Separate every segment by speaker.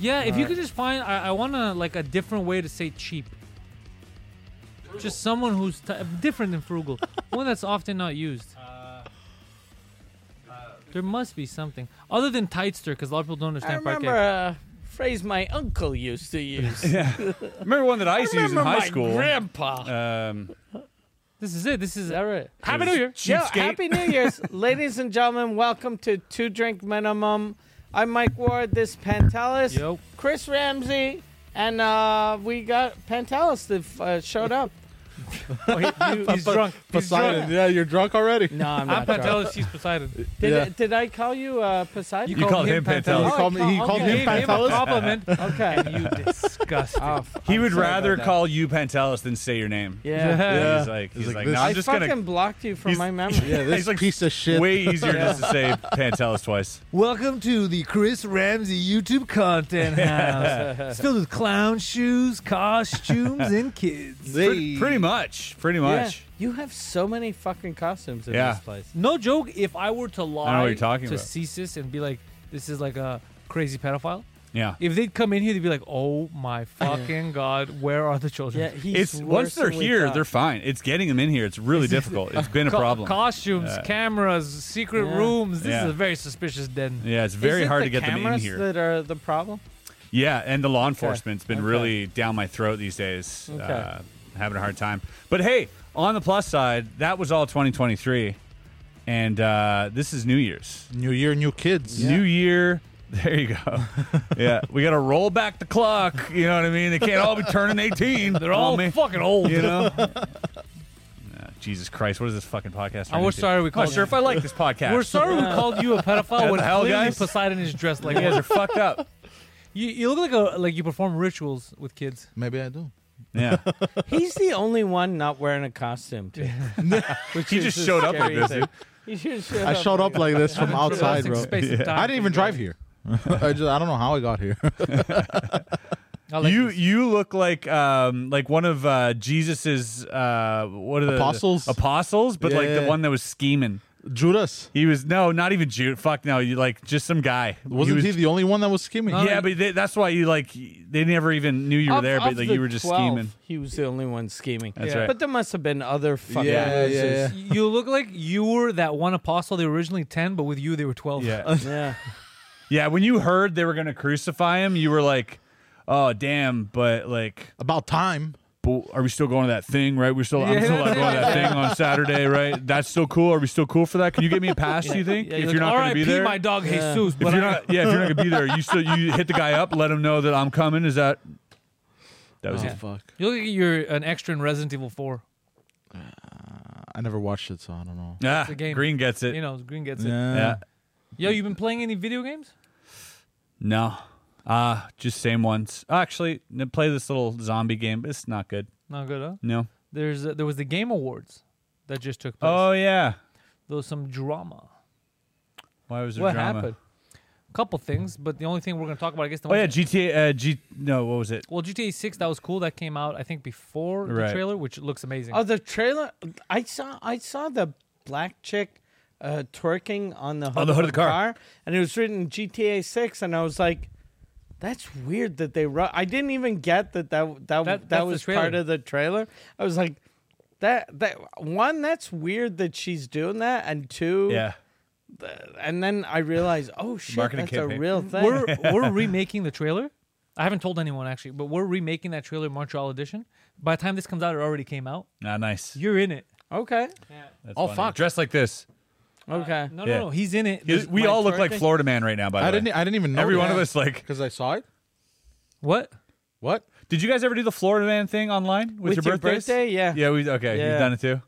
Speaker 1: Yeah, if you could just find, I, I want to like a different way to say cheap. Just someone who's t- different than frugal, one that's often not used. there must be something other than tightster, because a lot of people don't
Speaker 2: I
Speaker 1: understand
Speaker 2: remember
Speaker 1: parquet.
Speaker 2: a phrase my uncle used to use. I
Speaker 3: Remember one that I used to use in
Speaker 2: remember
Speaker 3: high
Speaker 2: my
Speaker 3: school.
Speaker 2: grandpa.
Speaker 3: um,
Speaker 1: This is it. This is
Speaker 2: Is that right?
Speaker 1: Happy New Year.
Speaker 2: Yo,
Speaker 3: Cheapskate.
Speaker 2: Happy New Year's, ladies and gentlemen. Welcome to Two Drink Minimum. I'm Mike Ward. This Pantelis,
Speaker 1: Yo.
Speaker 2: Chris Ramsey, and uh, we got Pantelis that uh, showed up.
Speaker 1: he's drunk. He's drunk.
Speaker 4: Poseidon. Yeah, you're drunk already.
Speaker 2: No, I'm
Speaker 1: I'm
Speaker 2: not. drunk.
Speaker 1: Pantelis. He's Poseidon.
Speaker 2: Did,
Speaker 4: Yeah.
Speaker 2: did I call you uh, Poseidon?
Speaker 3: You called him Pantelis.
Speaker 2: Oh,
Speaker 4: He called me. He
Speaker 2: I
Speaker 4: called
Speaker 2: called-
Speaker 1: Gave
Speaker 4: me
Speaker 1: him a
Speaker 4: Pantelis.
Speaker 1: compliment.
Speaker 2: okay.
Speaker 1: you disgusting.
Speaker 2: Oh, f-
Speaker 3: he
Speaker 2: I'm
Speaker 3: would
Speaker 2: sorry
Speaker 3: rather
Speaker 2: about that.
Speaker 3: call you Pantelis than say your name.
Speaker 2: Yeah.
Speaker 4: Yeah.
Speaker 3: He's like, he's
Speaker 4: He's
Speaker 3: like,
Speaker 4: like, this-
Speaker 3: no,
Speaker 2: i
Speaker 3: I'm just
Speaker 2: fucking
Speaker 3: gonna.
Speaker 2: blocked you from
Speaker 3: he's-
Speaker 2: my memory.
Speaker 4: Yeah,
Speaker 3: He's
Speaker 4: this
Speaker 3: like,
Speaker 4: piece of shit.
Speaker 3: Way easier just to say Pantelis twice.
Speaker 5: Welcome to the Chris Ramsey YouTube content house. it's filled with clown shoes, costumes, and kids.
Speaker 4: They-
Speaker 3: Pre- pretty much. Pretty much.
Speaker 2: Yeah, you have so many fucking costumes in
Speaker 3: Yeah.
Speaker 2: this place.
Speaker 1: No joke. If I were to lie
Speaker 3: you're talking
Speaker 1: to
Speaker 3: about.
Speaker 1: CSIS and be like, "This is like a crazy pedophile,"
Speaker 3: Yeah.
Speaker 1: if they'd come in here, they'd be like, "Oh my fucking god, where are the children?"
Speaker 2: Yeah, he's
Speaker 3: It's once
Speaker 2: worse
Speaker 3: they're
Speaker 2: than we
Speaker 3: here,
Speaker 2: thought.
Speaker 3: they're fine. It's getting them in here. It's really difficult. It's been a
Speaker 1: Co-
Speaker 3: problem.
Speaker 1: costumes,
Speaker 3: Yeah.
Speaker 1: cameras, secret
Speaker 2: Yeah.
Speaker 1: rooms. This
Speaker 3: Yeah.
Speaker 1: is a very suspicious den.
Speaker 3: Yeah, it's
Speaker 2: Is
Speaker 3: very
Speaker 2: it
Speaker 3: hard
Speaker 2: the
Speaker 3: to get them in
Speaker 2: cameras
Speaker 3: here.
Speaker 2: That are the problem.
Speaker 3: Yeah, and the law enforcement's been
Speaker 2: Okay.
Speaker 3: really down my throat these days.
Speaker 2: Okay.
Speaker 3: Uh, having a hard time. But hey, on the plus side, that was all 2023. And uh, this is New Year's.
Speaker 4: New year, new kids.
Speaker 3: New Year. There you go. yeah, we got to roll back the clock. You know what I mean? They can't all be turning 18. They're
Speaker 1: All
Speaker 3: man.
Speaker 1: fucking old.
Speaker 3: You know? Nah, Jesus Christ, what is this fucking podcast?
Speaker 1: And we're sorry we
Speaker 3: I'm
Speaker 1: called
Speaker 3: not sure Oh, if I like this podcast.
Speaker 1: We're sorry we called you a pedophile when
Speaker 3: hell,
Speaker 1: clearly
Speaker 3: guys?
Speaker 1: Poseidon is dressed like
Speaker 3: You guys
Speaker 1: one.
Speaker 3: are fucked up.
Speaker 1: You, you look like a like you perform rituals with kids.
Speaker 4: Maybe I do.
Speaker 3: Yeah.
Speaker 2: He's the only one not wearing a costume. Too, which
Speaker 3: He
Speaker 2: is
Speaker 3: just
Speaker 2: the
Speaker 3: showed up like
Speaker 2: scary
Speaker 3: this,
Speaker 2: thing.
Speaker 3: dude.
Speaker 2: He just showed
Speaker 4: I
Speaker 2: up.
Speaker 4: showed up like this from outside,
Speaker 1: Traversing
Speaker 4: bro.
Speaker 1: space and time.
Speaker 4: I didn't even drive here. I just I don't know how I got here.
Speaker 1: I like
Speaker 3: you
Speaker 1: this.
Speaker 3: you look like um like one of uh Jesus's uh what are the
Speaker 4: Apostles?
Speaker 3: apostles but like the
Speaker 4: Yeah.
Speaker 3: one that was scheming.
Speaker 4: Judas
Speaker 3: He was no, not even Jude. Fuck no, you like just some guy.
Speaker 4: wasn't he,
Speaker 3: was,
Speaker 4: the only one that was skimming?
Speaker 3: Yeah, but they, that's why you like they never even knew you were
Speaker 2: Of-
Speaker 3: there,
Speaker 2: of
Speaker 3: but like
Speaker 2: the
Speaker 3: you were just
Speaker 2: 12,
Speaker 3: scheming.
Speaker 2: He was the only one scheming.
Speaker 3: That's
Speaker 1: Yeah.
Speaker 3: right.
Speaker 2: But there must have been other fucking.
Speaker 4: Yeah, yeah,
Speaker 2: losers.
Speaker 1: you look like you were that one apostle. They were originally ten, but with you they were twelve.
Speaker 3: yeah,
Speaker 2: yeah.
Speaker 3: yeah. When you heard they were gonna crucify him, you were like, "Oh damn!" But like,
Speaker 4: About time.
Speaker 3: bo- are we still going to that thing? Right? We're still. I'm
Speaker 1: Yeah.
Speaker 3: still like, going to that thing on Saturday, right? That's still cool. Are we still cool for that? Can you get me a pass? Do you think
Speaker 1: Yeah,
Speaker 3: if
Speaker 1: like,
Speaker 3: you're not gonna
Speaker 1: "R.I.P.
Speaker 3: be there?
Speaker 1: my dog Jesus,
Speaker 3: If
Speaker 1: but
Speaker 3: you're
Speaker 1: I-
Speaker 3: not, yeah, if you're not gonna be there, you still you hit the guy up, let him know that I'm coming. Is that that was
Speaker 1: Yeah.
Speaker 3: it?
Speaker 4: Fuck.
Speaker 1: you look like you're an extra in Resident Evil Four.
Speaker 4: I never watched it, so I don't know.
Speaker 3: Ah,
Speaker 1: the game.
Speaker 3: Green gets it.
Speaker 1: You know, Green gets it.
Speaker 4: Yeah.
Speaker 3: yeah,
Speaker 1: Yo, you been playing any video games?
Speaker 3: no, ah, just same ones. Actually, n- play this little zombie game. but It's not good.
Speaker 1: Not good, huh?
Speaker 3: No.
Speaker 1: There's uh, there was the Game Awards that just took place.
Speaker 3: Oh yeah.
Speaker 1: there was some drama.
Speaker 3: Why was there
Speaker 1: What
Speaker 3: drama?
Speaker 1: happened? A couple things, but the only thing we're gonna talk about, I guess. The
Speaker 3: Oh
Speaker 1: one
Speaker 3: yeah,
Speaker 1: thing-
Speaker 3: GTA. Uh, G. No, what was it?
Speaker 1: well, GTA Six that was cool. That came out I think before
Speaker 3: Right.
Speaker 1: the trailer, which looks amazing.
Speaker 2: Oh, the trailer. I saw. I saw the black chick uh, twerking on the hood,
Speaker 3: the hood of the car.
Speaker 2: and it was written GTA Six, and I was like, "That's weird that they wrote." I didn't even get that that that
Speaker 1: That-
Speaker 2: that,
Speaker 1: that's the
Speaker 2: was
Speaker 1: trailer.
Speaker 2: part of the trailer. I was like, "That that one. That's weird that she's doing that." And two,
Speaker 3: Yeah.
Speaker 2: and then I realized, oh shit,
Speaker 3: Marketing
Speaker 2: that's a
Speaker 3: campaign.
Speaker 2: real thing.
Speaker 1: we're we're remaking the trailer. I haven't told anyone actually, but we're remaking that trailer Montreal edition. By the time this comes out, it already came out.
Speaker 3: Ah, nice.
Speaker 1: You're in it.
Speaker 2: okay,
Speaker 3: That's
Speaker 4: Oh,
Speaker 3: funny.
Speaker 4: fuck.
Speaker 3: Dressed like this.
Speaker 2: okay.
Speaker 1: No,
Speaker 3: Yeah.
Speaker 1: no, no. He's in it.
Speaker 3: Is-
Speaker 1: This-
Speaker 3: we
Speaker 1: my
Speaker 3: all look
Speaker 1: entire
Speaker 3: like
Speaker 1: thing-
Speaker 3: Florida Man right now. By the
Speaker 4: I
Speaker 3: way,
Speaker 4: didn't. e, I didn't even know.
Speaker 3: Every one of us, like,
Speaker 4: because I saw it.
Speaker 1: What?
Speaker 4: What?
Speaker 3: did you guys ever do the Florida Man thing online with,
Speaker 2: With your
Speaker 3: birthdays?
Speaker 2: birthday? Yeah.
Speaker 3: Yeah. We okay. You've
Speaker 2: Yeah.
Speaker 3: done it too.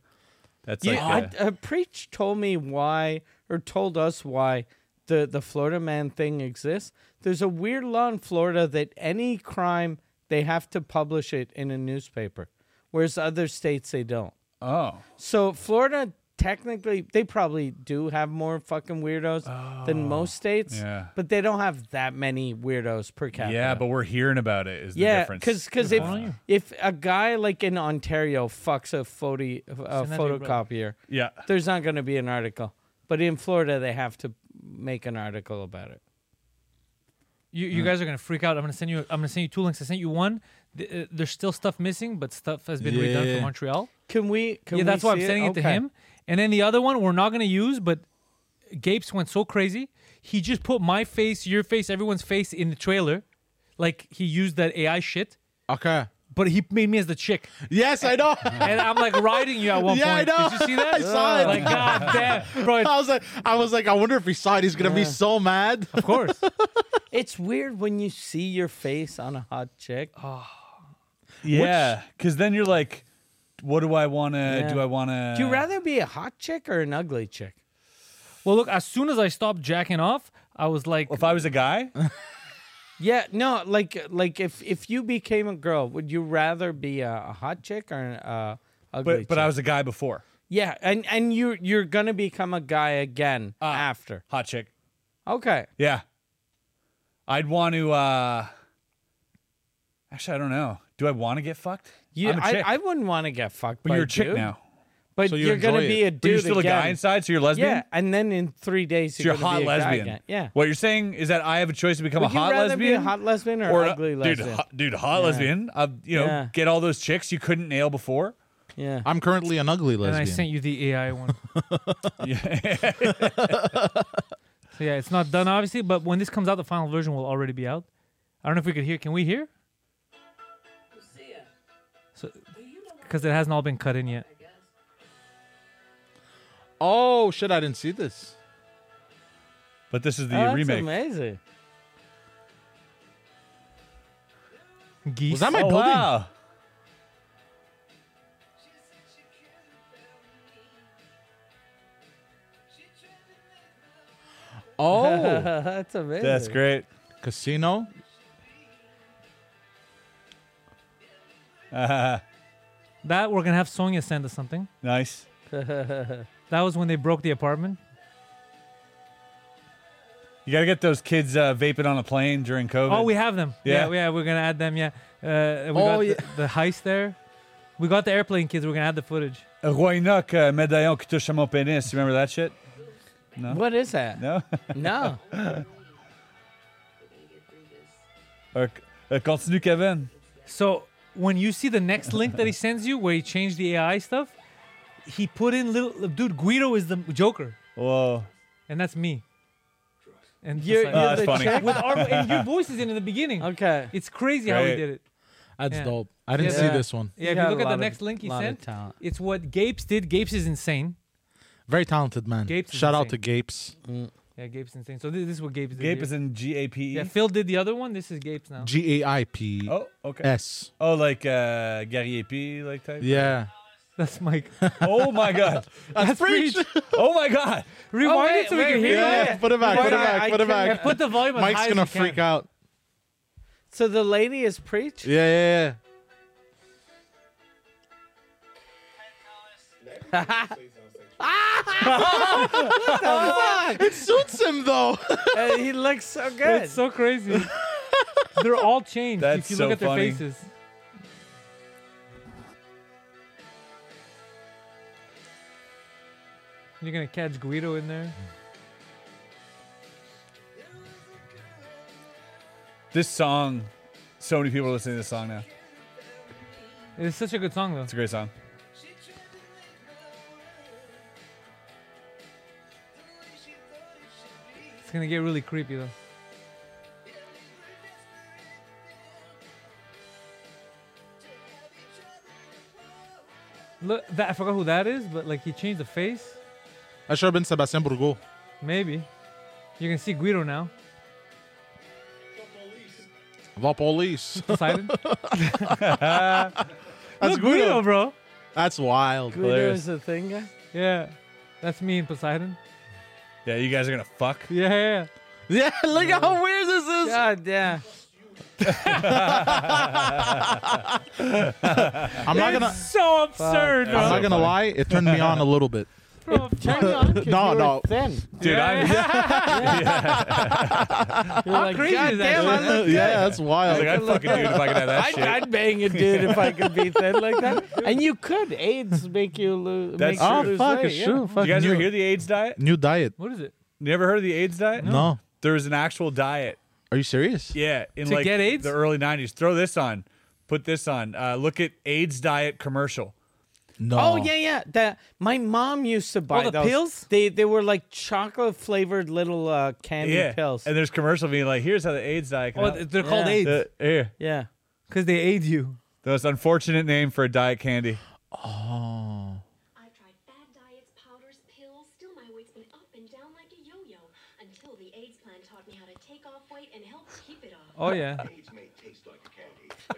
Speaker 3: That's
Speaker 2: You,
Speaker 3: like.
Speaker 2: I, uh, preach told me why, or told us why the the Florida man thing exists. There's a weird law in Florida that any crime they have to publish it in a newspaper, whereas other states they don't.
Speaker 3: uh, oh.
Speaker 2: So Florida technically they probably do have more fucking weirdos than most states,
Speaker 3: Oh, yeah.
Speaker 2: but they don't have that many weirdos per capita.
Speaker 3: Yeah, but we're hearing about it. Is the
Speaker 2: yeah,
Speaker 3: difference?
Speaker 2: because because if if a guy like in Ontario fucks a photo
Speaker 1: Send that
Speaker 2: a
Speaker 1: to your brother.
Speaker 2: photocopier,
Speaker 3: yeah,
Speaker 2: there's not going to be an article. But in Florida, they have to make an article about it.
Speaker 1: You, you guys are gonna freak out. I'm gonna send you. I'm gonna send you two links. I sent you one. Th- uh, there's still stuff missing, but stuff has been redone
Speaker 4: Yeah.
Speaker 1: for Montreal.
Speaker 2: Can we? Can
Speaker 1: yeah,
Speaker 2: we
Speaker 1: that's why I'm
Speaker 2: see
Speaker 1: sending it, to
Speaker 2: Okay.
Speaker 1: him. And then the other one we're not gonna use, but Gapes went so crazy. He just put my face, your face, everyone's face in the trailer, like he used that AI shit.
Speaker 4: Okay.
Speaker 1: But he made me as the chick,
Speaker 4: Yes, I know.
Speaker 1: and I'm like riding you at one
Speaker 4: Yeah, I
Speaker 1: point.
Speaker 4: know.
Speaker 1: Did you see that?
Speaker 4: I saw it.
Speaker 1: Like god damn, bro.
Speaker 4: I was like, I was like, I wonder if he saw it. He's gonna be so mad.
Speaker 1: Of course.
Speaker 2: It's weird when you see your face on a hot chick.
Speaker 1: Oh,
Speaker 3: yeah. Because then you're like, what do I want to? Do I want to?
Speaker 2: Do you rather be a hot chick or an ugly chick?
Speaker 1: Well, look. As soon as I stopped jacking off, I was like,
Speaker 3: If I was a guy,
Speaker 2: Yeah, no, like like if if you became a girl, would you rather be a, a hot chick or an uh, ugly?
Speaker 3: but but I
Speaker 2: chick?
Speaker 3: was a guy before.
Speaker 2: yeah, and and you you're gonna become a guy again
Speaker 1: Ah.
Speaker 2: after.
Speaker 3: Hot chick.
Speaker 2: Okay,
Speaker 3: Yeah. I'd want to. uh Actually, I don't know. Do I want to get fucked?
Speaker 2: you
Speaker 3: I'm a chick.
Speaker 2: I, I wouldn't want to get fucked.
Speaker 3: but
Speaker 2: by
Speaker 3: you're a chick
Speaker 2: dude,
Speaker 3: now.
Speaker 2: but
Speaker 4: so you
Speaker 2: you're gonna
Speaker 4: enjoy
Speaker 2: be
Speaker 4: it.
Speaker 2: a
Speaker 3: But
Speaker 2: dude
Speaker 3: you're still
Speaker 2: again.
Speaker 3: a guy inside, so you're lesbian.
Speaker 2: Yeah, and then in three days
Speaker 3: So
Speaker 2: you're,
Speaker 3: you're a
Speaker 2: gonna
Speaker 3: hot
Speaker 2: be a guy
Speaker 3: lesbian.
Speaker 2: again. Yeah.
Speaker 3: What you're saying is that I have a choice to become
Speaker 2: Would
Speaker 3: a
Speaker 2: you
Speaker 3: hot
Speaker 2: rather
Speaker 3: lesbian,
Speaker 2: be a hot lesbian or,
Speaker 3: or
Speaker 2: an ugly
Speaker 3: dude,
Speaker 2: lesbian?
Speaker 3: hot, dude, hot lesbian. Uh, you know,
Speaker 2: Yeah.
Speaker 3: get all those chicks you couldn't nail before.
Speaker 2: Yeah.
Speaker 4: I'm currently an ugly
Speaker 1: and I
Speaker 4: lesbian.
Speaker 1: sent you the AI one.
Speaker 3: Yeah.
Speaker 1: So yeah, it's not done obviously, but when this comes out, the final version will already be out. I don't know if we could hear. Can we hear? So, because it hasn't all been cut in yet.
Speaker 4: oh shit! I didn't see this.
Speaker 3: but this is the
Speaker 2: Oh, that's
Speaker 3: remake.
Speaker 2: amazing.
Speaker 1: Geese.
Speaker 4: Was that my
Speaker 3: Oh,
Speaker 4: building?
Speaker 3: wow.
Speaker 4: Oh,
Speaker 2: that's amazing.
Speaker 3: That's great.
Speaker 4: casino.
Speaker 1: that we're gonna have Sonya send us something.
Speaker 3: Nice.
Speaker 1: That was when they broke the apartment.
Speaker 3: You gotta get those kids uh, vaping on a plane during COVID.
Speaker 1: Oh, we have them.
Speaker 3: Yeah.
Speaker 1: Yeah, yeah, we're gonna add them. Yeah, uh, we
Speaker 4: Oh,
Speaker 1: got
Speaker 4: yeah.
Speaker 1: the, the heist there. We got the airplane kids. We're gonna add the footage.
Speaker 3: Roanoke uh, médaillon qui touche à mon pénis. Remember that shit?
Speaker 2: What is that?
Speaker 3: No.
Speaker 2: No.
Speaker 3: or, uh, continue, Kevin.
Speaker 1: So when you see the next link that he sends you, where he changed the AI stuff, he put in little uh, dude. Guido is the Joker.
Speaker 3: Whoa. Ah,
Speaker 1: and that's me. And
Speaker 2: You're,
Speaker 1: just uh,
Speaker 2: you're
Speaker 3: that's
Speaker 2: the
Speaker 3: funny.
Speaker 2: chick?
Speaker 1: with our, and your voice is in the beginning.
Speaker 2: Okay.
Speaker 1: It's crazy how we
Speaker 3: Great.
Speaker 1: did it.
Speaker 4: That's
Speaker 1: Yeah.
Speaker 4: dope. I didn't
Speaker 1: Yeah.
Speaker 4: see this one.
Speaker 1: Yeah, if
Speaker 2: got
Speaker 1: you
Speaker 2: a
Speaker 1: look at
Speaker 2: lot
Speaker 1: the
Speaker 2: of-
Speaker 1: next link he
Speaker 2: lot of
Speaker 1: sent,
Speaker 2: talent.
Speaker 1: it's what Gapes did. Gapes is insane.
Speaker 4: Very talented man.
Speaker 1: Gapes is
Speaker 4: Shout out to
Speaker 1: insane. Uh-huh.
Speaker 4: Gapes.
Speaker 1: Yeah, Gapes is insane. So this, this is what Gapes did.
Speaker 3: Gape
Speaker 1: here.
Speaker 3: is in G A P E.
Speaker 1: Yeah, Phil did the other one. This is Gapes now.
Speaker 4: G A I P
Speaker 3: Oh, okay.
Speaker 4: S.
Speaker 3: Oh, like uh, Gary P, like type.
Speaker 4: Yeah.
Speaker 1: That's Mike.
Speaker 3: Oh my god.
Speaker 1: That's Preach.
Speaker 3: Oh my god.
Speaker 1: Rewind
Speaker 2: Oh,
Speaker 1: it
Speaker 2: wait,
Speaker 1: so
Speaker 2: wait,
Speaker 1: we can hear
Speaker 2: yeah.
Speaker 1: it.
Speaker 4: Put it back.
Speaker 2: Why not? I couldn't-
Speaker 1: Put the volume as high
Speaker 4: Mike's
Speaker 1: as
Speaker 4: gonna
Speaker 1: you can.
Speaker 4: freak out.
Speaker 2: So the lady is preach.
Speaker 4: Yeah, yeah, yeah. it suits him though.
Speaker 2: Uh, he looks so good.
Speaker 1: It's so crazy. They're all changed
Speaker 3: That's
Speaker 1: if you
Speaker 3: so
Speaker 1: look at
Speaker 3: funny.
Speaker 1: their faces. You're gonna catch Guido in there.
Speaker 3: This song, so many people are listening to this song now.
Speaker 1: It's such a good song though.
Speaker 3: It's a great song.
Speaker 6: She tried to make my way. The way she thought
Speaker 1: It's gonna get really creepy though. Look, that I forgot who that is, but like he changed the face.
Speaker 4: That should have been Sebastian Bourgo.
Speaker 1: Maybe you can see Guido now.
Speaker 4: La police.
Speaker 1: Poseidon.
Speaker 4: That's
Speaker 1: Look, Guido, bro.
Speaker 4: That's wild.
Speaker 2: Guido is the thing guy.
Speaker 1: Yeah, that's me and Poseidon.
Speaker 3: Yeah, you guys are gonna fuck.
Speaker 1: Yeah, yeah,
Speaker 4: Yeah, look how weird this is.
Speaker 2: God damn.
Speaker 4: I'm not gonna.
Speaker 1: yeah. so absurd,
Speaker 4: I'm
Speaker 1: bro.
Speaker 4: not gonna lie. It turned me on a little bit.
Speaker 1: Bro, fuck.
Speaker 4: No, no.
Speaker 2: Then
Speaker 3: Dude, I'm
Speaker 2: you're like,
Speaker 1: crazy
Speaker 2: God
Speaker 1: is that
Speaker 2: damn,
Speaker 1: shit?"
Speaker 2: I'm the
Speaker 4: Yeah,
Speaker 3: I was
Speaker 4: that's wild.
Speaker 3: like, I'd fucking dude if I could have that
Speaker 2: I'd,
Speaker 3: shit.
Speaker 2: I'd bang a dude if I could be thin like that. And you could. AIDS make you lose.
Speaker 3: That's
Speaker 2: make you
Speaker 3: true.
Speaker 4: Oh
Speaker 2: lose
Speaker 4: fuck,
Speaker 2: weight,
Speaker 4: it's
Speaker 2: yeah.
Speaker 4: true. Fuck,
Speaker 3: you guys
Speaker 4: new,
Speaker 3: ever hear the AIDS diet?
Speaker 4: new diet?
Speaker 1: What is it?
Speaker 3: You ever heard of the AIDS diet?
Speaker 4: No.
Speaker 3: There was an actual diet.
Speaker 4: Are you serious?
Speaker 3: Yeah, in
Speaker 1: To
Speaker 3: like
Speaker 1: get AIDS?
Speaker 3: the early '90s. Throw this on. Put this on. Uh, look at AIDS diet commercial.
Speaker 4: No.
Speaker 2: Oh yeah, yeah. That my mom used to buy
Speaker 1: the
Speaker 2: those.
Speaker 1: pills?
Speaker 2: They they were like chocolate flavored little uh, candy
Speaker 3: yeah,
Speaker 2: pills.
Speaker 3: and there's commercial being like, "Here's how the AIDS diet." Can
Speaker 1: Oh,
Speaker 3: help."
Speaker 1: th- they're called
Speaker 2: Yeah.
Speaker 1: AIDS
Speaker 3: The- here,
Speaker 2: yeah.
Speaker 1: because they aid you.
Speaker 3: the most unfortunate name for a diet candy.
Speaker 6: I've tried fad diets, powders, pills. Still, my weight's been up and down like a yo-yo until the AIDS plan taught me how to take off weight and help keep it off.
Speaker 1: Oh yeah.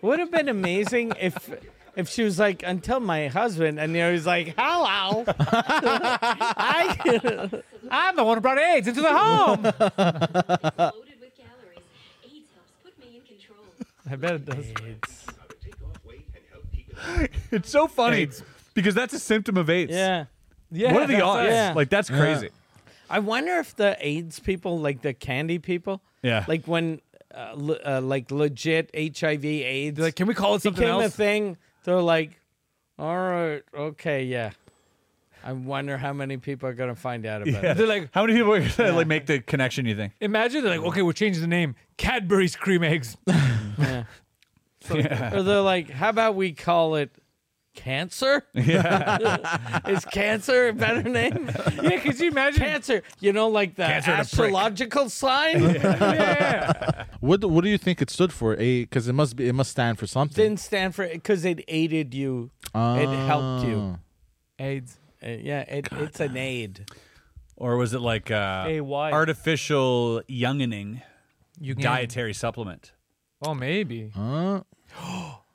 Speaker 2: Would have been amazing if if she was like until my husband and he was like hello. I
Speaker 1: I'm the one who brought AIDS into the home.
Speaker 6: Loaded with calories, AIDS helps put me in control.
Speaker 1: I bet it does.
Speaker 3: It's so funny because that's a symptom of AIDS.
Speaker 2: yeah.
Speaker 1: Yeah.
Speaker 3: What are the
Speaker 1: that's
Speaker 3: odds?
Speaker 1: us.
Speaker 2: Yeah.
Speaker 3: Like that's crazy.
Speaker 2: I wonder if the AIDS people, like the candy people,
Speaker 3: Yeah.
Speaker 2: like when uh, le- uh, like legit HIV AIDS,
Speaker 1: Like, can we call it something
Speaker 2: became a
Speaker 1: else?
Speaker 2: thing. They're like, all right, okay, yeah. I wonder how many people are gonna find out about
Speaker 3: Yeah.
Speaker 2: it.
Speaker 1: They're like,
Speaker 3: How many people are gonna like make the connection? You think?
Speaker 1: imagine they're like, okay, we'll change the name. Cadbury's cream eggs.
Speaker 2: Or they're like, how about we call it cancer? Yeah. Is cancer a better name?
Speaker 1: yeah, could you imagine?
Speaker 2: Cancer, you know, like the
Speaker 3: Cancer in a prick.
Speaker 2: astrological sign.
Speaker 1: Yeah.
Speaker 4: What do- What do you think it stood for? A because it must be it must stand for something.
Speaker 2: Didn't stand for it because it aided you. it helped you.
Speaker 1: AIDS.
Speaker 2: Uh, yeah, it, it's an aid.
Speaker 3: Or was it like uh,
Speaker 1: AY.
Speaker 3: artificial youngening
Speaker 1: You
Speaker 3: dietary supplement?
Speaker 1: Oh, maybe.
Speaker 4: Huh?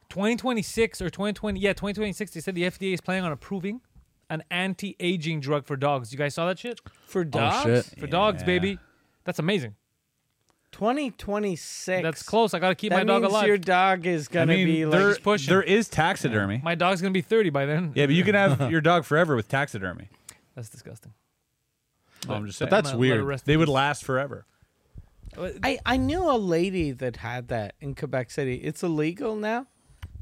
Speaker 1: 2026 or 2020. Yeah, 2026. They said the FDA is planning on approving an anti-aging drug for dogs. You guys saw that shit?
Speaker 2: For
Speaker 3: Oh,
Speaker 2: dogs?
Speaker 4: shit.
Speaker 1: For dogs,
Speaker 3: Yeah.
Speaker 1: baby. That's amazing.
Speaker 2: 2026.
Speaker 1: That's close. I gotta keep
Speaker 2: That
Speaker 1: my dog
Speaker 2: means
Speaker 1: alive.
Speaker 2: your dog is
Speaker 3: I
Speaker 2: going to
Speaker 3: mean,
Speaker 2: be
Speaker 3: there,
Speaker 2: like.
Speaker 1: pushing.
Speaker 3: there is taxidermy.
Speaker 1: my dog's gonna be 30 by then.
Speaker 3: Yeah, but you can have your dog forever with taxidermy.
Speaker 1: That's disgusting.
Speaker 3: I'm just saying.
Speaker 4: that's
Speaker 1: Let it
Speaker 4: weird.
Speaker 1: rest in
Speaker 3: they would
Speaker 1: peace.
Speaker 3: last forever.
Speaker 2: I, I knew a lady that had that in Quebec City. It's illegal now,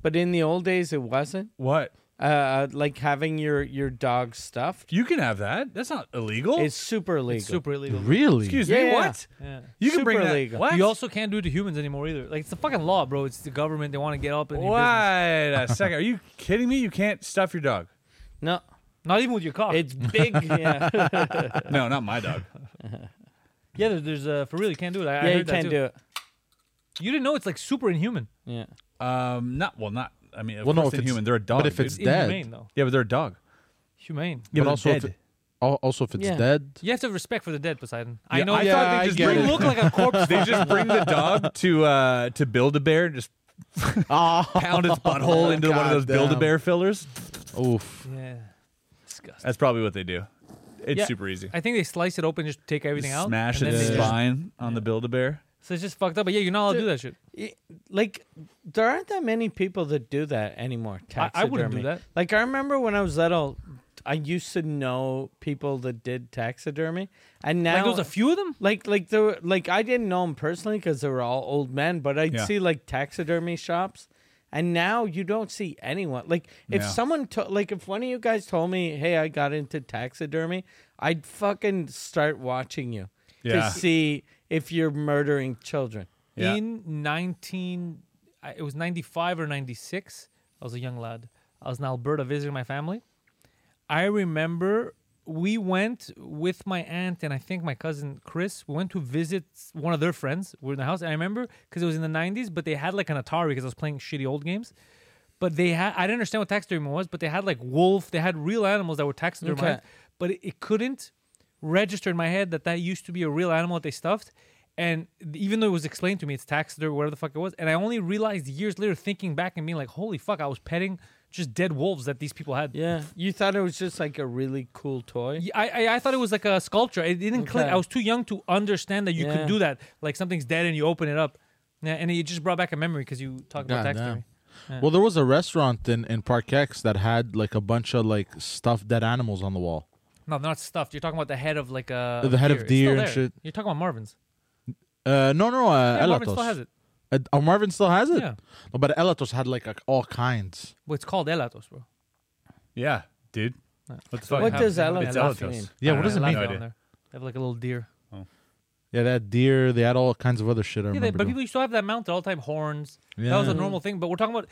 Speaker 2: but in the old days it wasn't.
Speaker 3: What?
Speaker 2: Uh, like having your, your dog stuffed
Speaker 3: You can have that. That's not illegal.
Speaker 2: is super illegal.
Speaker 1: Super illegal.
Speaker 4: Really?
Speaker 3: Excuse
Speaker 2: Yeah,
Speaker 3: me.
Speaker 2: yeah.
Speaker 3: What?
Speaker 1: Yeah.
Speaker 3: You can
Speaker 2: Super
Speaker 3: bring that.
Speaker 2: illegal.
Speaker 3: What?
Speaker 1: You also can't do it to humans anymore either. Like it's the fucking law, bro. It's the government. They want to get up and
Speaker 3: Wait a second. Are you kidding me? You can't stuff your dog.
Speaker 2: No,
Speaker 1: not even with your cock.
Speaker 2: it's big. yeah, yeah
Speaker 3: No, not my dog.
Speaker 1: yeah, there- there's uh, for real you can't do it. I, I heard
Speaker 2: you
Speaker 1: that
Speaker 2: can
Speaker 1: too.
Speaker 2: do it.
Speaker 1: You didn't know it's like super inhuman,
Speaker 2: Yeah.
Speaker 3: Um, not well, not. I mean, of
Speaker 4: Well, no,
Speaker 3: course
Speaker 4: if
Speaker 3: they're
Speaker 4: it's-
Speaker 3: human. They're a dog.
Speaker 4: but if
Speaker 3: dude.
Speaker 4: it's
Speaker 1: inhumane
Speaker 4: dead,
Speaker 1: though.
Speaker 3: yeah, but they're a dog.
Speaker 1: Humane.
Speaker 3: Yeah,
Speaker 4: but also if,
Speaker 3: dead.
Speaker 4: it- al- also if it's
Speaker 2: Yeah.
Speaker 4: dead.
Speaker 1: You have to have respect for the dead, Poseidon. I
Speaker 3: Yeah,
Speaker 1: know.
Speaker 3: I
Speaker 1: you-
Speaker 3: thought
Speaker 4: Yeah,
Speaker 3: they
Speaker 4: I
Speaker 3: just
Speaker 4: get
Speaker 3: bring,
Speaker 4: it.
Speaker 1: you look like a corpse.
Speaker 3: they just bring the dog to uh to build a bear. Just pound its butthole into one of those
Speaker 4: Goddamn.
Speaker 3: build a bear fillers.
Speaker 4: Oof.
Speaker 1: yeah. Disgusting.
Speaker 3: That's probably what they do. It's
Speaker 1: Yeah,
Speaker 3: super easy.
Speaker 1: I think they slice it open, just take everything out,
Speaker 3: Smash
Speaker 1: and then
Speaker 3: its
Speaker 1: they just-
Speaker 3: spine on the build a bear.
Speaker 1: So it's just fucked up. But yeah, you're not allowed to do that shit.
Speaker 2: Y- like there aren't that many people that do that anymore.
Speaker 1: I-
Speaker 2: Taxidermy.
Speaker 1: I wouldn't do that.
Speaker 2: Like I remember when I was little, I used to know people that did taxidermy, and now
Speaker 1: Like there was a few of them.
Speaker 2: Like like there were, like I didn't know them personally because they were all old men, but I'd
Speaker 3: Yeah.
Speaker 2: see like taxidermy shops. And now you don't see anyone. Like if
Speaker 3: Yeah.
Speaker 2: someone to- like if one of you guys told me, "Hey, I got into taxidermy," I'd fucking start watching you
Speaker 3: Yeah.
Speaker 2: to see if you're murdering children.
Speaker 3: Yeah.
Speaker 1: in 19 I- it was 95 or 96 i was a young lad i was in alberta visiting my family i remember we went with my aunt and I think my cousin Chris. We went to visit one of their friends. We were in the house, and I remember because it was in the '90s, but they had like an Atari because I was playing shitty old games. But they had—I didn't understand what taxidermy was, but they had like wolf. They had real animals that were taxidermy,
Speaker 2: Okay.
Speaker 1: but it, it couldn't register in my head that that used to be a real animal that they stuffed. And th- even though it was explained to me, it's taxidermy, whatever the fuck it was, and I only realized years later, thinking back and being like, "Holy fuck, I was petting just dead wolves that these people had."
Speaker 2: Yeah. You thought it was just like a really cool toy?
Speaker 1: Yeah, I, I I thought it was like a sculpture. It didn't click.
Speaker 2: Okay.
Speaker 1: I was too young to understand that you
Speaker 2: Yeah.
Speaker 1: could do that. Like something's dead and you open it up. Yeah, and it just brought back a memory because you talked about
Speaker 4: God
Speaker 1: taxidermy.
Speaker 4: damn. Well, there was a restaurant in in Park X that had like a bunch of like stuffed dead animals on the wall.
Speaker 1: No, not stuffed. You're talking about the head of like a a
Speaker 4: The head of
Speaker 1: It's still
Speaker 4: deer and
Speaker 1: there.
Speaker 4: shit.
Speaker 1: You're talking about Marvin's.
Speaker 4: Uh, no, no, uh,
Speaker 1: Yeah,
Speaker 4: Elatos.
Speaker 1: Marvin still has it.
Speaker 4: Uh, oh, Marvin still has it.
Speaker 1: Yeah.
Speaker 4: No, but Elatos had like a- all kinds.
Speaker 1: Well, it's called Elatos, bro.
Speaker 3: Yeah, dude. What
Speaker 1: Oh,
Speaker 3: the fuck?
Speaker 2: What does
Speaker 1: have-
Speaker 2: Elatos
Speaker 3: it's
Speaker 1: Elatos.
Speaker 3: Elatos.
Speaker 4: Yeah,
Speaker 1: I
Speaker 4: what
Speaker 1: don't
Speaker 4: does it
Speaker 1: know,
Speaker 4: mean?
Speaker 1: Elatos
Speaker 3: No
Speaker 1: on
Speaker 3: idea.
Speaker 1: there. They have like a little deer.
Speaker 4: Yeah, they had deer. They had all kinds of other shit. I
Speaker 1: Yeah, they,
Speaker 4: remember.
Speaker 1: but
Speaker 4: though.
Speaker 1: people used to have that mounted all the time, horns. That was a
Speaker 4: Yeah.
Speaker 1: normal thing. But we're talking about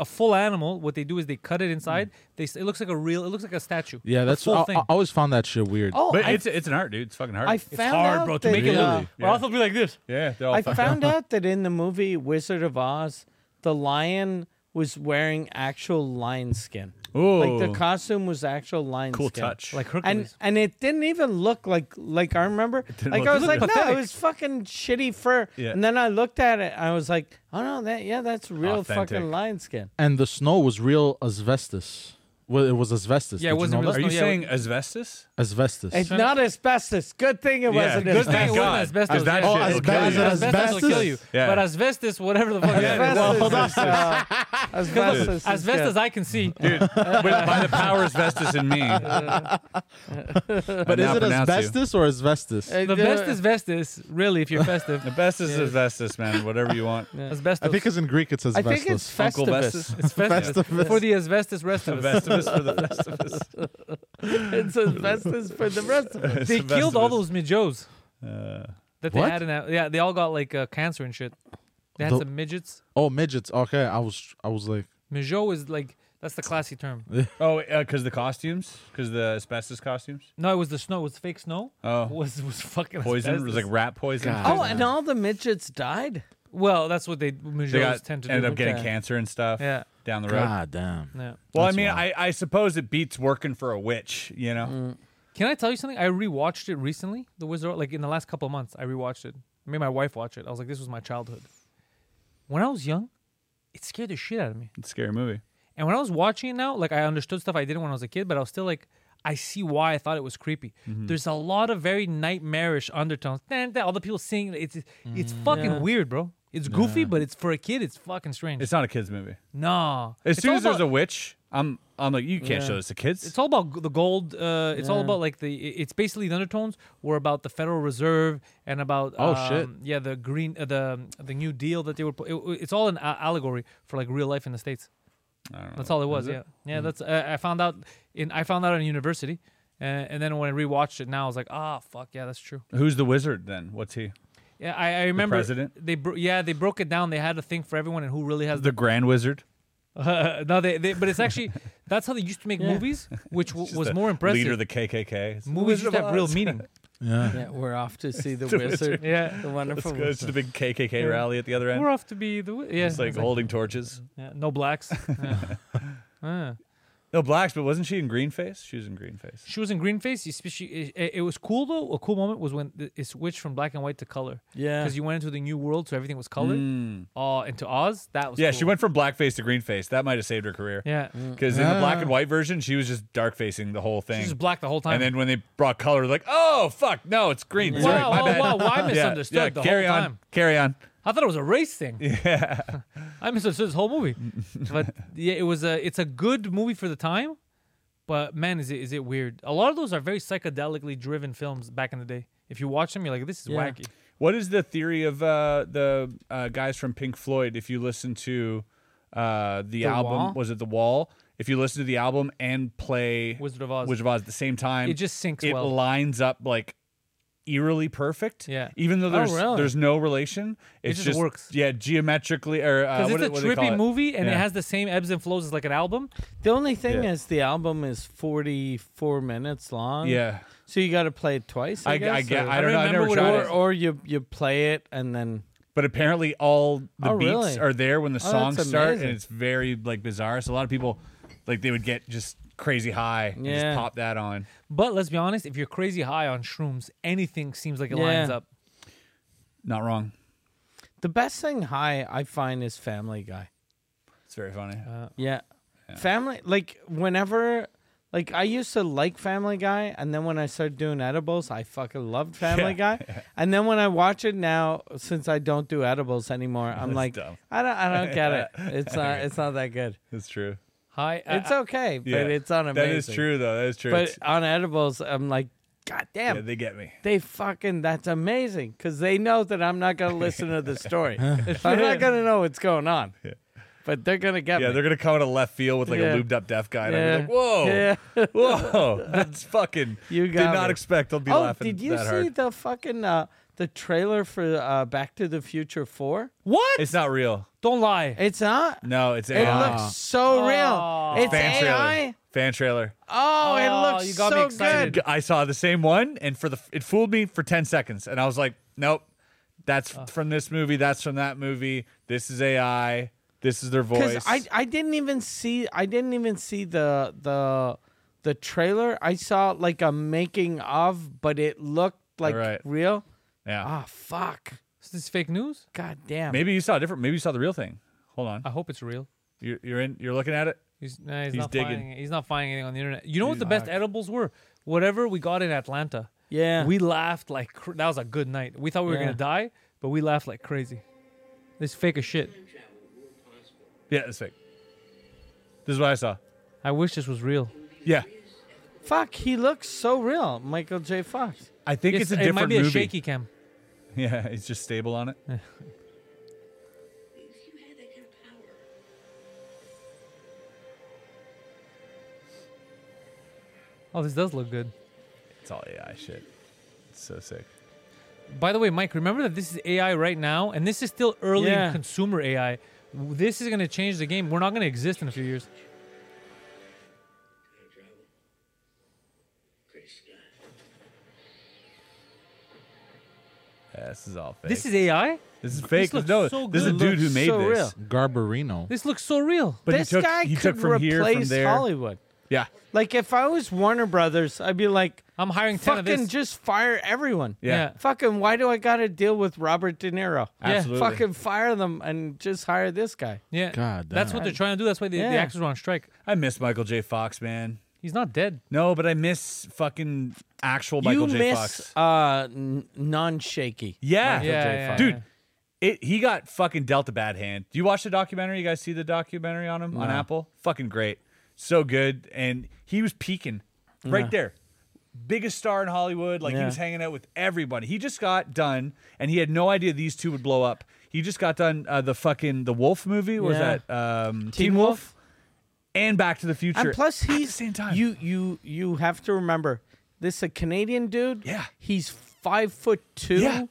Speaker 1: a full animal. What they do is they cut it inside.
Speaker 3: Mm.
Speaker 1: They s- it looks like a real. It looks like a statue.
Speaker 4: yeah,
Speaker 1: A
Speaker 4: that's. I,
Speaker 1: full
Speaker 4: I
Speaker 1: thing.
Speaker 4: always found that shit weird.
Speaker 2: Oh,
Speaker 3: But
Speaker 2: I,
Speaker 3: it's it's an art, dude. It's fucking hard.
Speaker 2: I found out
Speaker 1: bro, to
Speaker 2: that,
Speaker 1: make it
Speaker 2: uh,
Speaker 1: look. Ralph will be like this.
Speaker 3: yeah, they're all
Speaker 2: I
Speaker 3: fucking-
Speaker 2: found out that in the movie Wizard of Oz, the lion was wearing actual lion skin. Like
Speaker 3: Ooh.
Speaker 2: the costume was actual lion
Speaker 3: cool
Speaker 2: skin.
Speaker 3: touch.
Speaker 1: Like Hercules.
Speaker 2: And and it didn't even look like like I remember. Like
Speaker 3: look
Speaker 2: I was
Speaker 3: good.
Speaker 2: like, no,
Speaker 3: Pathetic.
Speaker 2: it was fucking shitty fur.
Speaker 3: Yeah.
Speaker 2: And then I looked at it, I was like, oh no, that yeah, that's real
Speaker 3: Authentic.
Speaker 2: fucking lion skin.
Speaker 4: and the snow was real asbestos. Well, it was asbestos.
Speaker 1: Yeah, it
Speaker 4: Did you
Speaker 1: wasn't
Speaker 4: know
Speaker 1: real
Speaker 3: Are
Speaker 4: that?
Speaker 3: you
Speaker 1: Oh, Yeah,
Speaker 3: saying asbestos?
Speaker 4: asbestos.
Speaker 2: It's not asbestos. Good thing it
Speaker 3: Yeah,
Speaker 2: wasn't
Speaker 3: good
Speaker 2: asbestos.
Speaker 3: thing
Speaker 1: Thank
Speaker 3: God.
Speaker 1: God. Asbestos,
Speaker 3: Is that
Speaker 1: yeah.
Speaker 3: shit
Speaker 4: Oh,
Speaker 3: will kill
Speaker 4: asbestos-
Speaker 3: you.
Speaker 4: asbestos-
Speaker 1: will kill you.
Speaker 3: Yeah.
Speaker 1: But asbestos, whatever the fuck.
Speaker 3: Yeah.
Speaker 1: it is.
Speaker 2: Asbestos.
Speaker 3: Well, Uh,
Speaker 2: is, uh, asbestos. is
Speaker 1: Asbestos,
Speaker 2: good.
Speaker 1: I can see.
Speaker 3: Dude, with- by the powers vested in me.
Speaker 4: but is
Speaker 3: now
Speaker 4: it
Speaker 3: pronounce you.
Speaker 4: asbestos or asbestos?
Speaker 2: Uh,
Speaker 1: The best is Vestus, really, if you're festive.
Speaker 3: The best is asbestos, man. Whatever you want.
Speaker 1: Asbestos.
Speaker 4: I think it's in Greek. It's
Speaker 2: I
Speaker 4: asbestos.
Speaker 2: think it's
Speaker 3: Uncle
Speaker 2: Festivus.
Speaker 3: Vestus.
Speaker 1: it's festive.
Speaker 4: Festivus.
Speaker 1: For the asbestos rest of us.
Speaker 3: Festivus for the Festivus.
Speaker 2: it's asbestos for the rest of us.
Speaker 3: It's
Speaker 1: They
Speaker 3: the
Speaker 1: killed all
Speaker 3: Festivus.
Speaker 1: those Mijos
Speaker 3: Uh,
Speaker 1: that they
Speaker 4: What?
Speaker 1: had in that. Yeah, they all got like uh, cancer and shit. They had
Speaker 4: The-
Speaker 1: some midgets.
Speaker 4: oh, midgets. Okay, I was, I was like,
Speaker 1: Mijo is like, that's the classy term.
Speaker 3: oh, because the costumes, because the asbestos costumes.
Speaker 1: No, it was the snow. It was fake snow.
Speaker 3: Oh.
Speaker 1: Was, was fucking
Speaker 3: Poison it was like
Speaker 1: asbestos.
Speaker 3: rat poison.
Speaker 2: Oh, and all the midgets died.
Speaker 1: Well, that's what they
Speaker 3: they
Speaker 1: Mijos
Speaker 3: got,
Speaker 1: tend to do.
Speaker 3: ended up getting
Speaker 2: Okay.
Speaker 3: cancer and stuff.
Speaker 1: Yeah.
Speaker 3: down the road.
Speaker 4: God damn.
Speaker 1: Yeah.
Speaker 3: Well, I
Speaker 4: That's
Speaker 3: mean,
Speaker 4: wild.
Speaker 3: I, I suppose it beats working for a witch, you know.
Speaker 1: Mm. Can I tell you something? I rewatched it recently. The Wizard, of- like in the last couple of months, I rewatched it. I made my wife watch it. I was like, this was my childhood. When I was young, it scared the shit out of me.
Speaker 3: It's a scary movie.
Speaker 1: And when I was watching it now, like I understood stuff I didn't when I was a kid, but I was still like, I see why I thought it was creepy.
Speaker 3: Mm-hmm.
Speaker 1: There's a lot of very nightmarish undertones. Dun, dun, All the people singing, it's it's fucking weird, bro. It's goofy, but it's for a kid. It's fucking strange.
Speaker 3: Mm. It's not a kids movie.
Speaker 1: no,
Speaker 3: As
Speaker 1: It's
Speaker 3: soon
Speaker 1: all
Speaker 3: as there's
Speaker 1: about-
Speaker 3: a witch, I'm I'm like, you can't show this to kids.
Speaker 1: It's all about g- the gold. Uh, it's all about like the. i- It's basically the undertones were about the Federal Reserve and about.
Speaker 4: Oh, shit.
Speaker 1: um, Yeah, the green, uh, the the New Deal that they were. pu- It, it's all an a- allegory for like real life in the states. That's all it was. Yeah, yeah.
Speaker 3: Hmm.
Speaker 1: That's uh, I found out in I found out in university, uh, and then when I rewatched it now, I was like, ah, fuck yeah, that's true.
Speaker 3: Who's the wizard then? What's he?
Speaker 1: Yeah, I, I remember.
Speaker 3: president?
Speaker 1: They bro- yeah they broke it down. They had a thing for everyone and who really has
Speaker 3: The Grand Wizard.
Speaker 1: no they, they but it's actually that's how they used to make movies, which w- was
Speaker 3: the
Speaker 1: more impressive.
Speaker 3: Leader of the KKK. It's the
Speaker 1: movies
Speaker 3: Wizard
Speaker 1: used
Speaker 3: of
Speaker 1: to have real
Speaker 3: Oz.
Speaker 1: meaning.
Speaker 3: Uh.
Speaker 2: Yeah, we're off to see the wizard.
Speaker 1: Yeah.
Speaker 2: the
Speaker 3: It's
Speaker 2: wonderful
Speaker 3: good. It's
Speaker 2: wizard.
Speaker 3: just a big KKK rally at the other end.
Speaker 1: We're off to be the wi- yeah.
Speaker 3: it's like
Speaker 1: exactly.
Speaker 3: holding torches.
Speaker 1: Yeah, no blacks. Yeah. Yeah.
Speaker 3: No blacks, but wasn't she in Greenface? She was in Greenface.
Speaker 1: She was in green face. You spe- she- it, it was cool though. A cool moment was when th- it switched from black and white to color.
Speaker 2: Yeah.
Speaker 1: because you went into the new world, so everything was colored. Uh, into Oz, that was
Speaker 3: Mm. Yeah,
Speaker 1: cool.
Speaker 3: she went from blackface to greenface. That might have saved her career.
Speaker 1: Yeah,
Speaker 3: Because
Speaker 4: Ah.
Speaker 3: in the black and white version, she was just dark facing the whole thing.
Speaker 1: she was black the whole time.
Speaker 3: And then when they brought color, like, oh fuck, no, it's green.
Speaker 1: Wow,
Speaker 3: Wow, My
Speaker 1: wow,
Speaker 3: bad.
Speaker 1: wow, wow, I
Speaker 3: Yeah,
Speaker 1: misunderstood
Speaker 3: Yeah,
Speaker 1: the whole
Speaker 3: carry on,
Speaker 1: time.
Speaker 3: carry on.
Speaker 1: I thought it was a race thing. Yeah, I misunderstood this whole movie. But yeah, it was a. It's a good movie for the time, but man, is it is it weird? A lot of those are very psychedelically driven films back in the day. If you watch them, you're like, this is wacky.
Speaker 3: What is the theory of uh, the uh, guys from Pink Floyd? If you listen to uh, the, album,
Speaker 1: Wall?
Speaker 3: was it The Wall? If you listen to the album and play
Speaker 1: Wizard of Oz.
Speaker 3: Wizard of Oz at the same time,
Speaker 1: It just syncs
Speaker 3: It
Speaker 1: well.
Speaker 3: lines up like eerily perfect.
Speaker 1: Yeah.
Speaker 3: Even though
Speaker 1: Oh,
Speaker 3: there's
Speaker 1: really?
Speaker 3: there's no relation, it's
Speaker 1: just works.
Speaker 3: Yeah, geometrically or uh,
Speaker 1: Because it's
Speaker 3: what, do-
Speaker 1: a
Speaker 3: what do they call
Speaker 1: trippy
Speaker 3: it?
Speaker 1: movie and it
Speaker 3: Yeah.
Speaker 1: has the same ebbs and flows as like an album.
Speaker 2: The only thing
Speaker 3: Yeah.
Speaker 2: is the album is 44 minutes long.
Speaker 3: Yeah.
Speaker 2: So you got to play it twice, I,
Speaker 3: I, I,
Speaker 2: guess.
Speaker 3: get-
Speaker 2: or-
Speaker 3: I don't know. I
Speaker 1: remember
Speaker 3: never
Speaker 1: what it
Speaker 3: tried
Speaker 2: or,
Speaker 3: it.
Speaker 2: or you you play it and then
Speaker 3: but apparently all the
Speaker 2: Oh,
Speaker 3: beats
Speaker 2: really?
Speaker 3: are there when the
Speaker 2: Oh,
Speaker 3: songs
Speaker 2: that's
Speaker 3: start, and
Speaker 2: amazing.
Speaker 3: it's very like bizarre. So a lot of people, like they would get just crazy high and
Speaker 2: Yeah.
Speaker 3: just pop that on.
Speaker 1: But let's be honest, if you're crazy high on shrooms, anything seems like it lines
Speaker 2: Yeah.
Speaker 1: up.
Speaker 3: Not wrong.
Speaker 2: the best thing high I find is Family Guy.
Speaker 3: It's very funny.
Speaker 2: Yeah. Family like whenever like I used to like Family Guy and then when I started doing edibles, I fucking loved Family
Speaker 3: Yeah,
Speaker 2: Guy. And then when I watch it now since I don't do edibles anymore, I'm
Speaker 3: That's
Speaker 2: like
Speaker 3: dumb.
Speaker 2: I don't I don't get it. It's not it's not that good.
Speaker 3: That's true.
Speaker 1: High. I-
Speaker 2: It's okay, but it's on amazing.
Speaker 3: That is true though. That is true.
Speaker 2: But um,
Speaker 3: It's-
Speaker 2: on edibles, I'm like god damn.
Speaker 3: yeah, they get me.
Speaker 2: they fucking that's amazing because they know that I'm not gonna listen to the story. I'm not gonna know what's going on, but they're gonna get
Speaker 3: Yeah,
Speaker 2: me.
Speaker 3: they're gonna come out of left field with like
Speaker 2: Yeah.
Speaker 3: a lubed up deaf guy, and
Speaker 2: Yeah.
Speaker 3: I'm like, whoa,
Speaker 2: Yeah.
Speaker 3: whoa, that's fucking.
Speaker 2: You
Speaker 3: did
Speaker 2: got
Speaker 3: not
Speaker 2: me.
Speaker 3: expect I'll be
Speaker 2: oh,
Speaker 3: laughing
Speaker 2: did you
Speaker 3: that
Speaker 2: see
Speaker 3: hard.
Speaker 2: the fucking uh, the trailer for uh, Back to the Future Four?
Speaker 1: what?
Speaker 3: It's not real.
Speaker 1: Don't lie.
Speaker 2: It's not.
Speaker 3: No, it's
Speaker 2: It
Speaker 3: AI.
Speaker 2: looks so real. It's
Speaker 3: fan trailer.
Speaker 2: AI.
Speaker 3: Fan trailer.
Speaker 2: Oh,
Speaker 1: Oh,
Speaker 2: it looks
Speaker 1: you got me
Speaker 2: so
Speaker 1: excited.
Speaker 2: good.
Speaker 3: I saw the same one, and for the it fooled me for ten seconds, and I was like, nope, that's from this movie, that's from that movie. This is AI. This is their voice.
Speaker 2: Because I, I didn't even see I didn't even see the the the trailer. I saw like a making of, but it looked like
Speaker 3: Alright.
Speaker 2: real.
Speaker 3: yeah.
Speaker 2: Ah, fuck.
Speaker 1: Is this fake news?
Speaker 2: God damn.
Speaker 3: Maybe you saw a different. Maybe you saw the real thing. Hold on.
Speaker 1: I hope it's real.
Speaker 3: You're, you're in. You're looking at it.
Speaker 1: He's, nah, he's,
Speaker 3: He's
Speaker 1: not
Speaker 3: digging.
Speaker 1: finding it. He's not finding anything on the internet. You know what the best edibles were? Whatever we got in Atlanta.
Speaker 2: Yeah.
Speaker 1: We laughed like cr- that was a good night. We thought we were
Speaker 2: Yeah.
Speaker 1: gonna die, but we laughed like crazy. This fake as shit.
Speaker 3: Yeah, it's fake. This is what I saw.
Speaker 1: I wish this was real.
Speaker 3: Yeah,
Speaker 2: Fuck, he looks so real, Michael J. Fox.
Speaker 3: I think
Speaker 1: Yes,
Speaker 3: it's a different
Speaker 1: it might be
Speaker 3: movie.
Speaker 1: a shaky cam.
Speaker 3: Yeah, it's just stable on it.
Speaker 6: If you had that kind of power,
Speaker 1: Oh, this does look good.
Speaker 3: It's all AI shit. It's so sick.
Speaker 1: By the way, Mike, remember that this is AI right now, and this is still early
Speaker 2: Yeah.
Speaker 1: in consumer AI. W- This is gonna change the game. We're not gonna exist in a few years.
Speaker 6: time travel. Great Scott.
Speaker 3: Yeah, this is all fake.
Speaker 1: This is AI.
Speaker 3: this is fake.
Speaker 1: looks
Speaker 3: no,
Speaker 1: so
Speaker 3: this is a
Speaker 1: good.
Speaker 3: dude who
Speaker 2: Looks
Speaker 3: made
Speaker 2: so
Speaker 3: this.
Speaker 2: real.
Speaker 4: Garbarino.
Speaker 1: This looks so real.
Speaker 3: But
Speaker 2: this
Speaker 3: he took,
Speaker 2: guy
Speaker 3: he
Speaker 2: could
Speaker 3: took from
Speaker 2: replace
Speaker 3: here, from there.
Speaker 2: Hollywood.
Speaker 3: Yeah,
Speaker 2: Like if I was Warner Brothers, I'd be like,
Speaker 1: I'm hiring ten of
Speaker 2: fucking
Speaker 1: this.
Speaker 2: just fire everyone.
Speaker 3: yeah,
Speaker 2: Fucking why do I gotta deal with Robert De Niro?
Speaker 3: absolutely.
Speaker 2: Fucking fire them and just hire this guy.
Speaker 1: yeah.
Speaker 4: God
Speaker 1: That's what
Speaker 4: damn.
Speaker 1: they're trying to do. That's why the,
Speaker 2: Yeah.
Speaker 1: the actors were on strike.
Speaker 3: I miss Michael J. Fox, man.
Speaker 1: He's not dead.
Speaker 3: No, but I miss fucking actual Michael
Speaker 2: you
Speaker 3: J.
Speaker 2: miss
Speaker 3: Fox.
Speaker 2: uh n- non shaky.
Speaker 3: yeah,
Speaker 1: Michael Yeah, J. yeah, Fox.
Speaker 3: dude. It, he got fucking dealt a bad hand. Do you watch the documentary? You guys see the documentary on him on Apple? Fucking great, so good. And he was peaking right there, biggest star in Hollywood. Like he
Speaker 2: Yeah.
Speaker 3: was hanging out with everybody. He just got done, and he had no idea these two would blow up. He just got done uh, the fucking the Wolf movie. What
Speaker 2: Yeah.
Speaker 3: Was that um,
Speaker 2: Teen Wolf?
Speaker 3: and Back to the Future?
Speaker 2: And plus
Speaker 3: at the
Speaker 2: he's
Speaker 3: same time.
Speaker 2: you you you have to remember this a Canadian dude.
Speaker 3: Yeah.
Speaker 2: He's five foot two.
Speaker 3: Yeah.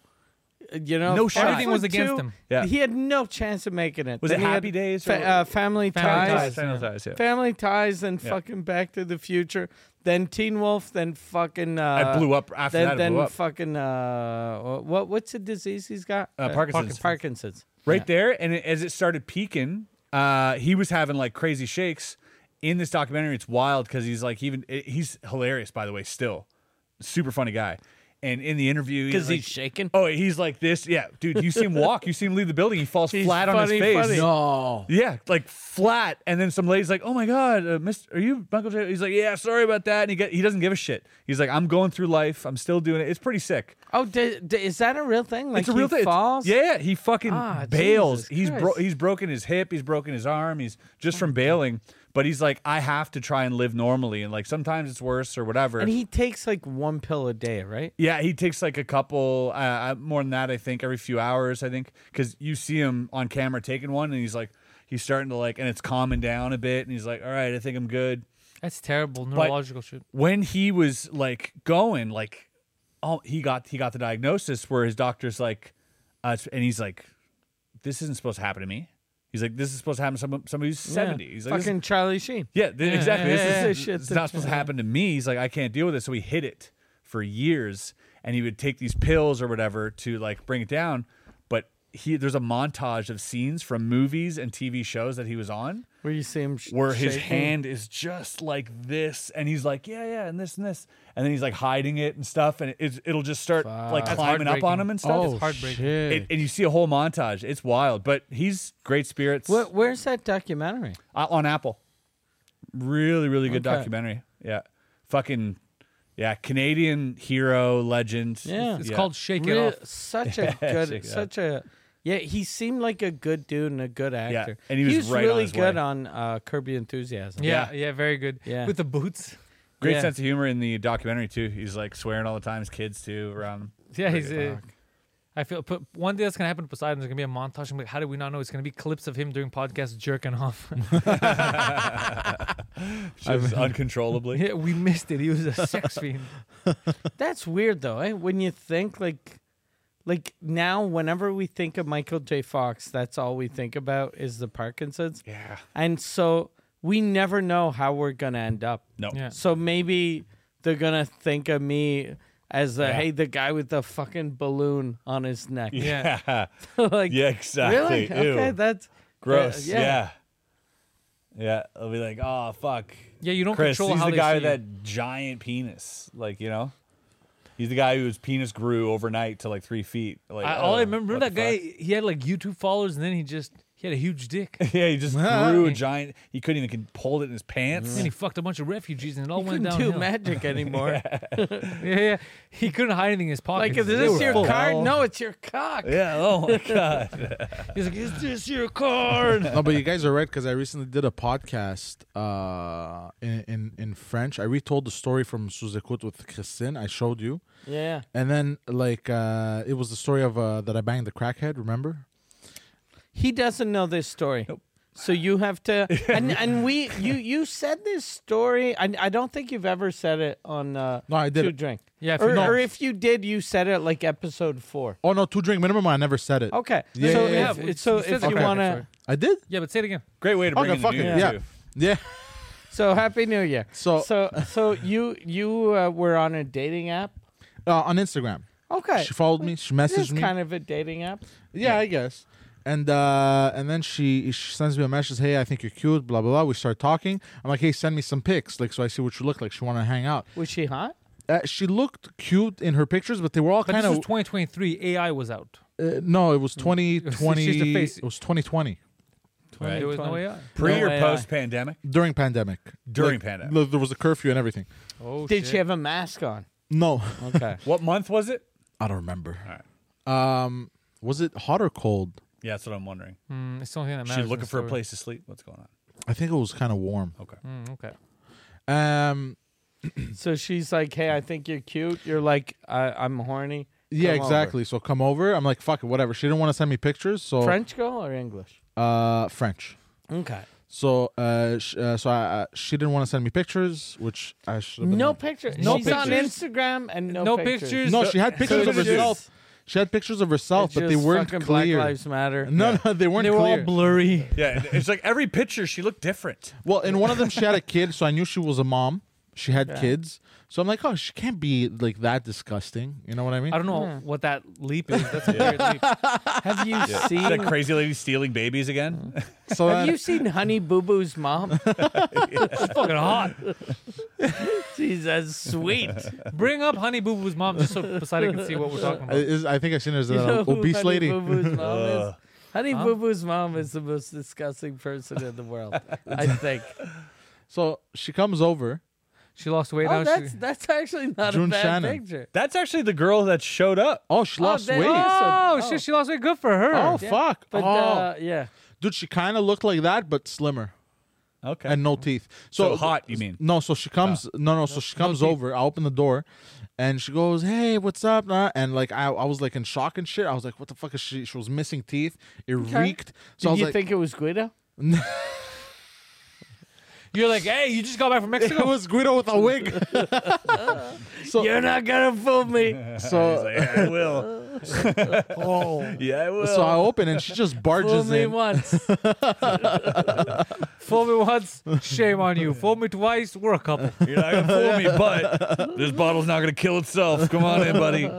Speaker 2: You know,
Speaker 3: No
Speaker 2: five
Speaker 3: shot. Everything
Speaker 2: foot
Speaker 1: was against
Speaker 2: two,
Speaker 1: him.
Speaker 3: Yeah.
Speaker 2: He had no chance of making it.
Speaker 3: Was
Speaker 2: Then
Speaker 3: it
Speaker 2: he had
Speaker 3: Happy Days or
Speaker 2: fa-
Speaker 3: what?
Speaker 2: uh, family,
Speaker 1: Family
Speaker 2: ties,
Speaker 1: Ties,
Speaker 3: Final
Speaker 1: yeah.
Speaker 3: Ties, yeah.
Speaker 2: Family Ties, then
Speaker 3: Yeah.
Speaker 2: fucking Back to the Future, then Teen Wolf, then fucking. Uh,
Speaker 3: I blew up after
Speaker 2: Then,
Speaker 3: that. I
Speaker 2: then
Speaker 3: blew up.
Speaker 2: fucking uh, what? What's the disease he's got?
Speaker 3: Uh, Parkinson's.
Speaker 2: Parkinson's.
Speaker 3: right there. And it, as it started peaking, uh, he was having like crazy shakes. In this documentary, it's wild because he's like even it- he's hilarious. By the way, still super funny guy. And in the interview,
Speaker 2: Because
Speaker 3: like-
Speaker 2: he's shaking.
Speaker 3: Oh, he's like this. Yeah, dude. You see him walk. You see him leave the building. He falls
Speaker 2: He's
Speaker 3: flat on
Speaker 2: funny,
Speaker 3: his face.
Speaker 2: funny.
Speaker 4: No.
Speaker 3: Yeah, like flat. And then some lady's like, "Oh my god, uh, Mister, are you Michael J?" He's like, "Yeah, sorry about that." And he get, he doesn't give a shit. He's like, "I'm going through life. I'm still doing it. It's pretty sick."
Speaker 2: Oh, d- d- is that a real thing? Like
Speaker 3: it's a real
Speaker 2: he
Speaker 3: thing. It's-
Speaker 2: falls?
Speaker 3: Yeah, he fucking
Speaker 2: Ah,
Speaker 3: bails.
Speaker 2: Jesus
Speaker 3: he's bro-
Speaker 2: Christ.
Speaker 3: he's broken his hip. He's broken his arm. He's just from bailing. But he's like, I have to try and live normally. And like sometimes it's worse or whatever.
Speaker 2: And he takes like one pill a day, right?
Speaker 3: yeah, he takes like a couple uh, uh, more than that. I think every few hours. I think because you see him on camera taking one, and he's like, he's starting to like, and it's calming down a bit. And he's like, all right, I think I'm good.
Speaker 1: That's terrible neurological shit.
Speaker 3: When he was like going, like oh, he got he got the diagnosis where his doctor's like, uh, and he's like, this isn't supposed to happen to me. He's like, this is supposed to happen to someone, somebody who's seventy. He's like, this-
Speaker 2: Fucking Charlie Sheen.
Speaker 3: yeah, th- exactly.
Speaker 2: yeah, yeah,
Speaker 3: this is
Speaker 2: yeah.
Speaker 3: it's not supposed to happen to me. He's like, I can't deal with this. So he hid it for years, and he would take these pills or whatever to like bring it down. But he there's a montage of scenes from movies and TV shows that he was on
Speaker 2: Where you see him sh-
Speaker 3: where his
Speaker 2: shaking.
Speaker 3: hand is just like this, and he's like, yeah, yeah, and this and this, and then he's like hiding it and stuff, and it, it'll just start like
Speaker 2: Fuck.
Speaker 3: climbing up on
Speaker 1: heartbreaking.
Speaker 3: him and stuff.
Speaker 4: Oh,
Speaker 1: heartbreaking.
Speaker 4: shit.
Speaker 3: It- and you see a whole montage. It's wild, but he's great spirits
Speaker 2: Where, where's that documentary?
Speaker 3: uh, on Apple. Really, really good
Speaker 2: Okay.
Speaker 3: documentary. Yeah, fucking yeah, Canadian hero legend.
Speaker 2: Yeah.
Speaker 1: It's called Shake
Speaker 2: Real-
Speaker 1: It Off.
Speaker 2: Such a
Speaker 3: Shake
Speaker 2: good,
Speaker 3: it
Speaker 2: such a. Yeah, he seemed like a good dude and a good actor.
Speaker 3: and he was right on
Speaker 2: really
Speaker 3: his
Speaker 2: good
Speaker 3: way.
Speaker 2: on uh, Curb Your Enthusiasm.
Speaker 1: Yeah,
Speaker 3: Yeah.
Speaker 1: yeah, very good.
Speaker 2: Yeah.
Speaker 1: With the boots.
Speaker 3: Great
Speaker 2: Yeah.
Speaker 3: sense of humor in the documentary too. He's like swearing all the time. His kids too around him.
Speaker 1: Yeah, he's. Uh, I feel put, one day that's gonna happen to Poseidon. There's gonna be a montage. I'm like, how did we not know? It's gonna be clips of him during podcasts jerking off.
Speaker 3: Just uncontrollably.
Speaker 1: yeah, we missed it. He was a sex fiend.
Speaker 2: That's weird though, eh? When you think like like now whenever we think of Michael J. Fox, that's all we think about is the Parkinson's.
Speaker 3: Yeah.
Speaker 2: And so we never know how we're gonna end up.
Speaker 3: No.
Speaker 1: Yeah.
Speaker 2: So maybe they're gonna think of me as the hey, the guy with the fucking balloon on his neck.
Speaker 1: Yeah.
Speaker 3: Yeah.
Speaker 2: like
Speaker 3: Yeah, exactly.
Speaker 2: Really? Okay,
Speaker 3: Ew.
Speaker 1: uh,
Speaker 2: that's uh,
Speaker 3: Gross.
Speaker 2: yeah.
Speaker 3: yeah. yeah. I'll be like, oh fuck.
Speaker 1: Yeah, you don't
Speaker 3: Chris,
Speaker 1: control
Speaker 3: he's
Speaker 1: how
Speaker 3: the
Speaker 1: they
Speaker 3: guy
Speaker 1: see
Speaker 3: with
Speaker 1: you.
Speaker 3: that giant penis. Like, you know? He's the guy whose penis grew overnight to like three feet. Like,
Speaker 1: I, all
Speaker 3: oh,
Speaker 1: I remember
Speaker 3: what
Speaker 1: that
Speaker 3: the
Speaker 1: guy.
Speaker 3: fuck?
Speaker 1: He had like YouTube followers, and then he just he had a huge dick, and
Speaker 3: Yeah, he just grew a giant. He couldn't even con- hold it in his pants.
Speaker 1: he fucked a bunch of refugees, and it all
Speaker 2: You
Speaker 1: went
Speaker 2: couldn't
Speaker 1: downhill.
Speaker 2: do magic anymore.
Speaker 1: Yeah, yeah. He couldn't hide anything in his pocket.
Speaker 2: Like, is this your card? No, it's your cock.
Speaker 3: Yeah. Oh my god.
Speaker 1: He's like, is this your card?
Speaker 4: no, but you guys are right because I recently did a podcast uh, in, in in French. I retold the story from Suzekut with Christine. I showed you,
Speaker 2: Yeah.
Speaker 4: and then like uh, it was the story of uh, that I banged the crackhead. Remember?
Speaker 2: He doesn't know this story. So you have to, and, and we, you, you said this story. I, I don't think you've ever said it on. Uh,
Speaker 4: No, I
Speaker 2: Two
Speaker 4: didn't.
Speaker 2: drink.
Speaker 1: Yeah, if you
Speaker 2: or,
Speaker 1: don't-
Speaker 2: or if you did, you said it like episode four.
Speaker 4: Oh no, two drink minimum. I never said it.
Speaker 2: Okay.
Speaker 4: Yeah,
Speaker 2: so
Speaker 4: yeah, yeah.
Speaker 2: if,
Speaker 1: Yeah, we-
Speaker 2: so
Speaker 1: we said
Speaker 2: if
Speaker 1: that
Speaker 2: you
Speaker 4: on
Speaker 2: want to,
Speaker 1: episode.
Speaker 4: I did.
Speaker 1: yeah, but say it again.
Speaker 3: Great way to bring
Speaker 4: Okay,
Speaker 3: in the
Speaker 4: fuck
Speaker 3: new
Speaker 4: it.
Speaker 3: year,
Speaker 4: Yeah,
Speaker 3: too.
Speaker 4: yeah.
Speaker 2: so happy New Year.
Speaker 4: So-
Speaker 2: so so you you uh, were on a dating app.
Speaker 4: Uh, on Instagram,
Speaker 2: Okay.
Speaker 4: she followed me. She
Speaker 2: This is
Speaker 4: messaged me.
Speaker 2: kind of a dating app.
Speaker 4: Yeah, I guess. And uh, and then she, she sends me a message. Hey, I think you're cute. Blah blah blah. We start talking. I'm like, hey, send me some pics, like so I see what you look like. She want to hang out.
Speaker 2: Was she hot?
Speaker 4: Uh, she looked cute in her pictures, but they were all
Speaker 1: But
Speaker 4: kind
Speaker 1: this was
Speaker 4: of
Speaker 1: 2023. AI was out.
Speaker 4: uh, no. It was 2020.
Speaker 1: She's the face.
Speaker 4: it was 2020
Speaker 3: Right.
Speaker 1: There was no AI.
Speaker 3: Pre
Speaker 2: No
Speaker 3: or
Speaker 2: AI.
Speaker 3: post pandemic?
Speaker 4: during pandemic.
Speaker 3: During
Speaker 4: Like,
Speaker 3: pandemic.
Speaker 4: th- there was a curfew and everything.
Speaker 1: Oh,
Speaker 2: Did
Speaker 1: shit.
Speaker 2: she have a mask on?
Speaker 4: No,
Speaker 2: Okay.
Speaker 3: What month was it?
Speaker 4: I don't remember. Um, was it hot or cold?
Speaker 3: Yeah, that's what I'm wondering.
Speaker 1: Mm, it's the only thing that
Speaker 3: She's
Speaker 1: matters. in
Speaker 3: looking
Speaker 1: the
Speaker 3: for a
Speaker 1: story.
Speaker 3: place to sleep. What's going on?
Speaker 4: I think it was kind of warm.
Speaker 3: Okay.
Speaker 1: Mm, okay.
Speaker 4: Um,
Speaker 2: So she's like, "Hey, I think you're cute." You're like, I, "I'm horny."
Speaker 4: yeah,
Speaker 2: Come over."
Speaker 4: exactly. So come over. I'm like, fuck it, whatever. She didn't want to send me pictures, so
Speaker 2: French girl or English?
Speaker 4: uh, French.
Speaker 2: Okay.
Speaker 4: So, uh, sh- uh, so I, uh, she didn't want to send me pictures, which I should.
Speaker 2: No pictures.
Speaker 4: No
Speaker 2: She's on
Speaker 4: pictures.
Speaker 2: Instagram and no,
Speaker 1: No
Speaker 2: pictures.
Speaker 1: pictures.
Speaker 4: No, she had pictures
Speaker 2: so
Speaker 4: of
Speaker 2: it's
Speaker 4: herself.
Speaker 2: just-
Speaker 4: she had pictures of herself,
Speaker 2: It's
Speaker 4: but they
Speaker 2: just
Speaker 4: weren't
Speaker 2: fucking
Speaker 4: clear.
Speaker 2: Black Lives Matter.
Speaker 4: No, no, they weren't
Speaker 1: They were
Speaker 4: clear.
Speaker 1: all blurry.
Speaker 3: Yeah, it- it's like every picture she looked different.
Speaker 4: well, in one of them, she had a kid, so I knew she was a mom. She had kids, so I'm like, oh, she can't be like that disgusting. You know what I mean?
Speaker 1: I don't know
Speaker 2: Hmm.
Speaker 1: what that leap is. That's a weird leap.
Speaker 2: Have you
Speaker 3: Is that
Speaker 2: seen?
Speaker 3: crazy lady stealing babies again?
Speaker 4: so
Speaker 2: Have
Speaker 4: then-
Speaker 2: you seen Honey Boo Boo's mom?
Speaker 1: It's fucking hot.
Speaker 2: She's as sweet.
Speaker 1: Bring up Honey Boo Boo's mom just so Poseidon can see what we're talking
Speaker 4: I,
Speaker 1: about.
Speaker 4: is, I think I seen her as an
Speaker 2: You know who
Speaker 4: obese
Speaker 2: Honey
Speaker 4: lady.
Speaker 2: Boo Boo's mom is? Honey Boo Boo's mom is the most disgusting person in the world. I think.
Speaker 4: So she comes over.
Speaker 1: She lost weight. now
Speaker 2: Oh, that's
Speaker 1: she,
Speaker 2: that's actually not
Speaker 4: June
Speaker 2: a bad
Speaker 4: Shannon.
Speaker 2: picture.
Speaker 3: That's actually the girl that showed up.
Speaker 4: Oh, she lost
Speaker 2: that-
Speaker 4: weight.
Speaker 2: oh,
Speaker 4: Oh,
Speaker 1: oh,
Speaker 2: oh.
Speaker 1: shit. She lost weight. Good for her.
Speaker 4: fuck.
Speaker 2: But
Speaker 4: oh.
Speaker 2: uh, yeah,
Speaker 4: dude, she kind of looked like that, but slimmer
Speaker 3: Okay.
Speaker 4: and no teeth. So,
Speaker 3: so hot, you mean?
Speaker 4: No, so she comes. No, no. So she comes over. I open the door, and she goes, "Hey, what's up?" nah?" And like, I, I was like in shock and shit. I was like, "What the fuck is she?" She was missing teeth. It reeked. So I
Speaker 2: did
Speaker 4: was
Speaker 2: you
Speaker 4: like,
Speaker 2: think it was Guido?
Speaker 1: You're like, hey, you just got back from
Speaker 4: It
Speaker 1: Mexico.
Speaker 4: was Guido with a wig. so
Speaker 2: You're not gonna fool me.
Speaker 4: so
Speaker 3: Like, yeah, I will.
Speaker 5: Oh,
Speaker 3: Yeah, I will.
Speaker 4: so I open and she just
Speaker 2: fool
Speaker 4: barges
Speaker 2: me
Speaker 4: in.
Speaker 2: once.
Speaker 1: Fool me once, shame on you. Fool me twice, we're a couple.
Speaker 3: You're not gonna fool me, but this bottle's not gonna kill itself. Come on in, buddy.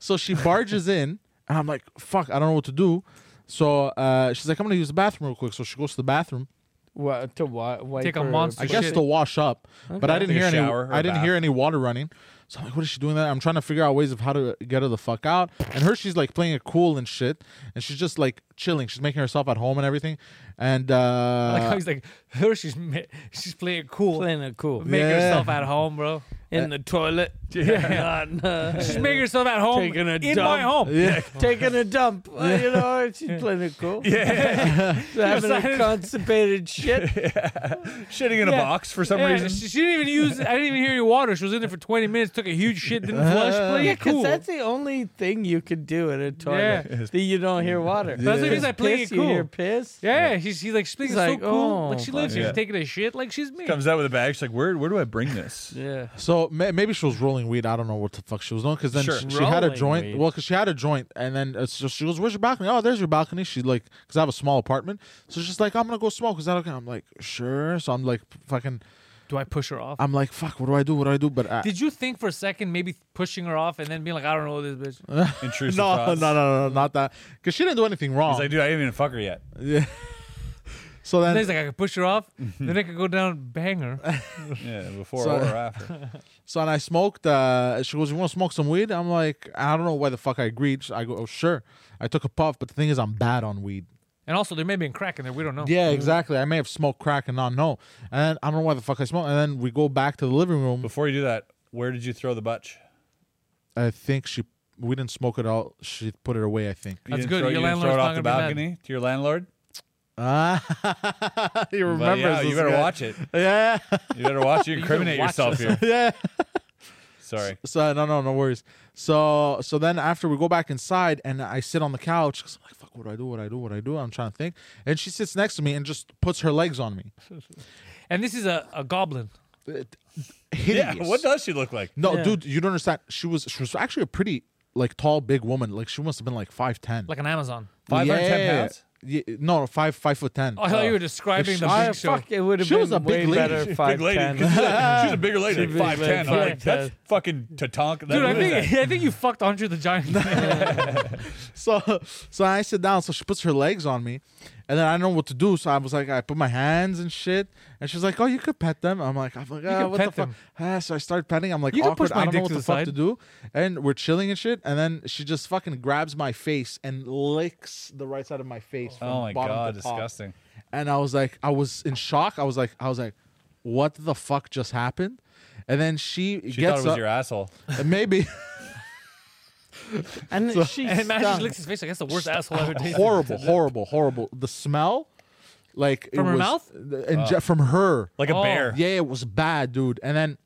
Speaker 4: So she barges in, and I'm like, "Fuck, I don't know what to do." So uh, she's like, "I'm gonna use the bathroom real quick." So she goes to the bathroom,
Speaker 2: what, to what?
Speaker 1: Take a monster
Speaker 4: I guess
Speaker 1: shit.
Speaker 4: to wash up, but I didn't
Speaker 3: Take
Speaker 4: hear
Speaker 3: a
Speaker 4: any.
Speaker 3: shower or
Speaker 4: I
Speaker 3: a
Speaker 4: didn't
Speaker 3: bath.
Speaker 4: hear any water running. So I'm like, "What is she doing there?" I'm trying to figure out ways of how to get her the fuck out. And her, she's like playing it cool and shit, and she's just like chilling. She's making herself at home and everything. And uh,
Speaker 1: like how he's like, her, she's ma- she's playing it cool,
Speaker 2: Playing it cool
Speaker 1: make
Speaker 4: Yeah.
Speaker 1: herself at home, bro.
Speaker 2: in the toilet.
Speaker 1: Yeah.
Speaker 2: Not, uh,
Speaker 1: She's making herself at home
Speaker 2: Taking a
Speaker 1: in
Speaker 2: dump.
Speaker 1: my home.
Speaker 4: yeah,
Speaker 2: taking a dump. Uh, you know, she's playing it cool.
Speaker 3: Yeah,
Speaker 2: having a
Speaker 1: Decided-
Speaker 2: constipated shit.
Speaker 3: shitting in a
Speaker 1: Yeah.
Speaker 3: box for some
Speaker 1: Yeah,
Speaker 3: reason.
Speaker 1: She, she didn't even use. I didn't even hear any water. She was in there for 20 minutes, took a huge shit, didn't flush.
Speaker 3: Uh,
Speaker 1: Playing
Speaker 2: yeah,
Speaker 1: it
Speaker 2: because
Speaker 1: cool.
Speaker 2: Uh, that's the only thing you could do in a toilet
Speaker 1: Yeah.
Speaker 2: that you don't hear water.
Speaker 1: That's what it is, I play
Speaker 2: piss,
Speaker 1: it
Speaker 2: You hear
Speaker 1: cool.
Speaker 2: piss.
Speaker 1: yeah, she's, she's like speaking
Speaker 2: She's
Speaker 1: so
Speaker 2: like,
Speaker 1: cool. like
Speaker 2: "Oh,
Speaker 1: she lives
Speaker 3: fuck."
Speaker 1: here.
Speaker 3: Yeah.
Speaker 1: She's taking a shit like she's me.
Speaker 3: Comes out with a bag. She's like, where where do I bring this?
Speaker 2: Yeah.
Speaker 4: So ma- maybe she was rolling weed. I don't know what the fuck she was doing because then
Speaker 3: Sure.
Speaker 4: she, she had a
Speaker 2: Rolling
Speaker 4: joint.
Speaker 2: weed.
Speaker 4: Well, because she had a joint, and then it's just, she goes, "Where's your balcony?" Oh, there's your balcony. She like because I have a small apartment, so she's just like, "I'm gonna go smoke." Is that okay? I'm like, sure. So I'm like, fucking,
Speaker 1: Do I push her off?
Speaker 4: I'm like, fuck. What do I do? What do I do? But uh, I,
Speaker 1: Did you think for a second maybe pushing her off and then being like, I don't know this bitch?
Speaker 3: Intrusive
Speaker 4: no, no,
Speaker 3: thoughts.
Speaker 4: no, no, no, not that. Because she didn't do anything wrong.
Speaker 3: He's like, dude, I didn't even fuck her yet.
Speaker 4: so then,
Speaker 1: then he's like, I could push her off, then I could go down bang her.
Speaker 3: Yeah, before
Speaker 4: So-
Speaker 3: or after.
Speaker 4: so and I smoked. Uh, she goes, "You want to smoke some weed?" I'm like, I don't know why the fuck I agreed. I go, oh, sure. I took a puff, but the thing is, I'm bad on weed.
Speaker 1: And also, there may be a crack in there. We don't know.
Speaker 4: Yeah, exactly. I may have smoked crack and not know. And I don't know why the fuck I smoked. And then we go back to the living room.
Speaker 3: Before you do that, where did you throw the butch?
Speaker 4: I think she we didn't smoke it all. She put it away. I think.
Speaker 3: You
Speaker 1: That's
Speaker 3: didn't
Speaker 1: good.
Speaker 3: Throw,
Speaker 1: Your
Speaker 3: you didn't throw
Speaker 1: landlord's
Speaker 3: it
Speaker 1: not
Speaker 3: off
Speaker 1: gonna be
Speaker 3: the
Speaker 1: mad.
Speaker 3: balcony to your landlord.
Speaker 4: Ah, he
Speaker 3: But
Speaker 4: remembers.
Speaker 3: yeah, you
Speaker 4: this
Speaker 3: better
Speaker 4: guy.
Speaker 3: watch it.
Speaker 4: Yeah,
Speaker 3: You better watch it. You
Speaker 1: better
Speaker 3: incriminate
Speaker 1: watch
Speaker 3: yourself here.
Speaker 4: yeah.
Speaker 3: Sorry.
Speaker 4: So no, no, no worries. So so then after we go back inside and I sit on the couch 'cause I'm like, fuck, what do I do? What do I do? What do I do? I'm trying to think. And she sits next to me and just puts her legs on me.
Speaker 1: And this is a, a goblin.
Speaker 4: Hideous.
Speaker 3: Yeah. What does she look like?
Speaker 4: no, dude, you don't understand. She was she was actually a pretty like tall, big woman. Like she must have been like five ten.
Speaker 1: like an Amazon.
Speaker 3: Five hundred ten
Speaker 4: Yeah.
Speaker 3: pounds.
Speaker 4: Ye- no, five five foot ten. Uh,
Speaker 1: Oh, I thought you were describing
Speaker 4: If
Speaker 1: the
Speaker 4: she-
Speaker 2: I
Speaker 1: big show.
Speaker 2: Ah, fuck, it would have
Speaker 4: She
Speaker 2: been
Speaker 4: was a
Speaker 2: way
Speaker 4: big lady.
Speaker 2: better. Five
Speaker 3: Big lady. 'cause She's
Speaker 2: ten.
Speaker 3: a, she's a bigger lady.
Speaker 2: She's a
Speaker 3: Five
Speaker 2: big lady,
Speaker 3: ten. I'm like,
Speaker 2: 5'10".
Speaker 3: that's fucking Tatanka.
Speaker 1: Dude, I
Speaker 3: what is
Speaker 1: think,
Speaker 3: that?
Speaker 1: I think you fucked Andre the Giant.
Speaker 4: so so I sit down. So she puts her legs on me, and then I don't know what to do. So I was like, I put my hands and shit, and she's like, Oh, you could pet them. I'm like, I'm like, ah,
Speaker 1: can
Speaker 4: what
Speaker 1: pet
Speaker 4: the
Speaker 1: them.
Speaker 4: fuck? Ah, so I start petting. I'm like,
Speaker 1: You can
Speaker 4: awkward.
Speaker 1: push my
Speaker 4: I don't know
Speaker 1: dick
Speaker 4: what
Speaker 1: to
Speaker 4: the,
Speaker 1: the
Speaker 4: fuck
Speaker 1: side.
Speaker 4: to do. And we're chilling and shit, and then she just fucking grabs my face and licks the right side of my face. From
Speaker 3: Oh my
Speaker 4: bottom
Speaker 3: god,
Speaker 4: to top.
Speaker 3: disgusting.
Speaker 4: And I was like, I was in shock. I was like, I was like, what the fuck just happened? And then she,
Speaker 3: She thought
Speaker 4: gets
Speaker 3: it was
Speaker 4: up.
Speaker 3: your asshole.
Speaker 4: maybe.
Speaker 2: And she
Speaker 1: and imagine just
Speaker 2: stunk.
Speaker 1: licks his face. Like, that's the worst asshole I've ever tasted.
Speaker 4: horrible, horrible, horrible. The smell, like it
Speaker 1: From her
Speaker 4: was-
Speaker 1: mouth?
Speaker 4: and ju- from her,
Speaker 3: Like a
Speaker 1: Oh.
Speaker 3: bear.
Speaker 4: yeah, it was bad, dude. And then,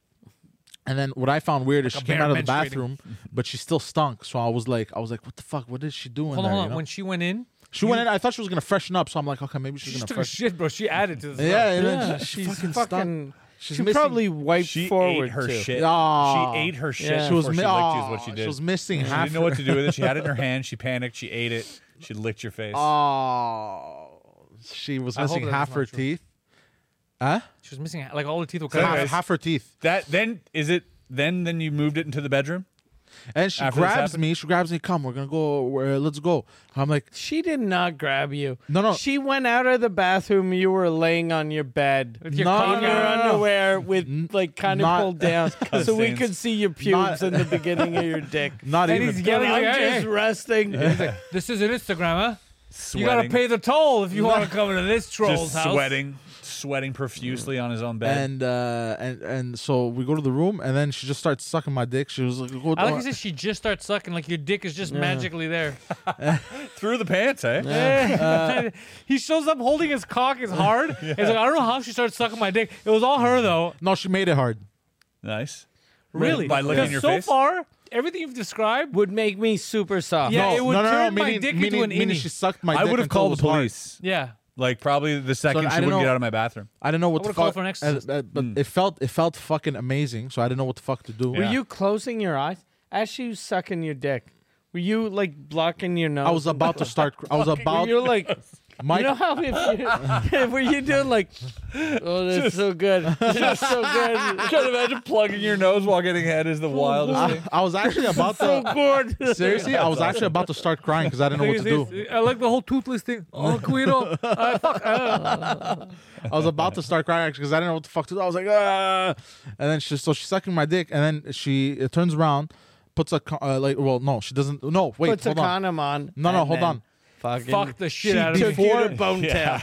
Speaker 4: and then what I found weird is
Speaker 1: Like
Speaker 4: she
Speaker 1: a
Speaker 4: came
Speaker 1: bear
Speaker 4: out of the
Speaker 1: menstruating.
Speaker 4: bathroom, but she still stunk. So I was like, I was like, what the fuck? What is she doing?
Speaker 1: Hold on,
Speaker 4: there,
Speaker 1: hold
Speaker 4: you
Speaker 1: on.
Speaker 4: know?
Speaker 1: When she went in,
Speaker 4: she went in, I thought she was gonna freshen up. So I'm like, okay, maybe
Speaker 1: she
Speaker 4: she's
Speaker 1: just
Speaker 4: gonna
Speaker 1: took a
Speaker 4: freshen.
Speaker 1: shit, bro. She added to this.
Speaker 4: Yeah, and
Speaker 2: Yeah,
Speaker 4: then she
Speaker 2: she's
Speaker 4: fucking,
Speaker 2: fucking.
Speaker 4: stunk. She's
Speaker 2: she
Speaker 4: missing-
Speaker 2: probably wiped
Speaker 3: She
Speaker 2: forward
Speaker 3: ate her
Speaker 2: too.
Speaker 3: shit.
Speaker 4: Ah.
Speaker 3: She ate her shit.
Speaker 2: Yeah.
Speaker 3: Yeah.
Speaker 4: She was,
Speaker 3: she
Speaker 4: mi-
Speaker 3: licked you is what she
Speaker 4: aw,
Speaker 3: did.
Speaker 4: she was missing
Speaker 3: She
Speaker 4: half.
Speaker 3: didn't know what to do with it. She had it in her hand. She panicked. She ate it. She licked your face.
Speaker 4: Ah. Oh, she was
Speaker 1: I hope
Speaker 4: missing
Speaker 1: that's
Speaker 4: half
Speaker 1: not
Speaker 4: her
Speaker 1: true.
Speaker 4: teeth.
Speaker 1: She was missing like all the teeth were cut.
Speaker 4: Half,
Speaker 3: Anyways.
Speaker 4: half her teeth.
Speaker 3: that then is it. Then then you moved it into the bedroom.
Speaker 4: And she
Speaker 3: After this
Speaker 4: grabs
Speaker 3: happened?
Speaker 4: me. She grabs me. Come, we're gonna go. We're, uh, let's go. I'm like,
Speaker 2: She did not grab you.
Speaker 4: No, no.
Speaker 2: She went out of the bathroom. You were laying on your bed
Speaker 1: With your
Speaker 4: No,
Speaker 1: cock
Speaker 4: no,
Speaker 2: in
Speaker 4: no,
Speaker 2: your
Speaker 4: no, no.
Speaker 2: underwear with like kind of
Speaker 4: not-
Speaker 2: pulled down, so we
Speaker 3: stains.
Speaker 2: could see your pubes in the beginning of your dick.
Speaker 4: not
Speaker 1: And
Speaker 4: even.
Speaker 1: he's
Speaker 2: Yeah,
Speaker 1: yelling like,
Speaker 2: I'm
Speaker 1: "Hey,
Speaker 2: just
Speaker 1: hey."
Speaker 2: resting.
Speaker 1: This is an Instagram, huh? You
Speaker 3: Sweating.
Speaker 1: gotta pay the toll if you want to come into this troll's
Speaker 3: Just
Speaker 1: house.
Speaker 3: sweating, sweating profusely on his own bed.
Speaker 4: And uh, and and so we go to the room, and then she just starts sucking my dick. She was like, "Go
Speaker 1: I like how she said she just starts sucking, like your dick is just magically there.
Speaker 3: Through the pants, eh?
Speaker 1: Uh, he shows up holding his cock as hard. He's like, I don't know how she started sucking my dick. It was all her though.
Speaker 4: no, she made it hard.
Speaker 3: Nice.
Speaker 1: Really?
Speaker 3: By looking in
Speaker 1: Because
Speaker 3: your
Speaker 1: so
Speaker 3: face?
Speaker 1: far, everything you've described.
Speaker 2: Would make me super soft.
Speaker 1: Yeah,
Speaker 4: no,
Speaker 1: it would
Speaker 4: no, no, no,
Speaker 1: turn my
Speaker 4: meaning,
Speaker 1: dick into
Speaker 4: meaning,
Speaker 1: an
Speaker 4: meaning
Speaker 1: innie.
Speaker 4: she sucked my
Speaker 3: I
Speaker 4: dick
Speaker 3: would have
Speaker 4: until it
Speaker 3: called
Speaker 4: was
Speaker 3: the
Speaker 4: hard.
Speaker 3: police.
Speaker 1: Yeah.
Speaker 3: Like probably the second
Speaker 4: I
Speaker 3: she
Speaker 4: don't
Speaker 3: wouldn't get
Speaker 4: know-
Speaker 3: out of my bathroom.
Speaker 4: I don't know what
Speaker 1: I
Speaker 4: the
Speaker 1: would've called
Speaker 4: fuck.
Speaker 1: for an exorcist.
Speaker 4: uh, uh, but
Speaker 3: Hmm.
Speaker 4: it felt it felt fucking amazing. So I didn't know what the fuck to do.
Speaker 3: Yeah.
Speaker 2: Were you closing your eyes as she was sucking your dick? Were you like blocking your nose?
Speaker 4: I was about to start. cr- I was about.
Speaker 2: You're like,
Speaker 4: Mike,
Speaker 2: you know how if you, were you doing like, oh, that's so good, that's so good,
Speaker 3: Can't imagine plugging your nose while getting head is the wildest
Speaker 4: I,
Speaker 3: thing.
Speaker 4: I was actually about
Speaker 2: so
Speaker 4: to.
Speaker 2: good.
Speaker 4: Seriously, I was actually about to start crying because I didn't know what to do.
Speaker 1: I like the whole toothless thing. Oh, Guido. Uh, fuck. uh.
Speaker 4: I was about to start crying because I didn't know what the fuck to do. I was like, ah! and then she so she's sucking my dick, and then she uh turns around, puts a co- uh, like, well, no, she doesn't. No, wait,
Speaker 2: Puts a
Speaker 4: hold on.
Speaker 2: condom on.
Speaker 4: No, no,
Speaker 2: and
Speaker 4: hold
Speaker 2: then
Speaker 4: on.
Speaker 2: Fucking
Speaker 1: Fuck the shit
Speaker 2: she
Speaker 1: out of
Speaker 2: took
Speaker 1: me.
Speaker 2: you to bone tail.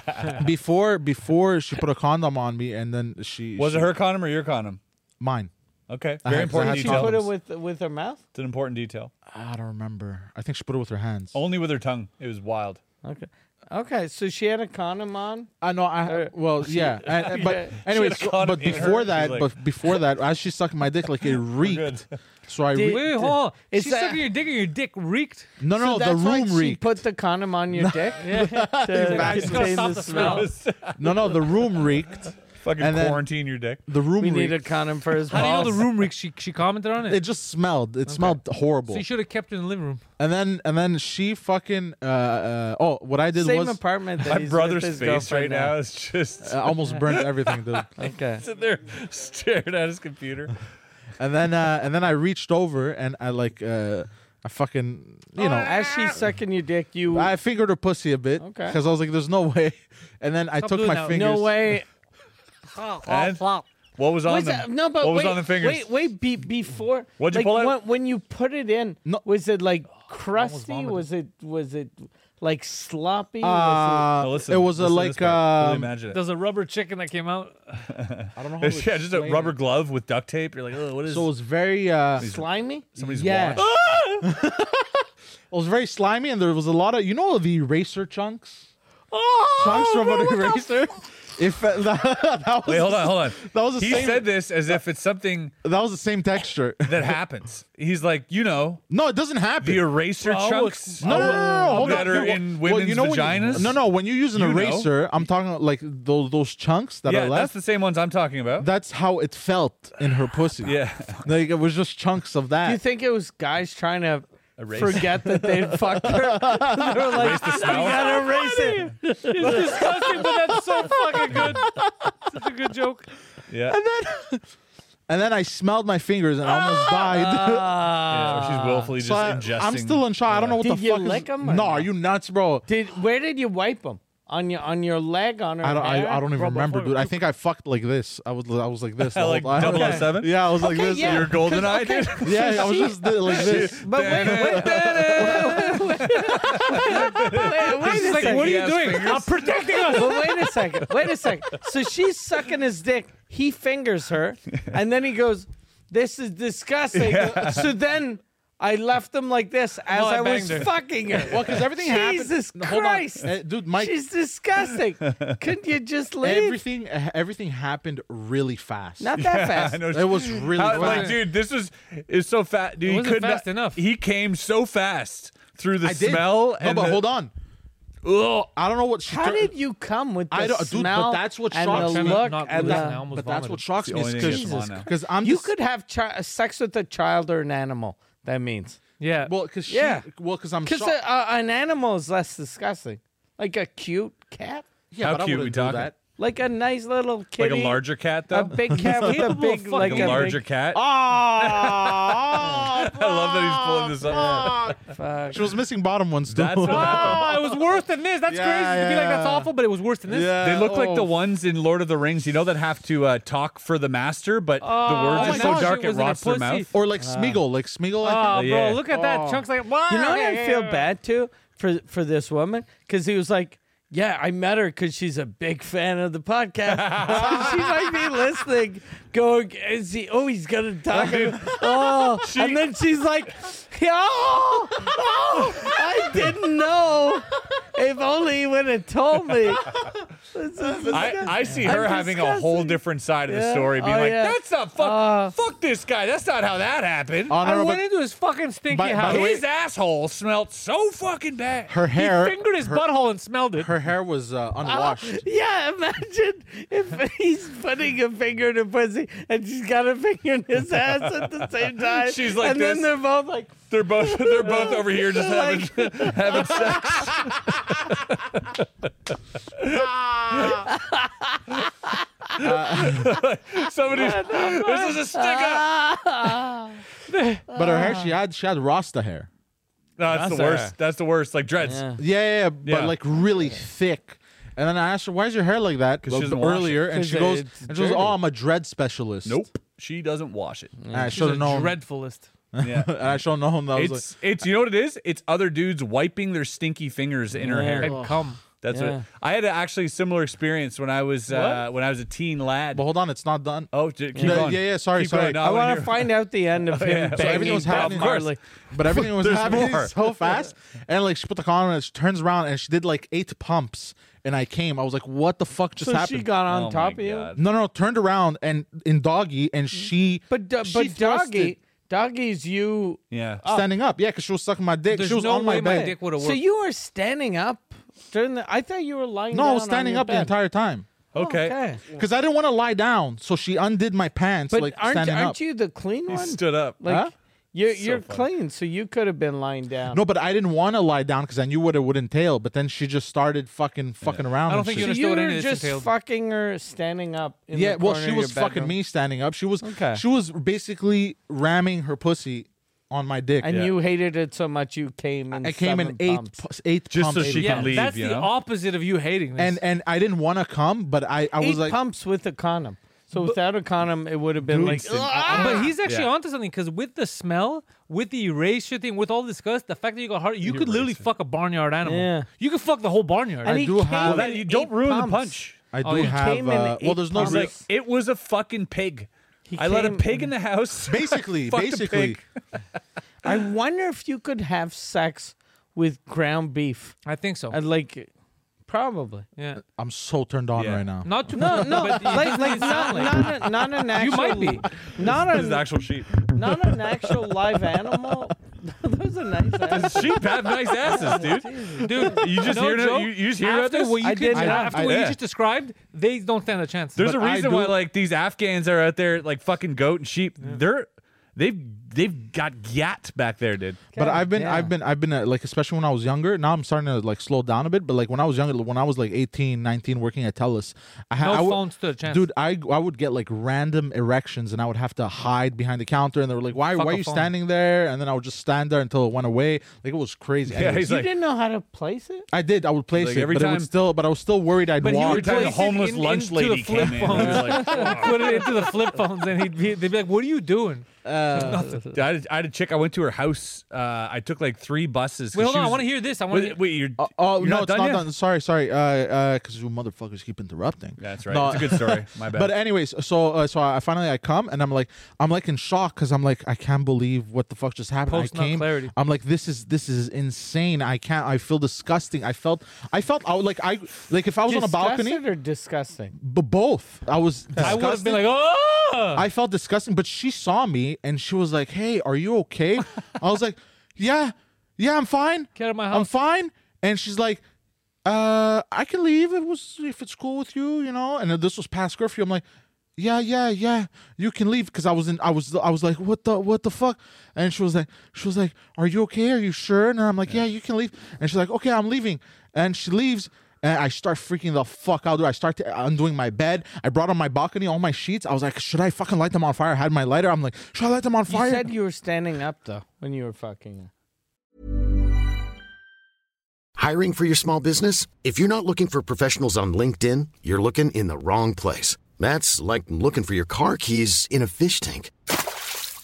Speaker 4: Before before she put a condom on me, and then she
Speaker 3: Was
Speaker 4: she-
Speaker 3: it her condom or your condom?
Speaker 4: mine?
Speaker 3: Okay,
Speaker 4: I
Speaker 3: very
Speaker 4: had- I
Speaker 3: important
Speaker 4: had
Speaker 2: She
Speaker 3: detail.
Speaker 2: put it with with her mouth.
Speaker 3: it's an important detail.
Speaker 4: I don't remember. I think she put it with her hands.
Speaker 3: Only with her tongue. It was wild.
Speaker 2: Okay, okay. So she had a condom on.
Speaker 4: I know. I well, yeah. and- and- but
Speaker 2: Uh, Yeah.
Speaker 4: anyways,
Speaker 3: She had a
Speaker 4: so-
Speaker 3: condom
Speaker 4: but
Speaker 3: in her,
Speaker 4: before
Speaker 3: she's
Speaker 4: that,
Speaker 3: like-
Speaker 4: but before that, as she sucked my dick, like it reeked. So I
Speaker 2: Did-
Speaker 1: Wait,
Speaker 4: re-
Speaker 1: wait, hold on.
Speaker 2: It's
Speaker 1: She's
Speaker 2: that-
Speaker 1: sucking your dick and your dick reeked.
Speaker 4: no, no,
Speaker 2: so
Speaker 4: the
Speaker 2: that's why
Speaker 4: room
Speaker 2: she
Speaker 4: reeked.
Speaker 2: Put the condom on your dick. yeah, to
Speaker 1: It's gotta
Speaker 2: contain
Speaker 1: stop
Speaker 2: the
Speaker 1: the
Speaker 2: smell.
Speaker 1: smell.
Speaker 4: No, no, the room reeked.
Speaker 3: Fucking
Speaker 4: And then-
Speaker 3: quarantine your dick.
Speaker 4: The room
Speaker 2: We
Speaker 4: reeked.
Speaker 2: need a condom for his
Speaker 1: How do you know
Speaker 2: balls.
Speaker 1: the room reeked? She, she commented on it.
Speaker 4: it just smelled. It smelled horrible.
Speaker 1: so you should have kept it in the living room.
Speaker 4: and then, and then she fucking. Uh, uh, oh, what I did
Speaker 2: Same
Speaker 4: was
Speaker 2: apartment that
Speaker 3: My
Speaker 2: he's with
Speaker 3: brother's
Speaker 2: his
Speaker 3: face
Speaker 2: girlfriend
Speaker 3: right now is just
Speaker 4: I almost burnt everything, dude.
Speaker 2: Okay.
Speaker 3: sitting there staring at his computer.
Speaker 4: And then, uh, and then I reached over and I like, uh, I fucking, you know,
Speaker 2: As she's sucking your dick, you
Speaker 4: I fingered her pussy a bit
Speaker 2: Okay.
Speaker 4: because I was like, "There's no way," and then I
Speaker 1: Stop
Speaker 4: took
Speaker 1: doing
Speaker 4: my
Speaker 1: that.
Speaker 4: fingers.
Speaker 2: no way.
Speaker 3: And what was on
Speaker 2: Was
Speaker 3: them?
Speaker 4: uh,
Speaker 2: that, no, but
Speaker 3: what was
Speaker 2: wait,
Speaker 3: on the fingers?
Speaker 2: wait, wait. Be, before,
Speaker 3: What'd you
Speaker 2: like,
Speaker 3: pull out?
Speaker 2: When, when you put it in,
Speaker 4: No. Oh,
Speaker 2: was it like crusty? Was it was it like sloppy? was
Speaker 4: Uh,
Speaker 3: Now listen,
Speaker 4: it was a
Speaker 3: listen to
Speaker 4: like,
Speaker 3: this part. Really
Speaker 4: um,
Speaker 3: imagine it.
Speaker 1: There's a rubber chicken that came out.
Speaker 4: I don't know. How to
Speaker 3: yeah, just a
Speaker 4: explain
Speaker 3: rubber
Speaker 4: it.
Speaker 3: glove with duct tape. You're like, oh, what is
Speaker 4: So it was very, uh,
Speaker 2: it slimy?
Speaker 3: somebody's
Speaker 4: yeah,
Speaker 3: watch?
Speaker 4: it was very slimy, and there was a lot of you know the eraser chunks. Oh, chunks from an eraser. If uh, that, that was
Speaker 3: Wait, hold on, hold on.
Speaker 4: That was the
Speaker 3: he
Speaker 4: same-
Speaker 3: said this as if it's something
Speaker 4: that was the same texture.
Speaker 3: that happens. He's like, you know,
Speaker 4: no, it doesn't happen.
Speaker 3: the eraser
Speaker 1: Well,
Speaker 3: chunks
Speaker 4: no, no, no, no, no, hold
Speaker 3: that
Speaker 4: on.
Speaker 3: are in women's
Speaker 4: well, you know when you-
Speaker 3: vaginas.
Speaker 4: no, no. When you use an
Speaker 3: You know.
Speaker 4: eraser, I'm talking like those those chunks that
Speaker 3: Yeah,
Speaker 4: are
Speaker 3: that's
Speaker 4: left.
Speaker 3: the same ones I'm talking about.
Speaker 4: That's how it felt in her pussy.
Speaker 3: Yeah.
Speaker 4: like it was just chunks of that.
Speaker 2: Do you think it was guys trying to
Speaker 3: Erase.
Speaker 2: forget that they fucked her? they were like,
Speaker 3: the smell.
Speaker 2: we gotta erase it.
Speaker 1: It's disgusting, but that's so fucking good. Such a good joke.
Speaker 3: yeah.
Speaker 4: and then I smelled my fingers and I
Speaker 2: Ah!
Speaker 4: almost died.
Speaker 2: Uh,
Speaker 3: Yeah, or she's willfully just
Speaker 4: So I,
Speaker 3: ingesting.
Speaker 4: am still in shock. I don't know what
Speaker 2: Did
Speaker 4: the
Speaker 2: you
Speaker 4: fuck.
Speaker 2: lick
Speaker 4: is,
Speaker 2: 'em or
Speaker 4: no,
Speaker 2: not?
Speaker 4: are you nuts, bro?
Speaker 2: Did where did you wipe them? On your on your leg on her
Speaker 4: I don't.
Speaker 2: hair?
Speaker 4: I, I don't even
Speaker 1: Bro,
Speaker 4: remember,
Speaker 1: before-
Speaker 4: dude. I think I fucked like this. I was. I was like this. The
Speaker 3: like
Speaker 4: whole time.
Speaker 3: 007?
Speaker 4: Yeah, I was like
Speaker 2: Okay,
Speaker 4: this.
Speaker 2: yeah.
Speaker 3: Your golden eye, dude.
Speaker 4: Yeah, I was just uh, like this.
Speaker 2: But wait, wait, wait, wait a
Speaker 1: She's like,
Speaker 2: second.
Speaker 1: what are you
Speaker 3: Yes,
Speaker 1: doing?
Speaker 3: fingers.
Speaker 1: I'm protecting us.
Speaker 2: But wait a second. Wait a second. So she's sucking his dick. He fingers her, and then he goes, "This is disgusting." So then I left him like this as
Speaker 1: No, I
Speaker 2: I, was
Speaker 1: banged her.
Speaker 2: fucking her. Well,
Speaker 4: because everything happened-
Speaker 2: Jesus
Speaker 4: No, hold on.
Speaker 2: Christ,
Speaker 4: Uh, dude, Mike-
Speaker 2: she's disgusting. Couldn't you just leave?
Speaker 4: Everything. eh, Everything happened really fast.
Speaker 2: Not that fast.
Speaker 3: I know.
Speaker 4: It was really
Speaker 3: How-
Speaker 4: fast.
Speaker 3: like, dude, this is is so fast. Dude,
Speaker 1: It
Speaker 3: he
Speaker 1: wasn't
Speaker 3: could
Speaker 1: fast
Speaker 3: not-
Speaker 1: enough.
Speaker 3: He came so fast through the
Speaker 4: I did.
Speaker 3: smell.
Speaker 4: No,
Speaker 3: and
Speaker 4: but
Speaker 3: the-
Speaker 4: hold on.
Speaker 3: Ugh.
Speaker 4: I don't know what. She
Speaker 2: How
Speaker 4: tur-
Speaker 2: did you come with the
Speaker 4: I don't- dude, but
Speaker 2: smell
Speaker 4: that's what
Speaker 2: and
Speaker 4: shocks
Speaker 2: the
Speaker 4: me.
Speaker 2: look
Speaker 1: Not
Speaker 2: and
Speaker 1: listen,
Speaker 2: the-
Speaker 1: I almost
Speaker 4: But that's
Speaker 1: vomited.
Speaker 4: what shocks
Speaker 3: It's the
Speaker 4: me
Speaker 3: only thing that's come on now.
Speaker 4: because I'm.
Speaker 2: You
Speaker 4: just-
Speaker 2: could have chi- sex with a child or an animal. That means
Speaker 1: Yeah.
Speaker 4: Well, because
Speaker 2: Yeah. uh,
Speaker 4: Well, because I'm.
Speaker 2: because
Speaker 4: shocked.
Speaker 2: an animal is less disgusting, like a cute cat,
Speaker 4: Yeah,
Speaker 3: How
Speaker 4: but I
Speaker 3: cute we
Speaker 4: wouldn't do
Speaker 3: talking?
Speaker 4: that.
Speaker 2: like a nice little
Speaker 3: Like
Speaker 2: kitty,
Speaker 3: a larger cat, though.
Speaker 2: a big cat with a big like
Speaker 3: a Ah,
Speaker 2: a
Speaker 3: larger
Speaker 2: big,
Speaker 3: cat.
Speaker 4: Oh,
Speaker 3: I love that he's pulling this up.
Speaker 2: Fuck.
Speaker 4: she was missing bottom ones too.
Speaker 3: That's what happened.
Speaker 1: Ah, it was worse than this. That's
Speaker 4: Yeah,
Speaker 1: crazy to be like, that's
Speaker 4: yeah.
Speaker 1: awful, but it was worse than this.
Speaker 3: They look like the ones in Lord of the Rings, you know, that have to uh, talk for the master, but the
Speaker 1: Oh
Speaker 3: words
Speaker 1: my
Speaker 3: are so
Speaker 1: gosh,
Speaker 3: dark
Speaker 1: it
Speaker 3: it
Speaker 1: was in a
Speaker 3: rots their
Speaker 1: pussy.
Speaker 3: mouth.
Speaker 4: or like Smeagol, like Smeagol. I
Speaker 1: Oh,
Speaker 4: think.
Speaker 3: Yeah.
Speaker 1: bro, look at that. Chunks like, wow.
Speaker 2: You know what
Speaker 1: yeah,
Speaker 2: I feel
Speaker 1: yeah.
Speaker 2: bad too for for this woman because he was like. Yeah, I met her because she's a big fan of the podcast. so she might be listening, going, is he, oh, he's going to talk. Oh, and then she's like, oh, oh, I didn't know. If only he would have told me. This is
Speaker 3: I, I see her
Speaker 2: I'm
Speaker 3: having a whole
Speaker 2: disgusting.
Speaker 3: different side of the
Speaker 2: Yeah.
Speaker 3: story, being
Speaker 2: Oh,
Speaker 3: like,
Speaker 2: yeah.
Speaker 3: "That's not fuck,
Speaker 2: Uh,
Speaker 3: fuck this guy. That's not how that happened.
Speaker 1: I
Speaker 4: Honorable-
Speaker 1: went into his fucking stinky
Speaker 4: By- by
Speaker 1: house.
Speaker 4: the way-
Speaker 3: His asshole smelled so fucking bad."
Speaker 4: her
Speaker 1: he
Speaker 4: hair,
Speaker 1: fingered his
Speaker 4: her,
Speaker 1: butthole and smelled it.
Speaker 4: her hair was uh, unwashed.
Speaker 2: Yeah, imagine if he's putting a finger in her pussy and she's got a finger in his ass at the same time.
Speaker 3: She's like
Speaker 2: and
Speaker 3: this.
Speaker 2: then they're both like,
Speaker 3: They're both they're both over here just having having sex. Somebody, this is a stick up.
Speaker 2: Ah.
Speaker 4: But her hair, she had she had Rasta hair.
Speaker 3: No, that's,
Speaker 2: That's
Speaker 3: the worst.
Speaker 2: her.
Speaker 3: That's the worst. Like dreads.
Speaker 2: Yeah.
Speaker 4: Yeah, yeah, yeah, but
Speaker 3: Yeah.
Speaker 4: like really thick. And then I asked her, "Why is your hair like that?"
Speaker 3: 'Cause she doesn't wash it.
Speaker 4: earlier, and
Speaker 2: 'Cause
Speaker 4: she goes,
Speaker 2: it's
Speaker 4: and she goes,
Speaker 2: dirty.
Speaker 4: "Oh, I'm a dread specialist."
Speaker 3: Nope, she doesn't wash it.
Speaker 4: And I
Speaker 1: She's
Speaker 4: should
Speaker 1: the
Speaker 4: have known.
Speaker 1: dreadfulest.
Speaker 3: Yeah.
Speaker 4: and I should have known. That I was like,
Speaker 3: It's it's you know what it is? It's other dudes wiping their stinky fingers in her
Speaker 2: Yeah.
Speaker 3: hair.
Speaker 1: And come.
Speaker 3: That's
Speaker 2: Yeah.
Speaker 3: what I had a actually similar experience when I was uh, when I was a teen lad.
Speaker 4: "But hold on, it's not done."
Speaker 3: Oh, j- keep
Speaker 4: Yeah,
Speaker 3: going.
Speaker 4: yeah, yeah, sorry,
Speaker 3: Keep
Speaker 4: sorry.
Speaker 3: Going. No,
Speaker 4: I Oh,
Speaker 2: I,
Speaker 3: wanna
Speaker 2: want
Speaker 3: hear-
Speaker 2: to find out the end of
Speaker 3: yeah.
Speaker 2: him.
Speaker 3: So
Speaker 2: banging
Speaker 4: everything was
Speaker 2: Bob
Speaker 4: happening- Of course.
Speaker 2: Marley.
Speaker 4: But everything was
Speaker 3: There's
Speaker 4: happening
Speaker 3: more.
Speaker 4: so fast. And like she put the condom and she turns around and she did like eight pumps and I came. I was like, what the fuck just
Speaker 2: So
Speaker 4: happened?
Speaker 2: she got on
Speaker 3: Oh
Speaker 2: top of
Speaker 3: my
Speaker 2: you.
Speaker 3: God.
Speaker 4: no, no, turned around and in doggy and she
Speaker 2: Mm. But
Speaker 1: uh,
Speaker 2: do-
Speaker 4: she
Speaker 2: but
Speaker 4: thrusted
Speaker 2: doggy, uh, doggy's you.
Speaker 3: Yeah.
Speaker 4: standing up. Yeah, because she was sucking my dick.
Speaker 1: There's
Speaker 4: she was
Speaker 1: no
Speaker 4: on my
Speaker 1: way my
Speaker 4: bed.
Speaker 1: dick would have
Speaker 2: So
Speaker 1: worked.
Speaker 2: you are standing up during the. I thought you were lying.
Speaker 4: no, I
Speaker 2: down
Speaker 4: was
Speaker 2: on
Speaker 4: standing
Speaker 2: your
Speaker 4: up the
Speaker 2: bed. Oh,
Speaker 4: entire time.
Speaker 3: okay.
Speaker 2: Okay.
Speaker 4: Because I didn't want to lie down, so she undid my pants,
Speaker 2: But
Speaker 4: like
Speaker 2: aren't
Speaker 4: standing
Speaker 2: aren't
Speaker 4: up.
Speaker 2: you the clean
Speaker 3: He
Speaker 2: one?
Speaker 3: stood up.
Speaker 2: like
Speaker 4: Huh?
Speaker 2: you're
Speaker 3: So
Speaker 2: you're
Speaker 3: funny.
Speaker 2: clean, so you could have been lying down.
Speaker 4: no, but I didn't want to lie down because I knew what it would entail. But then she just started fucking fucking around.
Speaker 1: don't
Speaker 4: and
Speaker 1: think
Speaker 4: shit.
Speaker 1: you understood
Speaker 2: So
Speaker 1: what
Speaker 2: you're
Speaker 1: any of this
Speaker 2: just
Speaker 1: entailed.
Speaker 2: fucking her standing up. In
Speaker 4: yeah,
Speaker 2: the
Speaker 4: well,
Speaker 2: corner
Speaker 4: she
Speaker 2: of
Speaker 4: was
Speaker 2: your
Speaker 4: fucking
Speaker 2: bedroom.
Speaker 4: me standing up. She was
Speaker 2: Okay.
Speaker 4: She was basically ramming her pussy on my dick.
Speaker 2: and you hated it so much you came and
Speaker 4: I came in
Speaker 2: seven
Speaker 4: eight
Speaker 2: pumps.
Speaker 4: pu- eight
Speaker 3: Just so
Speaker 4: pumps.
Speaker 3: she You
Speaker 1: Yeah,
Speaker 3: can leave,
Speaker 1: that's
Speaker 3: you
Speaker 1: the
Speaker 3: know?
Speaker 1: opposite of you hating this.
Speaker 4: and and I didn't want to come, but I I was
Speaker 2: eight
Speaker 4: like,
Speaker 2: pumps with a condom. So without a condom, it would have been like
Speaker 3: Instant.
Speaker 2: "Ah!"
Speaker 1: Uh, but he's actually
Speaker 3: Uh, Yeah.
Speaker 1: onto something because with the smell, with the erasure thing, with all this disgust, the fact that you got hard, you could literally fuck a barnyard animal.
Speaker 2: Yeah.
Speaker 1: You could fuck the whole barnyard.
Speaker 2: And
Speaker 4: I
Speaker 2: he
Speaker 4: do
Speaker 2: came
Speaker 4: have-
Speaker 2: in
Speaker 3: Well, that, you don't
Speaker 2: eight
Speaker 3: ruin
Speaker 2: pumps.
Speaker 3: the punch.
Speaker 4: I do
Speaker 2: Oh, you
Speaker 4: have.
Speaker 2: came in
Speaker 4: Uh, well,
Speaker 2: eight
Speaker 4: there's no.
Speaker 2: pumps.
Speaker 3: It's
Speaker 4: real-
Speaker 3: like it was a fucking pig. I let a
Speaker 2: came
Speaker 3: pig in the house.
Speaker 4: basically,
Speaker 3: Fucked a
Speaker 4: basically,
Speaker 3: pig.
Speaker 2: I wonder if you could have sex with ground beef.
Speaker 1: I think so.
Speaker 2: I'd like, probably.
Speaker 1: yeah.
Speaker 4: I'm so turned on
Speaker 3: Yeah.
Speaker 4: right now.
Speaker 1: Not too
Speaker 2: No, no,
Speaker 1: but you
Speaker 2: like,
Speaker 1: just
Speaker 2: like
Speaker 1: made it sound
Speaker 2: not,
Speaker 1: like-
Speaker 2: not, a, not an actual.
Speaker 1: You might be.
Speaker 2: Not
Speaker 3: This is the
Speaker 2: an,
Speaker 3: actual sheep.
Speaker 2: not an actual live animal. Those are nice. Animals.
Speaker 3: sheep have nice asses, dude.
Speaker 1: Dude,
Speaker 3: You just
Speaker 1: no
Speaker 3: hear that-
Speaker 1: joke,
Speaker 3: you- you just hear about
Speaker 1: after
Speaker 3: this?
Speaker 1: What you
Speaker 2: I
Speaker 1: could-
Speaker 2: did not.
Speaker 1: After
Speaker 3: I-
Speaker 1: what you
Speaker 3: yeah.
Speaker 1: just described, they don't stand a chance.
Speaker 3: There's
Speaker 4: But
Speaker 3: a
Speaker 4: I
Speaker 3: reason
Speaker 4: do-
Speaker 3: why like these Afghans are out there like fucking goat and sheep. They're they've they've got gyat back there, dude.
Speaker 4: But I've been,
Speaker 2: yeah.
Speaker 4: I've been, I've been uh, like, especially when I was younger. Now I'm starting to like slow down a bit. But like when I was younger, when I was like 18, 19, working at Telus, I had
Speaker 1: No
Speaker 4: I would-
Speaker 1: phone stood a chance.
Speaker 4: Dude, I I would get like random erections, and I would have to hide behind the counter, and they were like, "Why,
Speaker 1: Fuck
Speaker 4: why
Speaker 1: a
Speaker 4: are you
Speaker 1: phone.
Speaker 4: standing there?" And then I would just stand there until it went away. Like it was crazy.
Speaker 3: Yeah,
Speaker 4: Anyways,
Speaker 3: he's
Speaker 2: You
Speaker 3: like
Speaker 2: didn't know how to place it.
Speaker 4: I did. I would place
Speaker 3: Like,
Speaker 4: it,
Speaker 3: every
Speaker 4: but it
Speaker 3: time-
Speaker 4: would still, but I was still worried I'd
Speaker 1: But he
Speaker 4: walk.
Speaker 3: every time the
Speaker 1: Place it
Speaker 3: homeless
Speaker 1: in-
Speaker 3: lunch
Speaker 1: into
Speaker 3: lady
Speaker 1: the flip
Speaker 3: came in, and he was like,
Speaker 1: put it into the flip phones, and he'd be, they'd be like, "What are you doing?"
Speaker 3: Dude, I, had, I had a chick. I went to her house. Uh, I took like three buses. 'cause
Speaker 1: Wait,
Speaker 3: she
Speaker 1: hold on. I
Speaker 3: was-
Speaker 1: want to hear this. I want to.
Speaker 3: Wait, wait, you're,
Speaker 4: Uh, oh
Speaker 3: you're
Speaker 4: no,
Speaker 3: not
Speaker 4: it's
Speaker 3: done
Speaker 4: not
Speaker 3: yet?
Speaker 4: done. Sorry, sorry. Uh, because you motherfuckers keep interrupting.
Speaker 3: That's right.
Speaker 4: No,
Speaker 3: It's a good story. My bad.
Speaker 4: But anyways, so uh, so I finally I come and I'm like I'm like in shock because I'm like I can't believe what the fuck just happened.
Speaker 1: Post
Speaker 4: I
Speaker 1: nut
Speaker 4: came.
Speaker 1: clarity.
Speaker 4: I'm like this is this is insane. I can't. I feel disgusting. I felt I felt I like I like if I was on a balcony,
Speaker 2: Disgusted or disgusting?
Speaker 4: but both I was.
Speaker 1: I would have been
Speaker 4: disgusted.
Speaker 1: like, "Oh!"
Speaker 4: I felt disgusting, but she saw me and she was like, "Hey, are you okay?" I was like, "Yeah, yeah, I'm fine.
Speaker 1: Get out of my
Speaker 4: I'm
Speaker 1: house."
Speaker 4: fine." And she's like, "Uh, I can leave. It was if it's cool with you, you know." And this was past curfew. I'm like, "Yeah, yeah, yeah, you can leave." Because I was in, I was, I was like, "What the, what the fuck?" And she was like, she was like, "Are you okay? Are you sure?" And I'm like, "Yeah, you can leave." And she's like, "Okay, I'm leaving." And she leaves. And I start freaking the fuck out. dude. I start to, undoing my bed. I brought on my balcony, all my sheets. I was like, should I fucking light them on fire? I had my lighter. I'm like, should I light them on
Speaker 2: You
Speaker 4: fire?
Speaker 2: said you were standing up though when you were fucking. her.
Speaker 7: Hiring for your small business? If you're not looking for professionals on LinkedIn, you're looking in the wrong place. That's like looking for your car keys in a fish tank.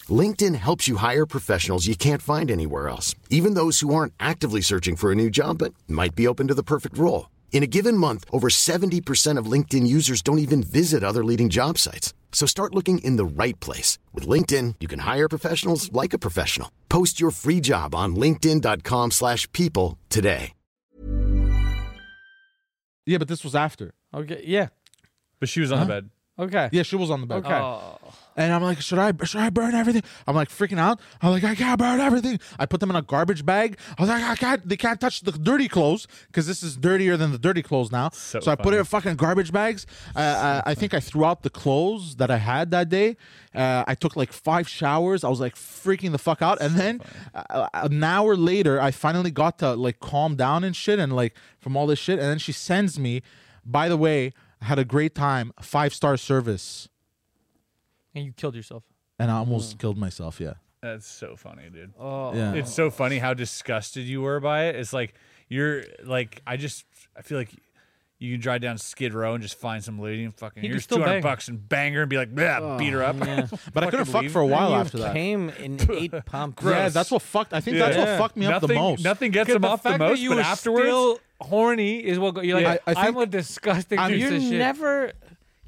Speaker 7: LinkedIn helps you hire professionals you can't find anywhere else, even those who aren't actively searching for a new job but might be open to the perfect role. In a given month, over 70% of LinkedIn users don't even visit other leading job sites. So start looking in the right place. With LinkedIn, you can hire professionals like a professional. Post your free job on linkedin.com/people slash people today.
Speaker 4: Yeah, but this was after.
Speaker 2: Okay. Yeah.
Speaker 3: But she was
Speaker 4: uh,
Speaker 3: on the bed.
Speaker 2: Okay.
Speaker 4: Yeah, she was on the bed.
Speaker 2: Okay. Oh.
Speaker 4: And I'm like, should I should I burn everything? I'm like freaking out. I'm like, I can't burn everything. I put them in a garbage bag. I was like, I can't. They can't touch the dirty clothes because this is dirtier than the dirty clothes now. So, I put it in fucking garbage bags. Uh, uh, I think I threw out the clothes that I had that day. Uh, I took like five showers. I was like freaking the fuck out. And then uh, an hour later, I finally got to like calm down and shit and like from all this shit. And then she sends me, by the way, I had a great time. Five star service
Speaker 1: and you killed yourself.
Speaker 4: and I almost killed myself. Yeah.
Speaker 3: That's so funny, dude.
Speaker 4: yeah.
Speaker 3: Oh. It's so funny how disgusted you were by it. It's like you're like I just I feel like you can drive down Skid Row and just find some lady and fucking
Speaker 1: You can
Speaker 3: here's
Speaker 1: still
Speaker 3: two
Speaker 1: bang.
Speaker 3: hundred bucks and bang her and be like, yeah,
Speaker 4: Oh,
Speaker 3: beat her up.
Speaker 4: but I
Speaker 3: Fucking
Speaker 4: couldn't fuck
Speaker 3: leave.
Speaker 4: for a while
Speaker 2: you
Speaker 4: after that.
Speaker 2: came in eight pumps.
Speaker 4: Yeah, that's what fucked. I think that's
Speaker 3: Yeah.
Speaker 4: what fucked me up the
Speaker 3: Nothing-
Speaker 4: most.
Speaker 3: Nothing gets them off the
Speaker 1: fact
Speaker 3: most,
Speaker 1: that you
Speaker 3: but
Speaker 1: were
Speaker 3: afterwards,
Speaker 1: still horny is what go- you're like.
Speaker 4: I- I
Speaker 1: am a
Speaker 4: think-
Speaker 1: disgusting
Speaker 4: I'm-
Speaker 1: piece
Speaker 2: Um, You're
Speaker 1: of shit.
Speaker 2: never.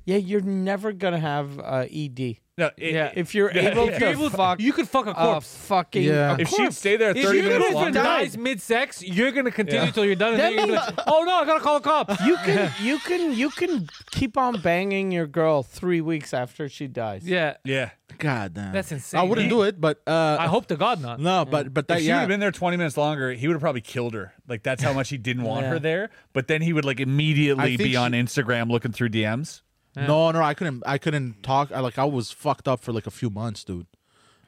Speaker 2: Yeah, you're never gonna have uh, ED.
Speaker 3: no, it-
Speaker 2: yeah, if you're
Speaker 3: yeah,
Speaker 2: able
Speaker 3: yeah.
Speaker 2: to
Speaker 3: If you're able-
Speaker 2: fuck,
Speaker 1: you could fuck a
Speaker 2: a
Speaker 1: corpse.
Speaker 2: fucking.
Speaker 4: Yeah.
Speaker 2: a
Speaker 3: if she'd
Speaker 2: corpse.
Speaker 3: stay there
Speaker 1: if
Speaker 3: thirty
Speaker 1: your
Speaker 3: minutes
Speaker 1: girlfriend
Speaker 3: longer,
Speaker 1: dies mid-sex, you're gonna continue
Speaker 3: Yeah.
Speaker 1: till you're done. And
Speaker 2: That
Speaker 1: then you're gonna be like,
Speaker 2: means-
Speaker 1: oh no, I gotta call a cop.
Speaker 2: You can you can you can keep on banging your girl three weeks after she dies.
Speaker 1: yeah,
Speaker 3: yeah,
Speaker 4: God damn.
Speaker 1: That's
Speaker 4: I
Speaker 1: insane.
Speaker 4: wouldn't
Speaker 1: Yeah.
Speaker 4: do it, but uh,
Speaker 1: I hope to God not.
Speaker 4: no, but but that
Speaker 3: if she would
Speaker 4: yeah.
Speaker 3: have been there 20 minutes longer, he would have probably killed her. Like that's how much he didn't want her there. But then he would like immediately be
Speaker 4: I think
Speaker 3: on
Speaker 4: she-
Speaker 3: Instagram looking through DMs.
Speaker 4: No, no, I couldn't. I couldn't talk. I like I was fucked up for like a few months, dude.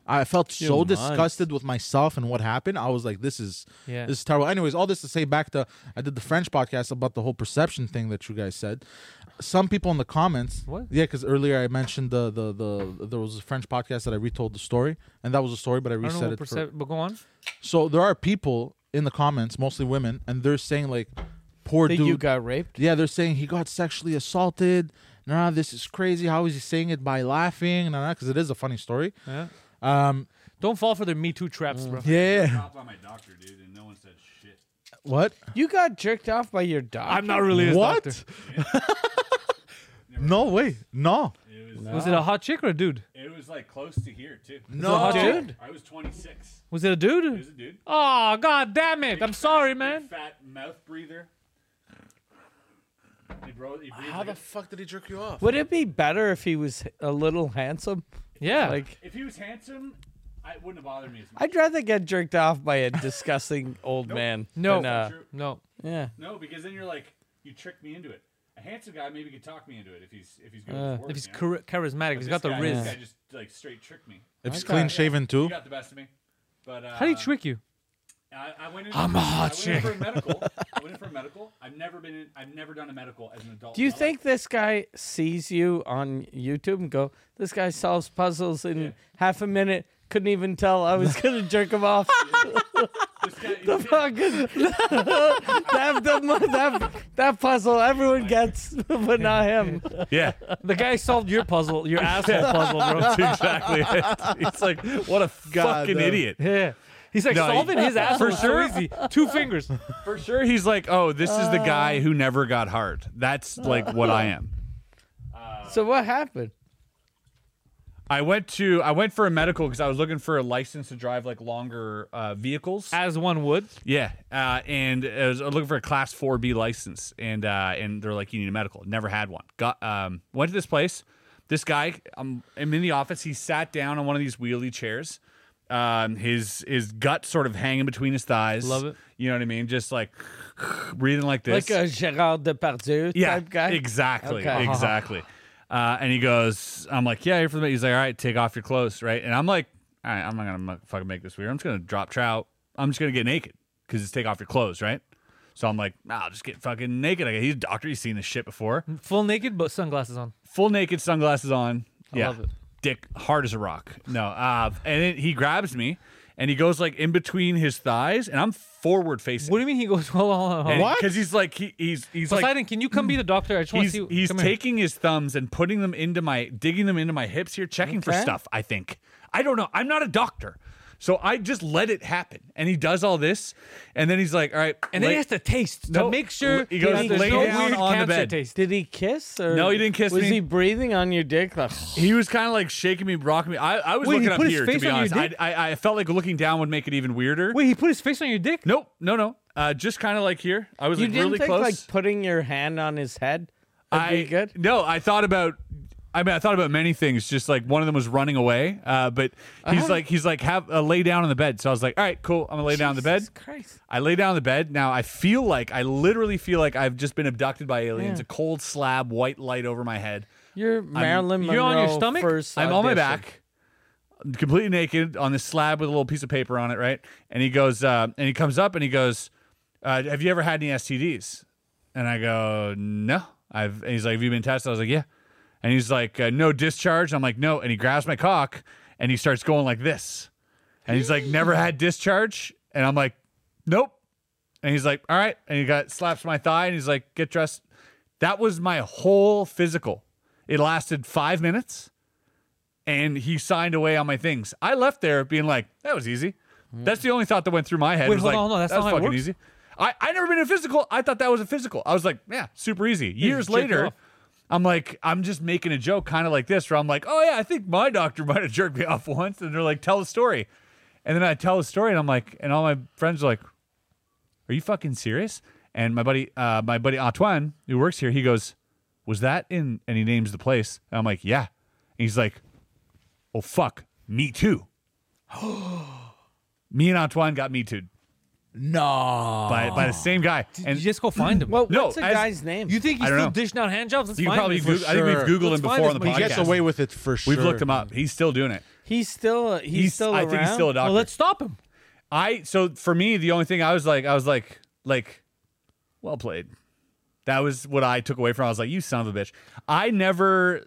Speaker 4: I felt so
Speaker 2: months.
Speaker 4: disgusted with myself and what happened. I was like, this is
Speaker 1: Yeah.
Speaker 4: this is terrible. Anyways, all this to say back to I did the French podcast about the whole perception thing that you guys said. Some people in the comments,
Speaker 1: What?
Speaker 4: yeah, because earlier I mentioned the, the the there was a French podcast that I retold the story, and that was a story, but
Speaker 1: I
Speaker 4: I
Speaker 1: don't know
Speaker 4: reset
Speaker 1: what
Speaker 4: it. for-
Speaker 1: percep- but go on.
Speaker 4: So there are people in the comments, mostly women, and they're saying like, "Poor
Speaker 2: That
Speaker 4: dude,
Speaker 2: you got raped.
Speaker 4: yeah, they're saying he got sexually assaulted. Nah, this is crazy. How is he saying it by laughing? Nah, because it is a funny story.
Speaker 1: Yeah. Don't fall for their Me Too traps,
Speaker 4: Mm.
Speaker 1: bro.
Speaker 4: Yeah.
Speaker 8: by my doctor, dude, and no one said shit.
Speaker 4: What?
Speaker 2: You got jerked off by your dog.
Speaker 1: I'm not really his
Speaker 4: What?
Speaker 1: doctor.
Speaker 4: No way. No.
Speaker 1: Was it a hot chick or a dude?
Speaker 8: It was like close to here too.
Speaker 4: No.
Speaker 1: dude.
Speaker 8: I was 26.
Speaker 1: Was it a
Speaker 8: It was a
Speaker 1: dude?
Speaker 8: dude.
Speaker 1: Oh God damn it! I'm sorry, man.
Speaker 8: Fat mouth breather. He bro- he breathed
Speaker 4: How
Speaker 8: like
Speaker 4: the
Speaker 8: a-
Speaker 4: fuck did he jerk you off?
Speaker 2: Would it be better if he was a little handsome?
Speaker 1: Yeah.
Speaker 2: Like
Speaker 8: if he was handsome, I, it wouldn't have bothered me as much.
Speaker 2: I'd rather get jerked off by a disgusting old man.
Speaker 1: no,
Speaker 2: than, uh,
Speaker 1: no.
Speaker 2: yeah.
Speaker 8: No, because then you're like, you tricked me into it. A handsome guy maybe could talk me into it if he's if he's good.
Speaker 3: uh,
Speaker 8: at his work,
Speaker 1: Uh, If he's
Speaker 8: you know?
Speaker 1: char- charismatic, if he's
Speaker 8: This
Speaker 1: got the
Speaker 8: guy-
Speaker 1: riz.
Speaker 8: This guy just like straight tricked me.
Speaker 4: If he's clean shaven too.
Speaker 8: He got the best of me. But uh,
Speaker 1: How do you trick you?
Speaker 8: I, I went in. I'm a hot I went in for a medical. I went in for a medical. I've never been. In, I've never done a medical as an adult.
Speaker 2: Do
Speaker 8: in
Speaker 2: you
Speaker 8: my life.
Speaker 2: think this guy sees you on YouTube and go, "This guy solves puzzles in half a minute"? Couldn't even tell I was gonna jerk him off.
Speaker 8: This guy,
Speaker 2: the fucking that, the- that, that puzzle everyone gets, but not him.
Speaker 3: Yeah,
Speaker 1: The guy solved your puzzle, your asshole puzzle, bro.
Speaker 3: that's exactly it. He's like, what a fucking
Speaker 4: damn.
Speaker 3: idiot.
Speaker 1: Yeah. He's like
Speaker 3: No, he-
Speaker 1: solving his asshole
Speaker 3: For
Speaker 1: for
Speaker 3: sure.
Speaker 1: sure. easy. Two fingers.
Speaker 3: For sure, he's like, oh, this is the guy who never got hard. That's like what I am.
Speaker 2: So what happened?
Speaker 3: I went to I went for a medical because I was looking for a license to drive like longer uh, vehicles.
Speaker 1: As one would.
Speaker 3: Yeah, uh, and I was looking for a class four B license, and uh, and they're like, you need a medical. Never had one. Got um, went to this place. This guy, I'm, I'm in the office. He sat down on one of these wheelie chairs. Um, his his gut sort of hanging between his thighs.
Speaker 1: Love it.
Speaker 3: You know what I mean? Just like breathing like this,
Speaker 2: Like a Gerard Depardieu
Speaker 3: yeah,
Speaker 2: type guy.
Speaker 3: Exactly,
Speaker 2: Okay.
Speaker 3: exactly. Uh, and he goes, I'm like, yeah, you're for the. He's like, all right, take off your clothes, right? And I'm like, all right, I'm not gonna mu- fucking make this weird. I'm just gonna drop trout. I'm just gonna get naked because it's take off your clothes, right? So I'm like, nah, I'll just get fucking naked. I he's a doctor. He's seen this shit before.
Speaker 1: Full naked, but sunglasses on.
Speaker 3: Full naked, sunglasses on. yeah,
Speaker 1: love it.
Speaker 3: dick hard as a rock. No, uh, and then he grabs me and he goes like in between his thighs, and I'm forward facing.
Speaker 1: What do you mean he goes, hold on, hold on, hold on.
Speaker 3: What? Because he's like he, he's he's like
Speaker 1: Poseidon, can you come be the doctor? I just want to
Speaker 3: he's,
Speaker 1: see.
Speaker 3: he's
Speaker 1: come here.
Speaker 3: taking his thumbs and putting them into my digging them into my hips here checking for stuff i think i don't know i'm not a doctor so i just let it happen and he does all this and then he's like all right
Speaker 1: And then
Speaker 3: lay-
Speaker 1: he has to taste
Speaker 3: No,
Speaker 1: to make sure
Speaker 3: he goes,
Speaker 1: that there's
Speaker 3: "Lay
Speaker 1: no
Speaker 3: down
Speaker 1: weird
Speaker 3: on the
Speaker 1: cancer
Speaker 3: bed."
Speaker 1: taste.
Speaker 2: Did he kiss or
Speaker 3: No, he didn't kiss
Speaker 2: was
Speaker 3: me.
Speaker 2: he breathing on your dick? Like,
Speaker 3: he was kind of like shaking me rocking me i, I was
Speaker 1: Wait, he
Speaker 3: looking up
Speaker 1: put his
Speaker 3: here to
Speaker 1: face
Speaker 3: be
Speaker 1: on your
Speaker 3: honest I,
Speaker 1: dick?
Speaker 3: I, I felt like looking down would make it even weirder
Speaker 1: Wait, he put his face on your dick?
Speaker 3: nope no no Uh, just kind of like here. I was
Speaker 2: You
Speaker 3: like
Speaker 2: didn't
Speaker 3: really
Speaker 2: think
Speaker 3: close.
Speaker 2: like putting your hand on his head would
Speaker 3: I
Speaker 2: be good?
Speaker 3: no. I thought about. I mean, I thought about many things. Just like one of them was running away. Uh, but he's like, he's like, have uh, lay down on the bed. So I was like, all right, cool. I'm gonna lay down on the bed.
Speaker 2: Christ.
Speaker 3: I lay down on the bed. Now I feel like I literally feel like I've just been abducted by aliens. A cold slab, white light over my head.
Speaker 2: You're Marilyn Monroe.
Speaker 1: you're on your stomach?
Speaker 2: First
Speaker 3: I'm on my
Speaker 2: audition.
Speaker 3: back, completely naked on this slab with a little piece of paper on it, right? And he goes, uh, and he comes up and he goes, uh, "Have you ever had any STDs?" And I go, "No." I've. And he's like, "Have you been tested?" I was like, "Yeah." And he's like, uh, "No discharge." I'm like, "No." And he grabs my cock and he starts going like this, and he's like, "Never had discharge?" And I'm like, "Nope." And he's like, "All right." And he got slaps my thigh and he's like, "Get dressed." That was my whole physical. It lasted five minutes and he signed away on my things. I left there being like, that was easy. That's the only thought that went through my head.
Speaker 1: Wait,
Speaker 3: was
Speaker 1: hold
Speaker 3: like,
Speaker 1: on, hold on. That's
Speaker 3: that
Speaker 1: not
Speaker 3: was
Speaker 1: how it
Speaker 3: fucking
Speaker 1: works?
Speaker 3: easy. I I never been in a physical. I thought that was a physical. I was like, yeah, super easy. Years
Speaker 1: just jerked you
Speaker 3: later,
Speaker 1: off.
Speaker 3: I'm like, I'm just making a joke, kind of like this, where I'm like, oh yeah, I think my doctor might have jerked me off once, and they're like, tell the story, and then I tell the story, and I'm like, and all my friends are like, are you fucking serious? And my buddy, uh, my buddy Antoine, who works here, he goes, was that in? And he names the place. And I'm like, yeah. And he's like, oh fuck, me too. me and Antoine got me too
Speaker 5: No.
Speaker 3: by by the same guy. And
Speaker 1: you just go find him.
Speaker 2: Well,
Speaker 3: No,
Speaker 2: what's the
Speaker 3: as-
Speaker 2: guy's name?
Speaker 5: You think
Speaker 3: I
Speaker 5: he's
Speaker 3: don't
Speaker 5: still
Speaker 3: know.
Speaker 1: dishing out hand jobs. Let's
Speaker 3: you can
Speaker 1: find
Speaker 3: probably
Speaker 1: him.
Speaker 3: Goog- I think we've
Speaker 5: sure.
Speaker 3: googled
Speaker 5: Let's
Speaker 3: him
Speaker 5: find
Speaker 3: before on
Speaker 5: this
Speaker 3: the
Speaker 5: man.
Speaker 3: podcast.
Speaker 4: He gets away with it for sure.
Speaker 3: We've looked him up. He's still doing it.
Speaker 2: he's still he's,
Speaker 3: He's
Speaker 2: still
Speaker 3: I
Speaker 2: around.
Speaker 3: think he's still a doctor.
Speaker 1: Well, let's stop him.
Speaker 3: I so for me the only thing I was like I was like like well played. That was what I took away from. it. I was like you son of a bitch. I never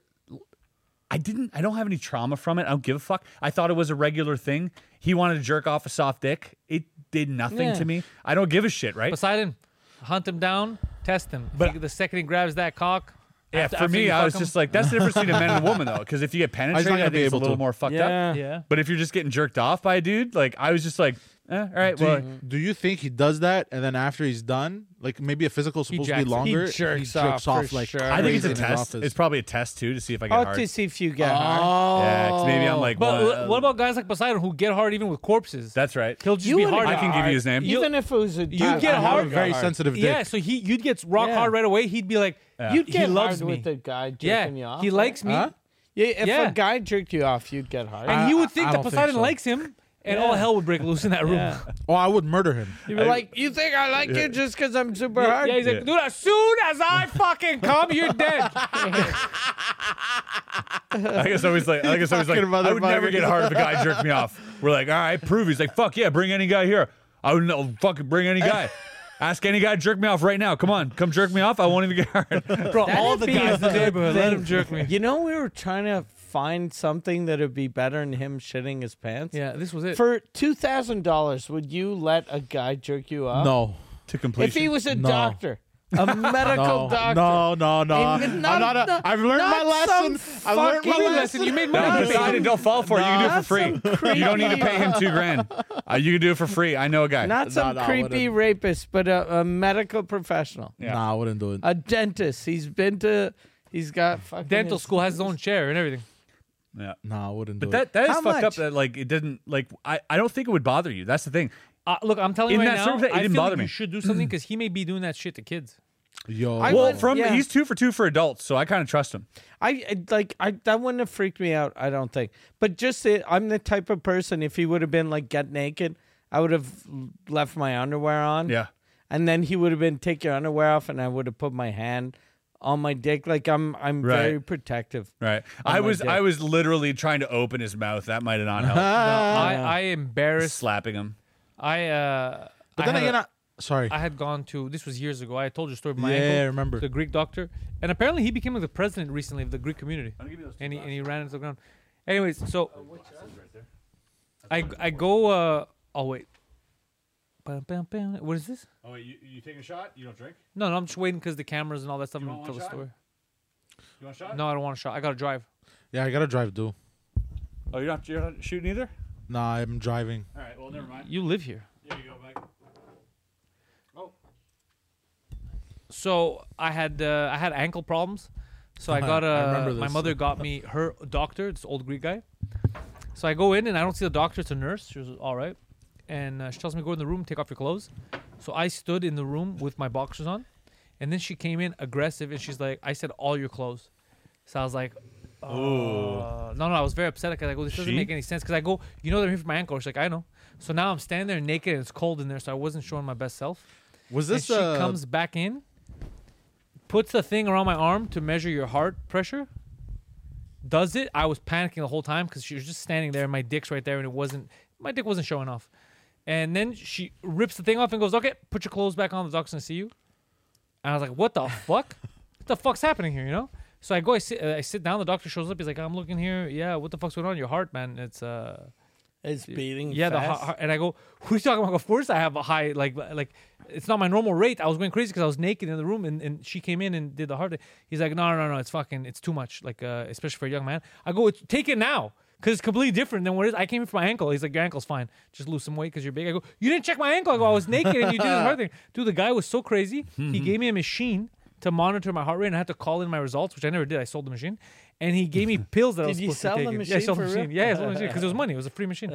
Speaker 3: I didn't I don't have any trauma from it. I don't give a fuck. I thought it was a regular thing. He wanted to jerk off a soft dick. It did nothing
Speaker 2: Yeah.
Speaker 3: to me. I don't give a shit, right?
Speaker 1: Poseidon, hunt him down, test him.
Speaker 3: But-
Speaker 1: But the second he grabs that cock,
Speaker 3: Yeah,
Speaker 1: after-
Speaker 3: for
Speaker 1: after
Speaker 3: me,
Speaker 1: you
Speaker 3: I
Speaker 1: fuck
Speaker 3: was
Speaker 1: him-
Speaker 3: just like, that's the difference between a man and a woman, though, because if you get penetrated, I
Speaker 4: gonna
Speaker 3: think
Speaker 4: be
Speaker 3: it's a
Speaker 4: able
Speaker 3: little
Speaker 4: to.
Speaker 3: more fucked
Speaker 2: Yeah.
Speaker 3: up.
Speaker 1: Yeah.
Speaker 3: But if you're just getting jerked off by a dude, like I was just like, eh, all right,
Speaker 4: Do
Speaker 3: well,
Speaker 4: you, Mm-hmm. do you think he does that and then after he's done, like maybe a physical is supposed to be
Speaker 1: jacks- he
Speaker 4: longer?
Speaker 2: jerks off for
Speaker 4: like
Speaker 2: sure.
Speaker 3: I think it's
Speaker 4: crazy
Speaker 3: a
Speaker 4: in his
Speaker 3: test.
Speaker 4: office.
Speaker 3: It's probably a test too to see if I get
Speaker 2: I'll
Speaker 3: hard.
Speaker 2: to see if you get hard.
Speaker 4: Oh,
Speaker 3: Yeah, 'cause maybe I'm like,
Speaker 1: But
Speaker 3: well,
Speaker 1: wh- what about guys like Poseidon who get hard even with corpses?
Speaker 3: that's right.
Speaker 1: He'll just
Speaker 2: You
Speaker 1: be
Speaker 2: would've
Speaker 1: hard.
Speaker 3: I can give you his name.
Speaker 2: Even if it was a you
Speaker 4: I- I
Speaker 1: get
Speaker 4: have
Speaker 1: hard-
Speaker 4: a very sensitive dick.
Speaker 1: Yeah, so he you'd get rock
Speaker 2: Yeah.
Speaker 1: hard right away. He'd be like,
Speaker 2: You'd
Speaker 1: he
Speaker 2: get
Speaker 1: loves
Speaker 2: hard
Speaker 1: me.
Speaker 2: with the guy
Speaker 1: yeah,
Speaker 2: jerking you off.
Speaker 1: he
Speaker 2: right?
Speaker 1: likes me,
Speaker 2: Yeah, if
Speaker 1: Yeah.
Speaker 2: a guy jerked you off, you'd get hard.
Speaker 1: and
Speaker 4: I-
Speaker 1: you
Speaker 4: I-
Speaker 1: would think
Speaker 4: I
Speaker 1: that
Speaker 4: don't think
Speaker 1: Poseidon
Speaker 4: so.
Speaker 1: likes him, and all hell would break loose in that room.
Speaker 2: Yeah.
Speaker 1: Yeah,
Speaker 4: Oh, I would murder him.
Speaker 2: You'd be like, "You think I like you just because I'm super hard?"
Speaker 1: he's like, dude, as soon as I fucking come, you're dead.
Speaker 3: I guess I was like, I guess I was like,
Speaker 4: Fucking
Speaker 3: I would never
Speaker 4: motherfucker.
Speaker 3: get hard if a guy jerked me off. We're like, all right, prove. He's like, fuck yeah, bring any guy here. I would no, fucking bring any guy. Ask any guy to jerk me off right now. Come on, come jerk me off. I won't even get hard.
Speaker 1: Bro, all the
Speaker 2: be
Speaker 1: guys in the
Speaker 2: a good
Speaker 1: neighborhood, let
Speaker 2: thing.
Speaker 1: him jerk me.
Speaker 2: You know, we were trying to find something that would be better than him shitting his pants.
Speaker 1: Yeah, this was it.
Speaker 2: For two thousand dollars, would you let a guy jerk you off?
Speaker 4: No.
Speaker 3: to completion.
Speaker 2: If he was a
Speaker 4: No.
Speaker 2: doctor, a medical
Speaker 4: No,
Speaker 2: doctor.
Speaker 4: Oh, no, no, no.
Speaker 2: And
Speaker 4: I'm
Speaker 2: not-
Speaker 4: not a,
Speaker 2: not-
Speaker 4: I've learned my
Speaker 2: not some
Speaker 4: lesson. I learned my
Speaker 2: fucking-
Speaker 4: lesson. You made
Speaker 3: No,
Speaker 2: Not
Speaker 3: Poseidon,
Speaker 2: some-
Speaker 3: don't fall for it. You can do it
Speaker 2: Not some
Speaker 3: for free. You don't need to pay him two grand. Uh, you can do it for free. I know a guy.
Speaker 2: Not some
Speaker 4: no, I
Speaker 2: creepy
Speaker 4: wouldn't.
Speaker 2: rapist, but a, a medical professional,
Speaker 3: Yeah.
Speaker 4: Nah, I wouldn't do it.
Speaker 2: a dentist. He's been to, he's got fucking
Speaker 1: Dental
Speaker 2: his-
Speaker 1: school has its own chair and everything.
Speaker 3: yeah.
Speaker 4: nah, I wouldn't do
Speaker 3: But that
Speaker 4: it.
Speaker 3: that is
Speaker 2: How
Speaker 3: fucked up.
Speaker 2: much?
Speaker 3: That like it doesn't like I, I don't think it would bother you. That's the thing.
Speaker 1: Uh, look, I'm telling
Speaker 3: In
Speaker 1: you right
Speaker 3: that
Speaker 1: now,
Speaker 3: circumstance, it
Speaker 1: I
Speaker 3: didn't
Speaker 1: feel
Speaker 3: bother
Speaker 1: like
Speaker 3: me.
Speaker 1: you should do something because he may be doing that shit to kids.
Speaker 4: Yo,
Speaker 2: I
Speaker 3: Well,
Speaker 2: would-
Speaker 3: Uh, from
Speaker 2: yeah.
Speaker 3: he's two for two for adults, so I kind of trust him.
Speaker 2: I I- like I that wouldn't have freaked me out. I don't think. But just it, I'm the type of person. If he would have been like get naked, I would have left my underwear on.
Speaker 3: Yeah.
Speaker 2: and then he would have been take your underwear off, and I would have put my hand on my dick. Like I'm I'm
Speaker 3: Right.
Speaker 2: very protective.
Speaker 3: Right. I
Speaker 2: Oh my
Speaker 3: was
Speaker 2: dick.
Speaker 3: I was literally trying to open his mouth. That might have not helped.
Speaker 1: I, I embarrassed.
Speaker 3: Slapping him.
Speaker 1: I uh.
Speaker 4: but then
Speaker 1: I had
Speaker 4: again,
Speaker 1: a-
Speaker 4: I, sorry.
Speaker 1: I had gone to this was years ago. I told you a story of my
Speaker 4: Yeah, I
Speaker 1: uncle,
Speaker 4: remember.
Speaker 1: the Greek doctor, and apparently he became like the president recently of the Greek community. and, he, and he ran into the ground. Anyways, so
Speaker 8: Oh,
Speaker 1: I I go. Uh, oh wait, Bam, bam, bam. what is this?
Speaker 8: Oh, wait, you, you taking a shot? You don't drink?
Speaker 1: No, no, I'm just waiting because the cameras and all that stuff. I'm
Speaker 8: want
Speaker 1: gonna tell
Speaker 8: one
Speaker 1: the
Speaker 8: shot?
Speaker 1: story.
Speaker 8: You want a shot?
Speaker 1: No, I don't want a shot. I gotta drive.
Speaker 4: yeah, I gotta drive, dude.
Speaker 3: Oh, you're not you're not shooting either?
Speaker 4: Nah, I'm driving.
Speaker 8: All right, well, never mind.
Speaker 1: You live here.
Speaker 8: Here you go, Mike. Oh,
Speaker 1: so I had uh, I had ankle problems, so I got
Speaker 4: I
Speaker 1: uh,
Speaker 4: remember
Speaker 1: my
Speaker 4: this.
Speaker 1: mother got me her doctor, this old Greek guy. So I go in and I don't see the doctor; it's a nurse. She was all right, and uh, she tells me go in the room, take off your clothes, So I stood in the room with my boxers on, and then she came in aggressive and she's like, "I said all your clothes." So I was like, "Oh, no, no!" I was very upset because I go, "This doesn't
Speaker 3: She?
Speaker 1: make any sense." Because I go, "You know they're here for my ankle." She's like, "I know." So now I'm standing there naked and it's cold in there, so I wasn't showing my best self.
Speaker 4: Was
Speaker 1: And
Speaker 4: this
Speaker 1: she
Speaker 4: uh,
Speaker 1: comes back in, puts the thing around my arm to measure your heart pressure. Does it? I was panicking the whole time because she was just standing there, and my dick's right there, and it wasn't. My dick wasn't showing off. And then she rips the thing off and goes, "Okay, put your clothes back on. The doc's gonna see you." And I was like, "What the fuck? What the fuck's happening here?" You know. So I go, I sit, uh, I sit down. The doctor shows up. He's like, "I'm looking here. Yeah, what the fuck's going on? Your heart, man. It's uh."
Speaker 2: It's beating.
Speaker 1: Yeah, the
Speaker 2: fast.
Speaker 1: ho- ho- and I go, what are you talking about? Of course, I have a high like like it's not my normal rate. I was going crazy because I was naked in the room, and, and she came in and did the heart. He's like, no, no, no, it's fucking, it's too much. Like uh, especially for a young man. I go, "It's- take it now because it's completely different than what it is. I came in for my ankle. He's like, your ankle's fine. Just lose some weight because you're big. I go, you didn't check my ankle. I go, I was naked and you did this heart thing. Dude, the guy was so crazy. he gave me a machine. To monitor my heart rate, and I had to call in my results, which I never did. I sold the machine, and he gave me pills that I
Speaker 2: Did
Speaker 1: was
Speaker 2: you
Speaker 1: supposed
Speaker 2: sell
Speaker 1: to
Speaker 2: the
Speaker 1: take. in. Yeah, I
Speaker 2: machine
Speaker 1: sold the
Speaker 2: for real?
Speaker 1: machine. Yeah, I sold the machine because it was money. It was a free machine.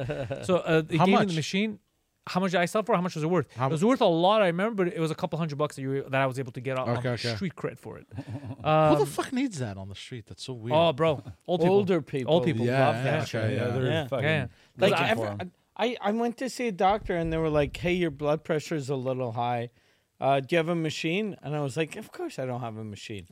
Speaker 1: So uh, he
Speaker 4: How
Speaker 1: gave me
Speaker 4: much?
Speaker 1: the machine. How much did I sell for? How much was it worth?
Speaker 4: How
Speaker 1: it
Speaker 4: mu-
Speaker 1: was worth a lot. I remember, but it was a couple hundred bucks that you were, that I was able to get on on
Speaker 4: Okay, okay.
Speaker 1: street cred for it.
Speaker 4: who the fuck needs that on the street? That's so weird.
Speaker 1: Oh, bro, old people.
Speaker 2: Older people.
Speaker 1: Old people.
Speaker 4: yeah,
Speaker 1: love that.
Speaker 4: yeah, okay, yeah.
Speaker 3: they're
Speaker 2: Yeah.
Speaker 3: fucking
Speaker 1: Yeah.
Speaker 2: like
Speaker 3: looking
Speaker 2: I,
Speaker 3: for
Speaker 2: ever,
Speaker 3: 'em.
Speaker 2: I I went to see a doctor and they were like, "Hey, your blood pressure is a little high. Uh, do you have a machine?" And I was like, "Of course I don't have a machine.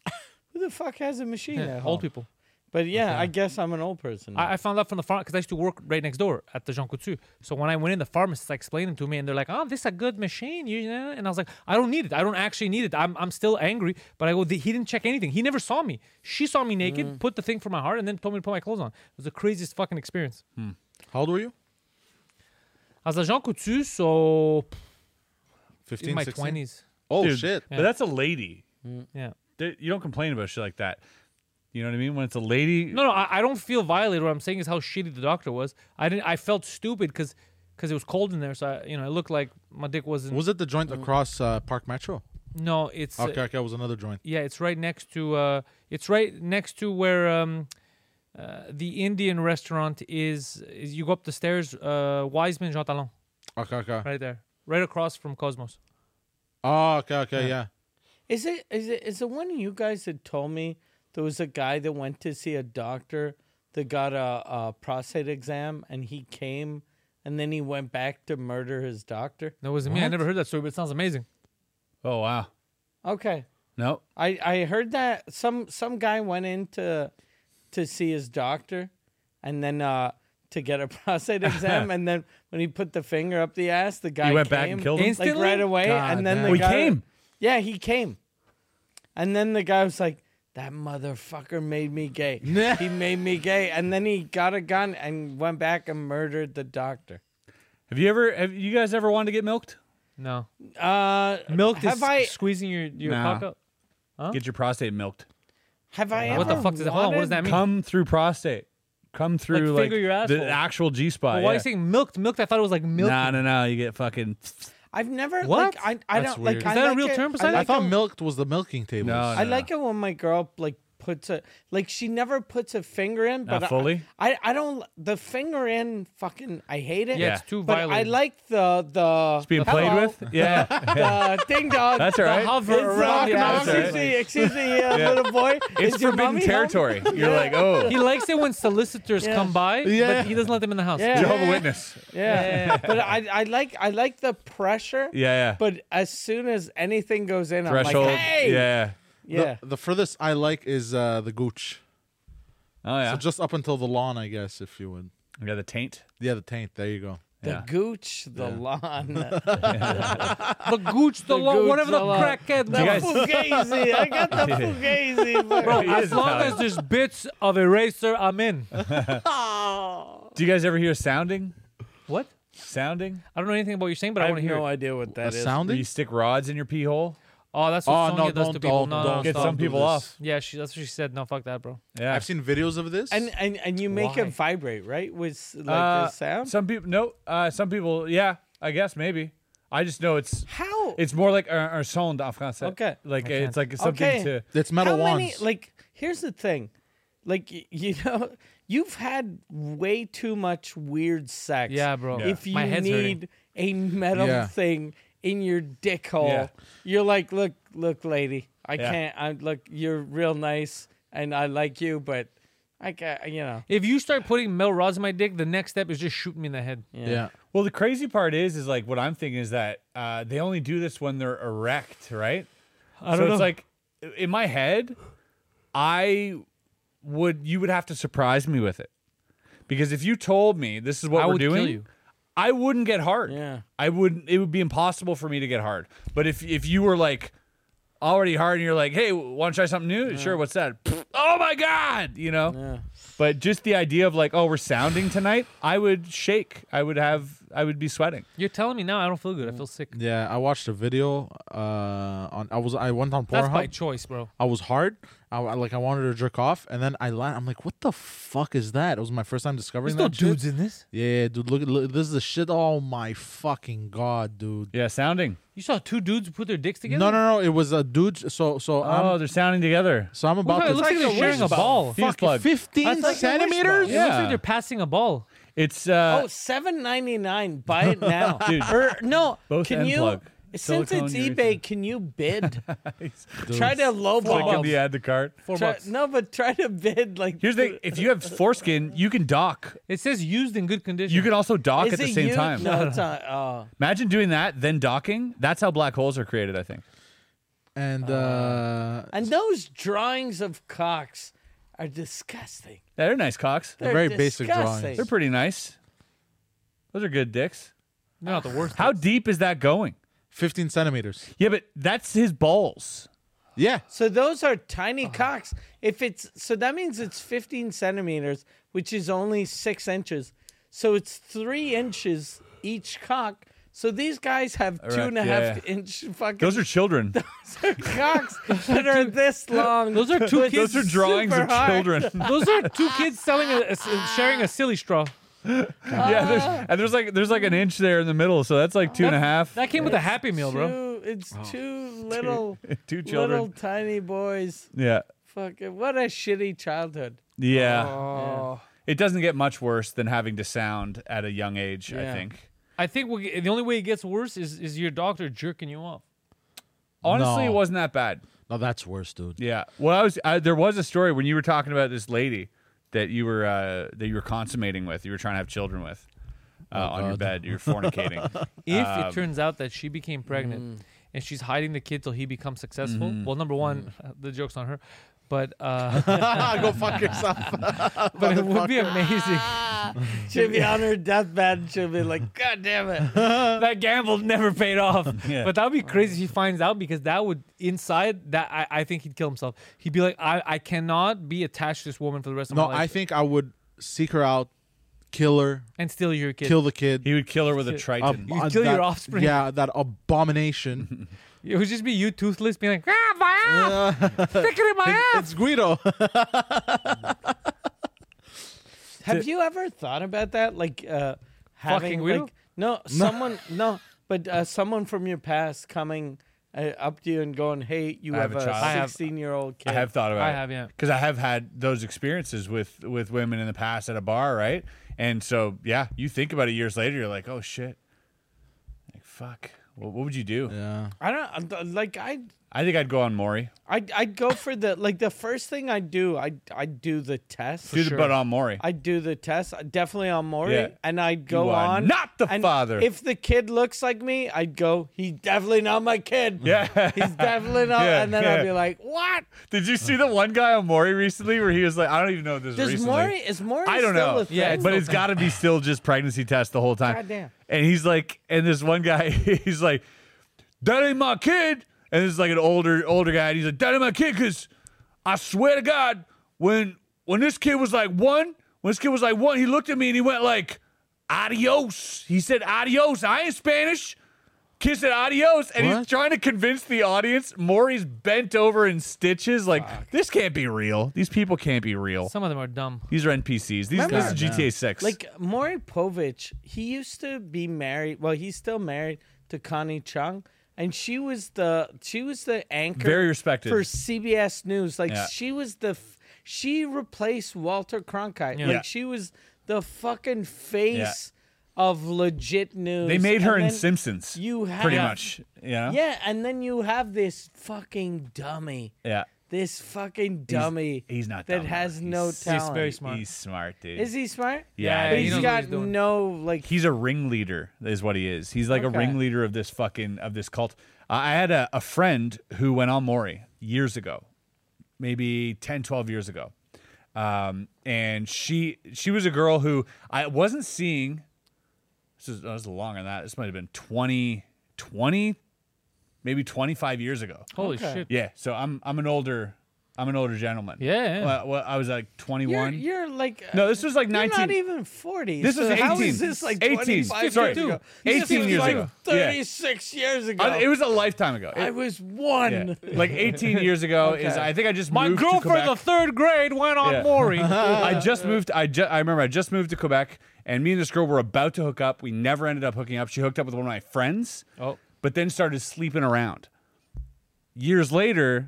Speaker 2: Who the fuck has a machine?"
Speaker 1: Yeah,
Speaker 2: at home?
Speaker 1: old people.
Speaker 2: But yeah, I guess I'm an old person. now.
Speaker 1: I, I found out from the farm because I used to work right next door at the Jean Coutu. So when I went in, the pharmacist explained them to me, and they're like, "Oh, this is a good machine," you know. And I was like, "I don't need it. I don't actually need it. I'm, I'm still angry." But I go, "The- "He didn't check anything. He never saw me. She saw me naked, put the thing for my heart, and then told me to put my clothes on. It was the craziest fucking experience."
Speaker 4: How old were you?
Speaker 1: I was at Jean Coutu, so
Speaker 4: 15,
Speaker 1: in my
Speaker 4: 16?
Speaker 1: twenties.
Speaker 4: Oh
Speaker 3: Dude,
Speaker 4: shit!
Speaker 3: But that's a lady.
Speaker 1: Yeah.
Speaker 3: They- You don't complain about shit like that. You know what I mean? When it's a lady,
Speaker 1: No, no, I, I don't feel violated. What I'm saying is how shitty the doctor was. I didn't. I felt stupid because it was cold in there. So I, you know, it looked like my dick wasn't.
Speaker 4: Was it the joint across uh, Park Metro?
Speaker 1: no, it's uh,
Speaker 4: Okay, okay, it was another joint.
Speaker 1: yeah, it's right next to. Uh, it's right next to where um, uh, the Indian restaurant is. is you go up the stairs. Uh, Wiseman Jean Talon,
Speaker 4: Okay, okay.
Speaker 1: right there, right across from Cosmos.
Speaker 4: Oh, okay, okay, yeah.
Speaker 2: Is it is it is the one of you guys that told me there was a guy that went to see a doctor that got a, a prostate exam and he came and then he went back to murder his doctor?
Speaker 1: That wasn't me. I never heard that story, but it sounds amazing.
Speaker 3: Oh wow.
Speaker 2: Okay.
Speaker 3: No.
Speaker 2: I, I heard that some some guy went in to to see his doctor and then uh to get a prostate exam and then when he put the finger up the ass the guy
Speaker 3: went back and
Speaker 2: came,
Speaker 3: killed him?
Speaker 2: like right
Speaker 1: Instantly?
Speaker 2: away
Speaker 1: God
Speaker 2: and then
Speaker 1: damn.
Speaker 2: the
Speaker 3: Well, he
Speaker 2: guy,
Speaker 3: came.
Speaker 2: yeah he came and then the guy was like that motherfucker made me gay he made me gay and then he got a gun and went back and murdered the doctor
Speaker 3: Have you ever? Have you guys ever wanted to get milked?
Speaker 1: No,
Speaker 2: uh
Speaker 1: milk
Speaker 2: have
Speaker 1: is
Speaker 2: I
Speaker 1: squeezing your your
Speaker 3: Nah.
Speaker 1: cock up.
Speaker 3: Get your prostate milked.
Speaker 2: have I
Speaker 1: What the
Speaker 2: ever
Speaker 1: fuck does that? Hold on, what does
Speaker 2: wanted-
Speaker 1: that mean?
Speaker 3: Come through prostate. Come through
Speaker 1: Like,
Speaker 3: like,
Speaker 1: finger your
Speaker 3: the
Speaker 1: asshole.
Speaker 3: actual G spot.
Speaker 1: But why are you saying milked? Milked? I thought it was like milk.
Speaker 3: No, no, no. You get fucking.
Speaker 2: I've never
Speaker 1: What?
Speaker 2: like I, I
Speaker 4: That's
Speaker 2: don't like
Speaker 4: weird. Is
Speaker 2: I
Speaker 1: that a
Speaker 2: like
Speaker 1: real
Speaker 2: it-
Speaker 1: term,
Speaker 2: I,
Speaker 1: Poseidon?
Speaker 4: I
Speaker 2: like
Speaker 4: thought
Speaker 2: it-
Speaker 4: milked was the milking tables.
Speaker 3: No,
Speaker 2: I like it when my girl like puts a like she never puts a finger in, but
Speaker 3: Not fully?
Speaker 2: I, I I don't the finger in fucking I hate it.
Speaker 1: Yeah, it's too
Speaker 2: but I
Speaker 1: violent.
Speaker 2: like the the
Speaker 3: It's being played
Speaker 2: hello,
Speaker 3: with. Yeah.
Speaker 2: the ding dong.
Speaker 3: That's all right.
Speaker 1: hover
Speaker 2: It's
Speaker 1: around
Speaker 2: the
Speaker 1: the
Speaker 2: knock,
Speaker 3: That's all
Speaker 1: outside.
Speaker 3: right.
Speaker 2: excuse me, excuse me, uh,
Speaker 3: Yeah.
Speaker 2: little boy.
Speaker 3: It's
Speaker 2: is your
Speaker 3: forbidden
Speaker 2: mommy home?
Speaker 3: territory. You're like, oh,
Speaker 1: He likes it when solicitors
Speaker 2: Yeah.
Speaker 1: come by,
Speaker 4: Yeah.
Speaker 1: but he doesn't let them in the house.
Speaker 2: Yeah.
Speaker 3: Jehovah Witness.
Speaker 2: Yeah, but I I like I like the pressure.
Speaker 3: Yeah, yeah.
Speaker 2: But as soon as anything goes in,
Speaker 3: Threshold.
Speaker 2: I'm like, hey,
Speaker 3: Yeah.
Speaker 2: yeah.
Speaker 4: The, the furthest I like is uh, the gooch.
Speaker 3: Oh yeah.
Speaker 4: So just up until the lawn, I guess, if you would.
Speaker 3: I got the taint.
Speaker 4: Yeah, the taint. There you go.
Speaker 2: The
Speaker 3: Yeah.
Speaker 2: gooch, the lawn.
Speaker 1: The gooch, the,
Speaker 2: The
Speaker 1: lo-
Speaker 2: gooch,
Speaker 1: whatever
Speaker 2: the
Speaker 1: the
Speaker 2: lo-
Speaker 1: crackhead.
Speaker 2: The
Speaker 1: lo-
Speaker 3: guys-
Speaker 2: fugazi. I got the fugazi.
Speaker 1: Bro,
Speaker 3: He
Speaker 1: as
Speaker 3: is
Speaker 1: long
Speaker 3: Italian.
Speaker 1: as there's bits of eraser, I'm in.
Speaker 3: Do you guys ever hear sounding?
Speaker 1: what?
Speaker 3: Sounding?
Speaker 1: I don't know anything about what you're saying, but I,
Speaker 2: I
Speaker 1: want
Speaker 2: have
Speaker 1: to hear.
Speaker 2: no
Speaker 1: it.
Speaker 2: idea what
Speaker 4: A
Speaker 2: that is.
Speaker 3: Where
Speaker 4: sounding.
Speaker 3: you stick rods in your pee hole?
Speaker 1: Oh, that's what
Speaker 4: Oh
Speaker 1: Sonya
Speaker 4: no!
Speaker 1: does to
Speaker 4: Don't
Speaker 1: people.
Speaker 4: don't
Speaker 1: No,
Speaker 4: don't
Speaker 1: no,
Speaker 3: Get
Speaker 1: stop.
Speaker 3: some
Speaker 4: do
Speaker 3: people
Speaker 4: this.
Speaker 3: off.
Speaker 1: Yeah, she, that's what she said. No, fuck that, bro.
Speaker 3: Yeah.
Speaker 4: I've seen videos of this.
Speaker 2: And and and you make
Speaker 1: Why?
Speaker 2: it vibrate, right? With s- like
Speaker 3: Uh,
Speaker 2: the sound.
Speaker 3: Some people, no. Uh, some people, yeah. I guess maybe. I just know it's
Speaker 2: How?
Speaker 3: It's more like un, un son en français.
Speaker 2: Okay.
Speaker 3: Like it's like something
Speaker 2: Okay.
Speaker 3: to.
Speaker 4: it's
Speaker 2: How
Speaker 4: metal
Speaker 2: many?
Speaker 4: wands.
Speaker 2: Like, here's the thing. Like y- you know, you've had way too much weird sex.
Speaker 1: Yeah, bro.
Speaker 3: Yeah.
Speaker 2: If you
Speaker 1: My head's hurting.
Speaker 2: need a metal
Speaker 4: Yeah.
Speaker 2: thing in your dick hole.
Speaker 3: Yeah.
Speaker 2: You're like, look, look, lady, I
Speaker 3: Yeah.
Speaker 2: can't. I look, you're real nice, and I like you, but I can't. You know,
Speaker 1: If you start putting metal rods in my dick, the next step is just shoot me in the head.
Speaker 4: Yeah. yeah.
Speaker 3: Well, the crazy part is, is like what I'm thinking is that uh, they only do this when they're erect, right?
Speaker 1: I
Speaker 3: so
Speaker 1: don't know.
Speaker 3: it's like in my head, I would you would have to surprise me with it because if you told me this is what
Speaker 1: I
Speaker 3: we're
Speaker 1: would kill
Speaker 3: doing,
Speaker 1: you.
Speaker 3: I wouldn't get hard.
Speaker 2: Yeah.
Speaker 3: I wouldn't. It would be impossible for me to get hard. But if if you were like already hard and you're like, hey, want to try something new? Sure, what's that? Pfft, oh my god, you know. But just the idea of like, oh, we're sounding tonight, I would shake. I would have. I would be sweating.
Speaker 1: You're telling me now I don't feel good. I feel sick.
Speaker 4: I watched a video. Uh, on I was I went on
Speaker 1: That's by
Speaker 4: Pornhub.
Speaker 1: choice, bro.
Speaker 4: I was hard. I, I- like I wanted to jerk off, and then I land. I'm like, what the fuck is that? It was my first time discovering
Speaker 5: There's no
Speaker 4: that shit.
Speaker 5: dudes in this.
Speaker 4: Yeah, dude, look, look, this is the shit. Oh my fucking god, dude.
Speaker 3: Yeah, sounding.
Speaker 1: You saw two dudes put their dicks together.
Speaker 4: No, no, no. It was a dude. So, so
Speaker 3: Oh,
Speaker 4: I'm,
Speaker 3: they're sounding together.
Speaker 4: so I'm
Speaker 1: Look
Speaker 4: about
Speaker 1: how
Speaker 4: to.
Speaker 1: it looks like they're sharing a ball.
Speaker 3: Fuse plug.
Speaker 1: That's
Speaker 4: 15
Speaker 1: like a wish ball.
Speaker 4: centimeters.
Speaker 1: It looks like they're passing a ball.
Speaker 3: It's uh,
Speaker 2: oh, seven ninety nine. Buy it now,
Speaker 3: Dude.
Speaker 2: Or no,
Speaker 3: Both
Speaker 2: can
Speaker 3: end
Speaker 2: you?
Speaker 3: plug.
Speaker 2: Since
Speaker 3: Silicone
Speaker 2: it's
Speaker 3: urethra.
Speaker 2: eBay, can you bid?
Speaker 1: Oh,
Speaker 2: Try to
Speaker 3: clicking
Speaker 2: lowball.
Speaker 3: the add to cart.
Speaker 2: Try- No, but try to bid like.
Speaker 3: Here's the thing: if you have foreskin, you can dock.
Speaker 1: It says used in good condition.
Speaker 3: You can also dock
Speaker 2: Is
Speaker 3: at the
Speaker 2: it
Speaker 3: same
Speaker 2: you?
Speaker 3: time.
Speaker 2: No, it's not. Oh,
Speaker 3: Imagine doing that, then docking. That's how black holes are created. I think.
Speaker 4: And uh,
Speaker 2: and those drawings of cocks are disgusting.
Speaker 3: They're nice cocks.
Speaker 2: They're
Speaker 4: very basic drawings.
Speaker 2: disgusting.
Speaker 3: They're pretty nice. Those are good dicks.
Speaker 1: They're not the worst.
Speaker 3: How deep is that going?
Speaker 4: 15 centimeters.
Speaker 3: Yeah, but that's his balls.
Speaker 4: Yeah.
Speaker 2: So those are tiny
Speaker 3: Uh-huh.
Speaker 2: cocks. If it's so, that means it's 15 centimeters, which is only six inches. So it's three inches each cock. So these guys have two
Speaker 3: right,
Speaker 2: and a
Speaker 3: yeah,
Speaker 2: half
Speaker 3: yeah.
Speaker 2: inch fucking
Speaker 3: Those are children.
Speaker 2: cocks that are this long.
Speaker 1: Those are two
Speaker 2: with
Speaker 1: kids-
Speaker 3: Those are drawings
Speaker 2: super
Speaker 3: of
Speaker 2: hard-
Speaker 3: children.
Speaker 1: Those are two kids selling a, a s- sharing a silly straw.
Speaker 3: yeah, there's, and there's like there's like an inch there in the middle, so that's like two and a half.
Speaker 1: That came with a Happy Meal, bro.
Speaker 2: Two, it's two little,
Speaker 3: Oh, Two
Speaker 2: little
Speaker 3: children.
Speaker 2: tiny boys.
Speaker 3: Yeah,
Speaker 2: Fucking what a shitty childhood. Oh.
Speaker 3: yeah. It doesn't get much worse than having to sound at a young age. I
Speaker 2: Yeah.
Speaker 3: think.
Speaker 1: I think we the only way it gets worse is is your doctor jerking you off.
Speaker 3: Honestly,
Speaker 4: No.
Speaker 3: it wasn't that bad.
Speaker 4: No, that's worse, dude.
Speaker 3: Yeah. Well, I was I, there was a story when you were talking about this lady that you were uh, that you were consummating with, you were trying to have children with uh, on your bed, you're fornicating.
Speaker 1: If it turns out that she became pregnant and she's hiding the kid till he becomes successful, well, number one, the joke's on her. But uh,
Speaker 4: Go fuck yourself.
Speaker 1: but it would be amazing.
Speaker 2: She'll be on her deathbed. She'll be like, God damn it.
Speaker 1: that gamble never paid off.
Speaker 3: Yeah.
Speaker 1: But that would be crazy if he finds out because that would inside that I, I think he'd kill himself. He'd be like, I, I cannot be attached to this woman for the rest of
Speaker 4: No,
Speaker 1: my life.
Speaker 4: I think I would seek her out, kill her,
Speaker 1: and steal your kid.
Speaker 4: kill the kid.
Speaker 3: he would kill her with a
Speaker 4: ab- uh,
Speaker 3: triton.
Speaker 1: You kill
Speaker 4: that-
Speaker 1: your offspring.
Speaker 4: Yeah, that abomination.
Speaker 1: It would just be you toothless being like, ah, my ass, stick it in my ass.
Speaker 4: it's Guido.
Speaker 2: Have you ever thought about that? Like uh, having
Speaker 1: Fucking weirdo?
Speaker 2: like no someone no, but uh, someone from your past coming uh, up to you and going, "Hey, you
Speaker 3: I have
Speaker 2: have,
Speaker 3: a child."
Speaker 2: a
Speaker 3: I
Speaker 1: have-
Speaker 2: sixteen-year-old kid."
Speaker 3: I have thought about
Speaker 1: I
Speaker 3: it.
Speaker 1: have, yeah.
Speaker 3: Because I have had those experiences with with women in the past at a bar, right? And so, yeah, you think about it years later, you're like, oh shit, like fuck, what, what would you do?
Speaker 2: I don't I'm th- like I.
Speaker 3: I think I'd go on Maury,
Speaker 2: I I'd go for the like the first thing I do I I do the test.
Speaker 3: do the butt on Maury.
Speaker 2: I do the test I definitely on Maury,
Speaker 3: Yeah.
Speaker 2: and I'd go
Speaker 3: are
Speaker 2: on.
Speaker 3: not the
Speaker 2: and
Speaker 3: father.
Speaker 2: If the kid looks like me, I'd go. He's definitely not my kid.
Speaker 3: yeah.
Speaker 2: he's definitely not.
Speaker 3: Yeah,
Speaker 2: and then
Speaker 3: yeah.
Speaker 2: I'd be like, "What?
Speaker 3: Did you see the one guy on Maury recently where he was like, I don't even know if this is
Speaker 2: Does
Speaker 3: recently.
Speaker 2: Maury is Maury?
Speaker 3: I don't
Speaker 2: still
Speaker 3: know.
Speaker 2: A thing?
Speaker 1: Yeah, it's
Speaker 3: but it's got to be still just pregnancy test the whole time.
Speaker 2: Goddamn.
Speaker 3: And he's like, and this one guy, he's like, that ain't my kid. And this is like an older older guy, and he's like, that ain't my kid, cause I swear to God, when when this kid was like one, when this kid was like one, he looked at me and he went like, adios. He said adios. I ain't Spanish. Kid said adios, and he's
Speaker 4: What?
Speaker 3: trying to convince the audience. Maury's bent over in stitches, like this can't be real. These people can't be real.
Speaker 1: Some of them are dumb.
Speaker 3: These are NPCs. These this is GTA Six.
Speaker 2: like Maury Povich. He used to be married. Well, he's still married to Connie Chung, and she was the she was the anchor.
Speaker 3: Very respected.
Speaker 2: for CBS News. Like
Speaker 3: Yeah.
Speaker 2: she was the f- she replaced Walter Cronkite. Like
Speaker 3: Yeah.
Speaker 2: she was the fucking face of legit news.
Speaker 3: They made her
Speaker 2: and
Speaker 3: in
Speaker 2: then
Speaker 3: Simpsons.
Speaker 2: You have
Speaker 3: pretty much. Yeah.
Speaker 2: Yeah, and then you have this fucking dummy.
Speaker 3: Yeah.
Speaker 2: This fucking dummy.
Speaker 3: He's not
Speaker 2: that
Speaker 3: dumb,
Speaker 2: has
Speaker 3: though.
Speaker 2: no
Speaker 3: he's,
Speaker 2: talent.
Speaker 1: He's very smart.
Speaker 3: He's smart, dude.
Speaker 2: Is he smart?
Speaker 3: Yeah, Yeah,
Speaker 2: but
Speaker 3: he
Speaker 2: he's
Speaker 3: knows
Speaker 1: what he's
Speaker 2: got
Speaker 1: doing.
Speaker 2: no like.
Speaker 3: he's a ringleader is what he is he's like
Speaker 2: Okay.
Speaker 3: a ringleader of this fucking of this cult i I had a, a friend who went on mori years ago maybe 10 12 years ago um, and she she was a girl who i wasn't seeing this is, this is longer than that this might have been 20 20 maybe 25 years ago
Speaker 1: Holy shit.
Speaker 3: yeah so i'm i'm an older i'm an older gentleman
Speaker 1: Yeah.
Speaker 3: well, well, i was like 21
Speaker 2: You're, you're like.
Speaker 3: no this was like
Speaker 2: You're
Speaker 3: 19
Speaker 2: not even 40.
Speaker 3: This
Speaker 2: so
Speaker 3: is
Speaker 2: How
Speaker 3: 18.
Speaker 2: is this like
Speaker 3: 18.
Speaker 2: 25
Speaker 3: Sorry.
Speaker 2: years ago?
Speaker 3: 18
Speaker 2: This was
Speaker 3: years
Speaker 2: like
Speaker 3: ago. Yeah.
Speaker 2: 36 years ago.
Speaker 3: I- it was a lifetime ago It-
Speaker 2: I was one.
Speaker 3: Yeah. Like 18 years ago is
Speaker 2: Okay.
Speaker 3: I think I just
Speaker 1: My
Speaker 3: moved
Speaker 1: girl
Speaker 3: to
Speaker 1: for
Speaker 3: Quebec.
Speaker 1: the third grade went on
Speaker 3: Yeah.
Speaker 1: Maury.
Speaker 3: I just moved I ju- I remember I just moved to Quebec and me and this girl were about to hook up. We never ended up hooking up. She hooked up with one of my friends.
Speaker 1: Oh.
Speaker 3: But then started sleeping around. Years later,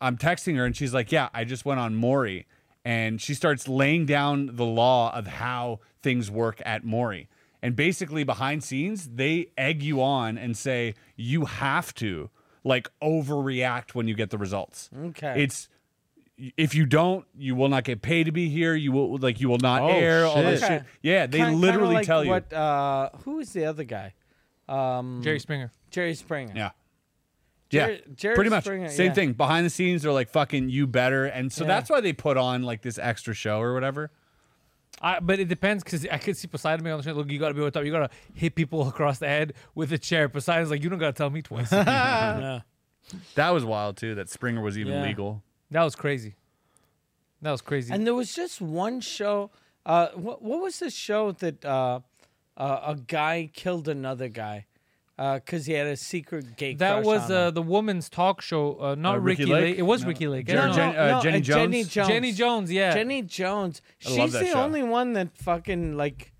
Speaker 3: I'm texting her and she's like, "Yeah, I just went on Maury." And she starts laying down the law of how things work at Maury. And basically behind scenes, they egg you on and say you have to like overreact when you get the results.
Speaker 2: Okay.
Speaker 3: It's if you don't, you will not get paid to be here. You will like you will not
Speaker 4: Oh,
Speaker 3: air all this
Speaker 4: shit.
Speaker 3: shit. Yeah, they
Speaker 2: Kinda- kinda
Speaker 3: literally
Speaker 2: like
Speaker 3: tell you.
Speaker 2: What, uh, who is the other guy? Um,
Speaker 1: Jerry Springer.
Speaker 2: Jerry Springer.
Speaker 3: Yeah.
Speaker 2: Jerry-
Speaker 3: yeah,
Speaker 2: Jerry
Speaker 3: pretty much
Speaker 2: Springer,
Speaker 3: same
Speaker 2: yeah.
Speaker 3: thing. Behind the scenes, they're like fucking you better, and so
Speaker 2: Yeah.
Speaker 3: that's why they put on like this extra show or whatever.
Speaker 1: I, but it depends because I could see Poseidon being on the show. Look, you gotta be on top. You gotta hit people across the head with a chair. Poseidon's like, you don't gotta tell me twice. that
Speaker 3: That was wild too. That Springer was even
Speaker 2: Yeah.
Speaker 3: legal.
Speaker 1: was crazy. That was crazy.
Speaker 2: And there was just one show. Uh, what, what was the show that uh, uh, a guy killed another guy because he had a secret gay
Speaker 1: that
Speaker 2: crush
Speaker 1: was
Speaker 2: on
Speaker 1: uh,
Speaker 2: him?
Speaker 1: the woman's talk show. Uh, not
Speaker 3: Uh,
Speaker 1: Ricky,
Speaker 3: Ricky
Speaker 1: Lake.
Speaker 3: Lake?
Speaker 1: It was
Speaker 3: No.
Speaker 1: Ricky Lake.
Speaker 3: Jer-
Speaker 1: I don't
Speaker 3: Jen-
Speaker 1: know.
Speaker 3: uh, Jenny
Speaker 2: Jenny
Speaker 3: Jones?
Speaker 2: Jones.
Speaker 1: Jenny Jones. Yeah.
Speaker 2: Jenny Jones.
Speaker 3: love
Speaker 2: She's
Speaker 3: that
Speaker 2: the
Speaker 3: show.
Speaker 2: only one that fucking like,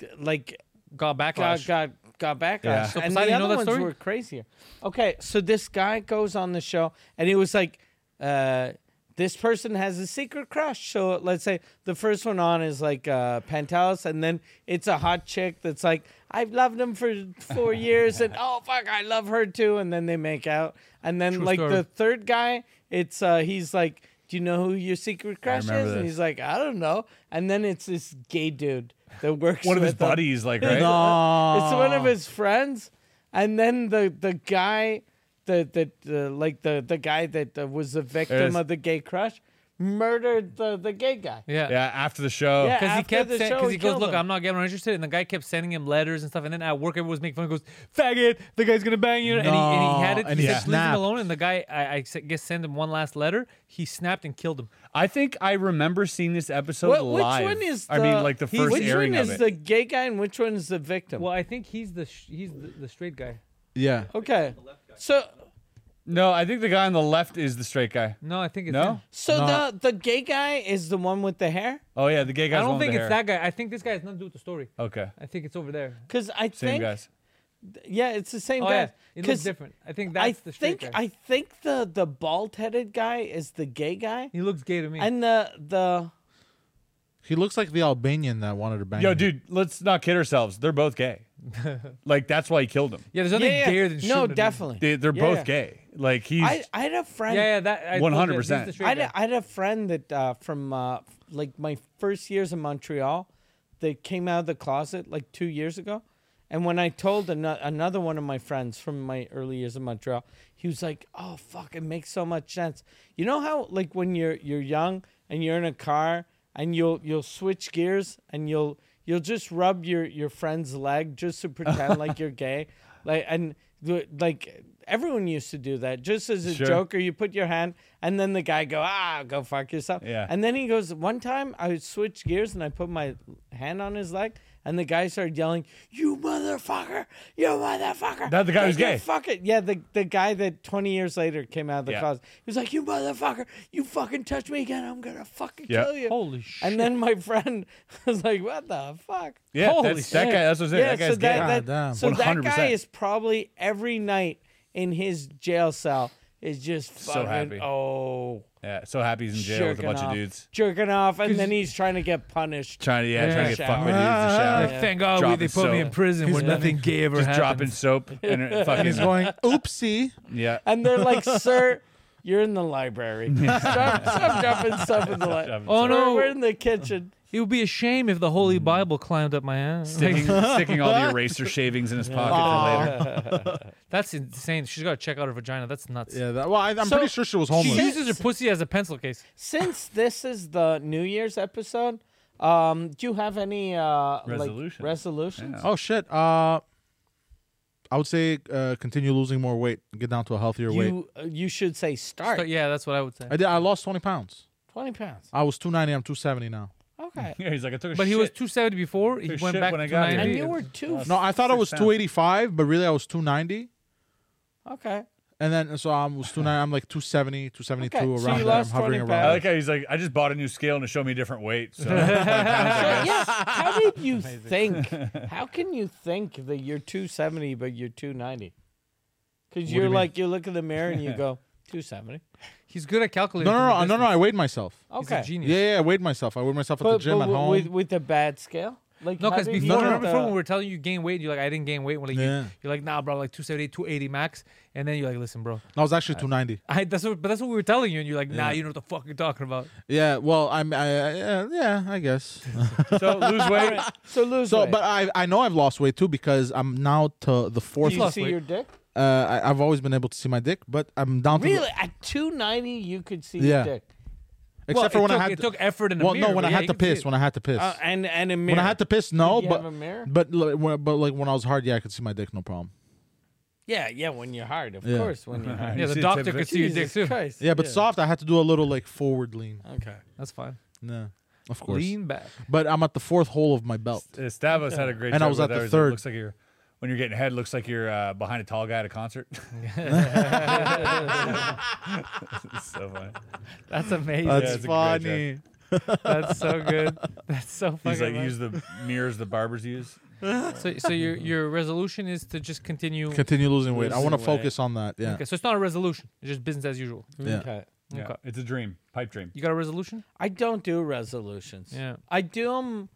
Speaker 2: d- like
Speaker 1: got
Speaker 2: got
Speaker 1: backlash.
Speaker 2: got got backlash.
Speaker 3: Yeah.
Speaker 1: So, Poseidon,
Speaker 2: and the
Speaker 1: you
Speaker 2: other
Speaker 1: know that
Speaker 2: ones
Speaker 1: story?
Speaker 2: were crazier. Okay, so this guy goes on the show and he was like, uh, this person has a secret crush. So let's say the first one on is like uh, Pantelis, and then it's a hot chick that's like, I've loved him for four years, and oh fuck, I love her too. And then they make out, and then
Speaker 1: True
Speaker 2: like
Speaker 1: story.
Speaker 2: the third guy, it's uh, he's like. Do you know who your secret crush is?
Speaker 3: remember
Speaker 2: And
Speaker 3: this.
Speaker 2: he's like, I don't know. And then it's this gay dude that works
Speaker 3: One of his
Speaker 2: with him.
Speaker 3: buddies, like right.
Speaker 2: It's one of his friends, and then the the guy, the the uh, like the the guy that uh, was the victim
Speaker 3: There's-
Speaker 2: of the gay crush, murdered the the gay guy.
Speaker 1: yeah.
Speaker 3: Yeah, after the show.
Speaker 2: Yeah.
Speaker 1: Because he
Speaker 2: After
Speaker 1: kept
Speaker 2: the
Speaker 1: saying,
Speaker 2: show,
Speaker 1: because
Speaker 2: he
Speaker 1: he goes,
Speaker 2: killed
Speaker 1: look,
Speaker 2: him."
Speaker 1: I'm not getting interested. And the guy kept sending him letters and stuff. And then at work, everyone was making fun. He goes, faggot, the guy's going to bang you. And, he, and he had it.
Speaker 4: No, and
Speaker 1: he
Speaker 4: he
Speaker 1: said, leave him
Speaker 4: snapped.
Speaker 1: alone. And the guy, I, I s- guess, sent him one last letter. He snapped and killed him.
Speaker 3: I think I remember seeing this episode
Speaker 2: What, which
Speaker 3: live.
Speaker 2: one is the?
Speaker 3: I mean, like the
Speaker 2: he-
Speaker 3: first
Speaker 2: Which
Speaker 3: airing
Speaker 2: one is
Speaker 3: of it.
Speaker 2: the gay guy and which one is the victim?
Speaker 1: Well, I think he's the sh- he's the, the straight guy.
Speaker 4: Yeah.
Speaker 2: okay, so
Speaker 3: no, I think the guy on the left is the straight guy.
Speaker 1: No, I think it's
Speaker 3: No?
Speaker 1: him.
Speaker 2: so the the gay guy is the one with the hair
Speaker 3: Oh yeah, the gay guy.
Speaker 1: I don't think it's that guy. I think this guy has nothing to do with the story.
Speaker 3: Okay,
Speaker 1: I think it's over there.
Speaker 2: because I
Speaker 3: same
Speaker 2: think
Speaker 3: guys.
Speaker 2: yeah, it's the same
Speaker 1: Oh,
Speaker 2: guy.
Speaker 1: yeah. It looks
Speaker 2: 'Cause
Speaker 1: different. I think that's
Speaker 2: I
Speaker 1: the straight
Speaker 2: think
Speaker 1: guy.
Speaker 2: I think the the bald headed guy is the gay guy,
Speaker 1: he looks gay to me.
Speaker 2: and the the.
Speaker 4: He looks like the Albanian that wanted to bang.
Speaker 3: Yo,
Speaker 4: me.
Speaker 3: dude, let's not kid ourselves. They're both gay. like that's why he killed him.
Speaker 1: yeah, there's nothing gayer than
Speaker 2: no,
Speaker 1: Schindler, dude.
Speaker 2: definitely.
Speaker 3: They, they're
Speaker 2: Yeah,
Speaker 3: both
Speaker 2: yeah.
Speaker 3: gay. Like he's
Speaker 2: I, I had a friend.
Speaker 1: Yeah, yeah, that I told you, this is the
Speaker 3: 100%.
Speaker 1: straight
Speaker 2: I, had
Speaker 1: guy.
Speaker 2: a, I had a friend that uh, from uh, f- like my first years in Montreal, that came out of the closet like two years ago, and when I told an- another one of my friends from my early years in Montreal, he was like, "Oh fuck, it makes so much sense." You know how like when you're you're young and you're in a car and you'll you'll switch gears and you'll you'll just rub your your friend's leg just to pretend like you're gay, like and the- like everyone used to do that just as a
Speaker 3: Sure.
Speaker 2: joke or you put your hand and then the guy go ah go fuck yourself
Speaker 3: Yeah.
Speaker 2: and then he goes one time i switched gears and i put my hand on his leg and the guy started yelling you motherfucker you motherfucker
Speaker 3: That the guy
Speaker 2: Take
Speaker 3: was
Speaker 2: your
Speaker 3: gay.
Speaker 2: fuck it yeah the, the guy that 20 years later came out of the
Speaker 3: Yeah.
Speaker 2: closet he was like you motherfucker you fucking touch me again i'm gonna fucking
Speaker 3: Yeah.
Speaker 2: kill you
Speaker 1: Holy
Speaker 2: and then my friend was like what the fuck
Speaker 3: yeah,
Speaker 1: Holy
Speaker 3: that's, that
Speaker 1: shit.
Speaker 3: guy. That's what I'm saying.
Speaker 2: yeah,
Speaker 3: that guy's
Speaker 2: so
Speaker 3: gay.
Speaker 2: that, that-
Speaker 4: Goddamn.
Speaker 2: so that guy
Speaker 3: 100%.
Speaker 2: is probably every night in his jail cell is just fucking
Speaker 3: happy.
Speaker 2: oh
Speaker 3: Yeah, so happy he's in jail with a
Speaker 2: jerking
Speaker 3: bunch
Speaker 2: off-
Speaker 3: of dudes.
Speaker 2: jerking off, and then he's trying to get punished.
Speaker 3: Trying to yeah, trying to get
Speaker 2: Shower.
Speaker 3: fucked by dudes in the shower.
Speaker 5: Like, Thank God we,
Speaker 3: Dropping
Speaker 5: they put me in
Speaker 3: soap.
Speaker 5: prison where nothing gay ever
Speaker 3: Just dropping
Speaker 5: happened.
Speaker 3: soap and it fucking
Speaker 4: He's going, oopsie.
Speaker 3: yeah.
Speaker 2: And they're like, "Sir, you're in the library. stop, stop dropping stuff in the library.
Speaker 3: Dropping
Speaker 1: Oh,
Speaker 3: soap.
Speaker 1: no.
Speaker 2: we're in the kitchen."
Speaker 1: It would be a shame if the Holy
Speaker 5: Hmm.
Speaker 1: Bible climbed up my ass.
Speaker 3: Sticking, sticking all the eraser shavings in his pocket for later.
Speaker 1: That's insane. She's got to check out her vagina. That's nuts.
Speaker 4: Yeah, that, well, I, I'm
Speaker 2: So-
Speaker 4: pretty sure she was
Speaker 1: She
Speaker 4: homeless.
Speaker 1: uses her pussy as a pencil case.
Speaker 2: Since this is the New Year's episode, um, do you have any uh, like
Speaker 3: Resolutions.
Speaker 2: resolutions?
Speaker 4: oh shit. Uh, I would say uh, continue losing more weight, get down to a healthier weight.
Speaker 2: You uh, you should say start.
Speaker 1: But yeah, that's what I would say.
Speaker 4: I did. I lost 20 pounds.
Speaker 2: Twenty pounds.
Speaker 4: I was 290. I'm 270 now.
Speaker 2: Okay.
Speaker 3: Yeah, he's like, I took a
Speaker 1: But he
Speaker 3: shit.
Speaker 1: was 270 before. He
Speaker 3: Took
Speaker 1: went
Speaker 3: shit
Speaker 1: back
Speaker 3: when I
Speaker 1: to
Speaker 3: got here.
Speaker 1: 90.
Speaker 2: And you were two.
Speaker 4: No, I thought I was
Speaker 3: Six pounds.
Speaker 4: 285, but really I was 290.
Speaker 2: okay.
Speaker 4: And then so I was 290. I'm like 270, 272
Speaker 2: Okay, so
Speaker 4: around
Speaker 2: you
Speaker 4: there. I'm
Speaker 2: lost
Speaker 4: hovering
Speaker 2: 20
Speaker 3: I
Speaker 4: around.
Speaker 3: like how he's like, I just bought a new scale and it showed me a different weight. So I
Speaker 2: Yeah. How did you think? How can you think that you're 270 but you're 290? Because you're like you look in the mirror and you go 270.
Speaker 1: He's good at calculating.
Speaker 4: No, no,
Speaker 1: from
Speaker 4: no,
Speaker 1: a
Speaker 4: no, no,
Speaker 1: distance.
Speaker 4: I weighed myself.
Speaker 2: Okay.
Speaker 1: He's a genius.
Speaker 4: Yeah, yeah, I weighed myself. I weighed myself at the gym at
Speaker 2: wi-
Speaker 4: home.
Speaker 2: with with the bad scale, like
Speaker 1: No,
Speaker 2: how
Speaker 1: because
Speaker 2: did you
Speaker 1: before,
Speaker 2: get
Speaker 1: remember
Speaker 2: the-
Speaker 1: before when we were telling you gain weight, you're like, I didn't gain weight. We're like, you-
Speaker 4: Yeah.
Speaker 1: You're like, nah, bro, like 270, 280 max. And then you're like, listen, bro.
Speaker 4: No, I was actually 290.
Speaker 1: I, that's what, but that's what we were telling you. And you're like, nah, you know what the fuck you're talking about.
Speaker 4: Yeah, well, I'm, I, I, yeah, yeah, I guess.
Speaker 3: got it. So lose weight.
Speaker 2: so lose
Speaker 4: So,
Speaker 2: weight.
Speaker 4: but I, I know I've lost weight too because I'm now to the fourth.
Speaker 2: do you
Speaker 1: lost
Speaker 2: see
Speaker 1: weight.
Speaker 2: your dick?
Speaker 4: Uh, I, I've always been able to see my dick, but I'm down to the-
Speaker 2: Really, at 290 you could see
Speaker 4: Yeah.
Speaker 2: your dick,
Speaker 4: except for
Speaker 1: well,
Speaker 4: when
Speaker 1: it, took,
Speaker 4: I had
Speaker 1: it
Speaker 4: to-
Speaker 1: took effort in the
Speaker 4: well,
Speaker 1: mirror.
Speaker 4: no, when
Speaker 1: but
Speaker 4: I
Speaker 1: yeah,
Speaker 4: had
Speaker 1: you
Speaker 4: to
Speaker 1: could see
Speaker 4: piss,
Speaker 1: it.
Speaker 4: when I had to piss,
Speaker 2: uh, and and a mirror.
Speaker 4: when I had to piss, no,
Speaker 2: you
Speaker 4: but
Speaker 2: have a mirror?
Speaker 4: but like, when- but like when I was hard, yeah, I could see my dick, no problem.
Speaker 2: yeah, yeah, when you're hard, of
Speaker 4: Yeah.
Speaker 2: course, when you're hard.
Speaker 1: Yeah, the
Speaker 3: see the tip
Speaker 1: doctor
Speaker 3: of it.
Speaker 1: could see your dick
Speaker 2: Jesus
Speaker 1: too.
Speaker 2: Christ.
Speaker 4: Yeah, but soft, I had to do a little like forward lean.
Speaker 2: Okay.
Speaker 1: That's fine.
Speaker 4: Yeah, of course.
Speaker 1: Lean back.
Speaker 4: But I'm at the fourth hole of my belt.
Speaker 3: Stavos had a great.
Speaker 4: And I
Speaker 3: joke
Speaker 4: was
Speaker 3: about
Speaker 4: at the
Speaker 3: that. He's
Speaker 4: third.
Speaker 3: Like, looks like you're when you're getting head. Looks like you're uh, behind a tall guy at a concert. It's so funny.
Speaker 1: That's amazing.
Speaker 3: That's it's a great funny.
Speaker 1: That's so good. That's so
Speaker 3: He's
Speaker 1: fucking.
Speaker 3: like use the mirrors the barbers use.
Speaker 1: funny. so, so your your resolution is to just continue.
Speaker 4: Continue losing weight. I
Speaker 2: Losing
Speaker 4: want to
Speaker 2: weight.
Speaker 4: focus on that. Yeah,
Speaker 1: Okay, so it's not a resolution. It's just business as usual.
Speaker 4: yeah.
Speaker 2: Okay.
Speaker 3: Yeah,
Speaker 1: Okay.
Speaker 3: it's a dream, pipe dream.
Speaker 1: You got a resolution?
Speaker 2: I don't do resolutions.
Speaker 1: Yeah.
Speaker 2: I do them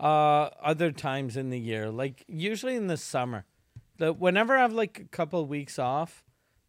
Speaker 2: uh, other times in the year, like usually in the summer. The, whenever I have like a couple of weeks off,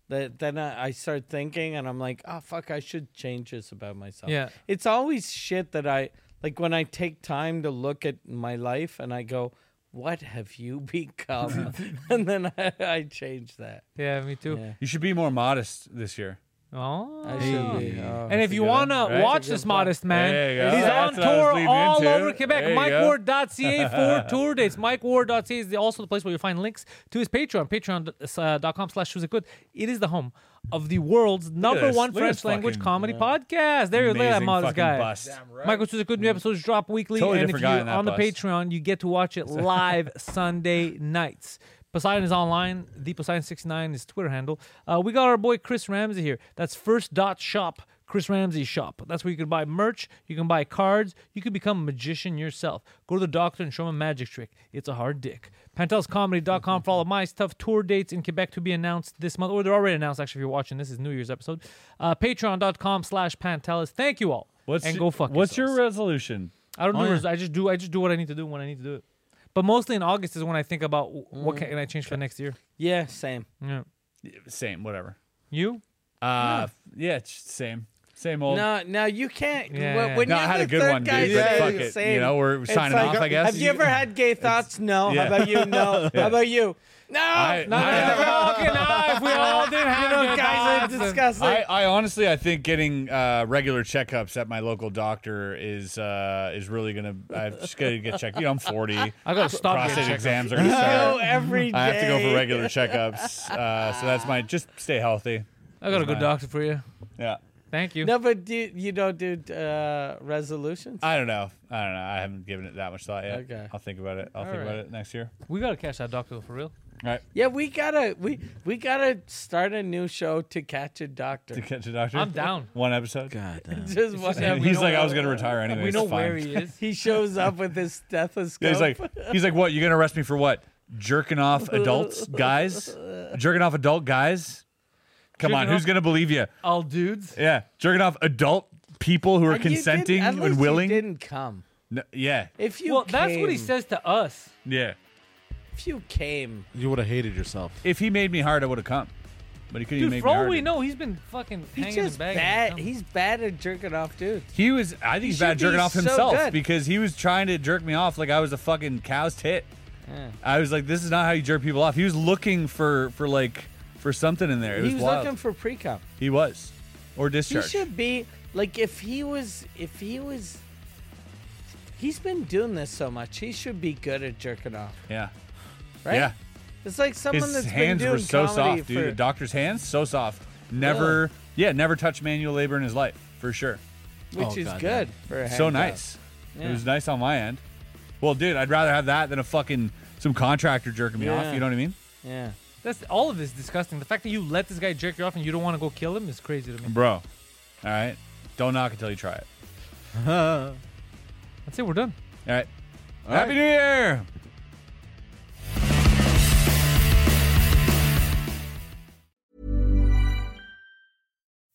Speaker 2: that then I, I start thinking and I'm like, oh fuck, I should change this about myself.
Speaker 1: Yeah.
Speaker 2: It's always shit that I like when I take time to look at my life and I go, what have you become? and then I, I change that.
Speaker 1: Yeah, me too.
Speaker 3: You should be more modest this year.
Speaker 1: Oh.
Speaker 2: I should be. oh.
Speaker 1: And if you
Speaker 3: good
Speaker 1: want
Speaker 3: one,
Speaker 1: to
Speaker 3: right?
Speaker 1: watch
Speaker 3: That's a
Speaker 1: this
Speaker 3: good
Speaker 1: modest
Speaker 3: There
Speaker 1: man,
Speaker 3: you go.
Speaker 1: he's on
Speaker 3: That's what I was
Speaker 1: tour
Speaker 3: leading
Speaker 1: all
Speaker 3: into.
Speaker 1: over Quebec.
Speaker 3: There you go.
Speaker 1: MikeWard.ca for tour dates. MikeWard.ca is the- also the place where you find links to his Patreon, patreon.com slash who's a good. It is the home of the world's number
Speaker 3: this.
Speaker 1: one
Speaker 3: Look at
Speaker 1: French
Speaker 3: this
Speaker 1: language
Speaker 3: fucking- uh,
Speaker 1: comedy podcast. There you go. Look at that
Speaker 3: Amazing
Speaker 1: modest
Speaker 3: fucking
Speaker 1: guy.
Speaker 3: bust. Mm.
Speaker 1: Michael Sousa Good new episodes drop weekly,
Speaker 3: Totally
Speaker 1: and if
Speaker 3: different
Speaker 1: you're
Speaker 3: guy in that
Speaker 1: on the
Speaker 3: bus.
Speaker 1: Patreon, you get to watch it live Sunday nights. Poseidon is online. The Poseidon69 is Twitter handle. Uh, we got our boy Chris Ramsey here. That's first dot shop. Chris Ramsey shop. That's where you can buy merch, you can buy cards, you can become a magician yourself. Go to the doctor and show him a magic trick. It's a hard dick.
Speaker 3: Mm-hmm.
Speaker 1: PantelsComedy.com for all of my stuff. Tour dates in Quebec to be announced this month, or they're already announced actually if you're watching this is New Year's episode. Uh, Patreon.com slash Pantelis. Thank you all.
Speaker 3: What's
Speaker 1: and
Speaker 3: your,
Speaker 1: go fuck
Speaker 3: What's
Speaker 1: yourselves.
Speaker 3: your resolution?
Speaker 1: I don't do. res- I just do. I just do what I need to do when I need to do it. But mostly in August is when I think about w- what can I change for next year.
Speaker 2: Yeah, same.
Speaker 1: Yeah.
Speaker 3: Same, whatever.
Speaker 1: You?
Speaker 3: Uh, yeah, it's same, same old.
Speaker 2: No, no, you can't.
Speaker 1: Yeah,
Speaker 2: when-
Speaker 1: yeah.
Speaker 2: when
Speaker 3: No,
Speaker 2: you're
Speaker 3: I had
Speaker 2: the
Speaker 3: a good
Speaker 2: third
Speaker 3: one, dude,
Speaker 2: guy
Speaker 3: but
Speaker 2: saying
Speaker 3: fuck
Speaker 2: the
Speaker 3: it. You
Speaker 2: same,
Speaker 3: know, we're
Speaker 2: it's
Speaker 3: signing off, I guess.
Speaker 2: Have you
Speaker 3: You-
Speaker 2: ever had gay thoughts? No.
Speaker 3: Yeah.
Speaker 2: How about you? No. How about you? No.
Speaker 3: I-
Speaker 2: no.
Speaker 3: I-
Speaker 1: okay, now if we all didn't have
Speaker 2: you guys are disgusting.
Speaker 3: I, I honestly, I think getting uh, regular checkups at my local doctor is uh, is really gonna. I'm just gonna get checked. You know, I'm 40.
Speaker 1: I gotta stop
Speaker 3: Prostate
Speaker 1: getting checked.
Speaker 3: exams are gonna
Speaker 2: go
Speaker 3: start.
Speaker 2: every day.
Speaker 3: I have to go for regular checkups. Uh, so that's my. Just stay healthy.
Speaker 1: I got a good
Speaker 3: Mine.
Speaker 1: doctor for you.
Speaker 3: Yeah.
Speaker 1: Thank you.
Speaker 2: No, but do, you don't do uh, resolutions.
Speaker 3: I don't know. I don't know. I haven't given it that much thought yet.
Speaker 2: Okay.
Speaker 3: I'll think about it. I'll think about
Speaker 2: right.
Speaker 3: it next year.
Speaker 1: We gotta catch that doctor though, for real.
Speaker 3: All right.
Speaker 2: yeah, we gotta we we gotta start a new show to catch a doctor.
Speaker 3: To catch a doctor.
Speaker 1: I'm down.
Speaker 3: One episode.
Speaker 2: Just one
Speaker 3: And
Speaker 2: episode.
Speaker 3: he's like, I was gonna retire anyway.
Speaker 1: we
Speaker 3: it's
Speaker 1: know
Speaker 3: fine.
Speaker 1: where he is.
Speaker 2: He shows up with his stethoscope.
Speaker 3: Yeah, he's like, he's like, what? You're gonna arrest me for what? Jerking off adults, guys. Jerking off adult guys. Come on,
Speaker 1: Jerking
Speaker 3: who's
Speaker 1: off?
Speaker 3: gonna believe you?
Speaker 1: all dudes.
Speaker 3: Yeah, jerking off adult people who are
Speaker 2: And you didn't-
Speaker 3: consenting
Speaker 2: at least
Speaker 3: and
Speaker 2: you
Speaker 3: willing.
Speaker 2: didn't come.
Speaker 3: No, yeah,
Speaker 2: If you
Speaker 1: well, that's what he
Speaker 2: came-
Speaker 1: says to us.
Speaker 3: yeah.
Speaker 2: If you came,
Speaker 4: You would have hated yourself.
Speaker 3: If he made me hard, I would have come. But he couldn't even
Speaker 1: Dude,
Speaker 3: make
Speaker 1: for
Speaker 3: me
Speaker 1: all
Speaker 3: hard.
Speaker 1: we know, he's been fucking
Speaker 2: he's
Speaker 1: hanging in
Speaker 2: just
Speaker 1: bag.
Speaker 2: bad. He's bad at jerking off dudes.
Speaker 3: He was. I think he's
Speaker 2: should
Speaker 3: bad at jerking
Speaker 2: be
Speaker 3: off
Speaker 2: so
Speaker 3: himself
Speaker 2: good.
Speaker 3: because he was trying to jerk me off like I was a fucking cow's tit. I was like, this is not how you jerk people off. He was looking for for like for something in there. It was,
Speaker 2: he was
Speaker 3: wild.
Speaker 2: looking for pre cum.
Speaker 3: he was, or
Speaker 2: He
Speaker 3: discharge.
Speaker 2: should be like if he was if he was. He's been doing this so much. He should be good at jerking off,
Speaker 3: yeah,
Speaker 2: right?
Speaker 3: yeah.
Speaker 2: It's like someone
Speaker 3: His
Speaker 2: that's
Speaker 3: hands
Speaker 2: been doing
Speaker 3: were so
Speaker 2: comedy
Speaker 3: soft, dude.
Speaker 2: for
Speaker 3: The doctor's hands, so soft. Never, yeah, never touched manual labor in his life for sure.
Speaker 2: which
Speaker 4: Oh,
Speaker 2: is
Speaker 4: God,
Speaker 2: good for a hand
Speaker 3: so
Speaker 2: job.
Speaker 3: nice. It
Speaker 2: Yeah.
Speaker 3: was nice on my end. Well, dude, I'd rather have that than a fucking some contractor jerking me off.
Speaker 2: Yeah.
Speaker 3: You know what I mean,
Speaker 2: Yeah.
Speaker 1: That's all of this is disgusting. The fact that you let this guy jerk you off and you don't want to go kill him is crazy to me.
Speaker 3: bro? All right, don't knock until you try it.
Speaker 1: That's it. We're done.
Speaker 3: All right. Happy New Year.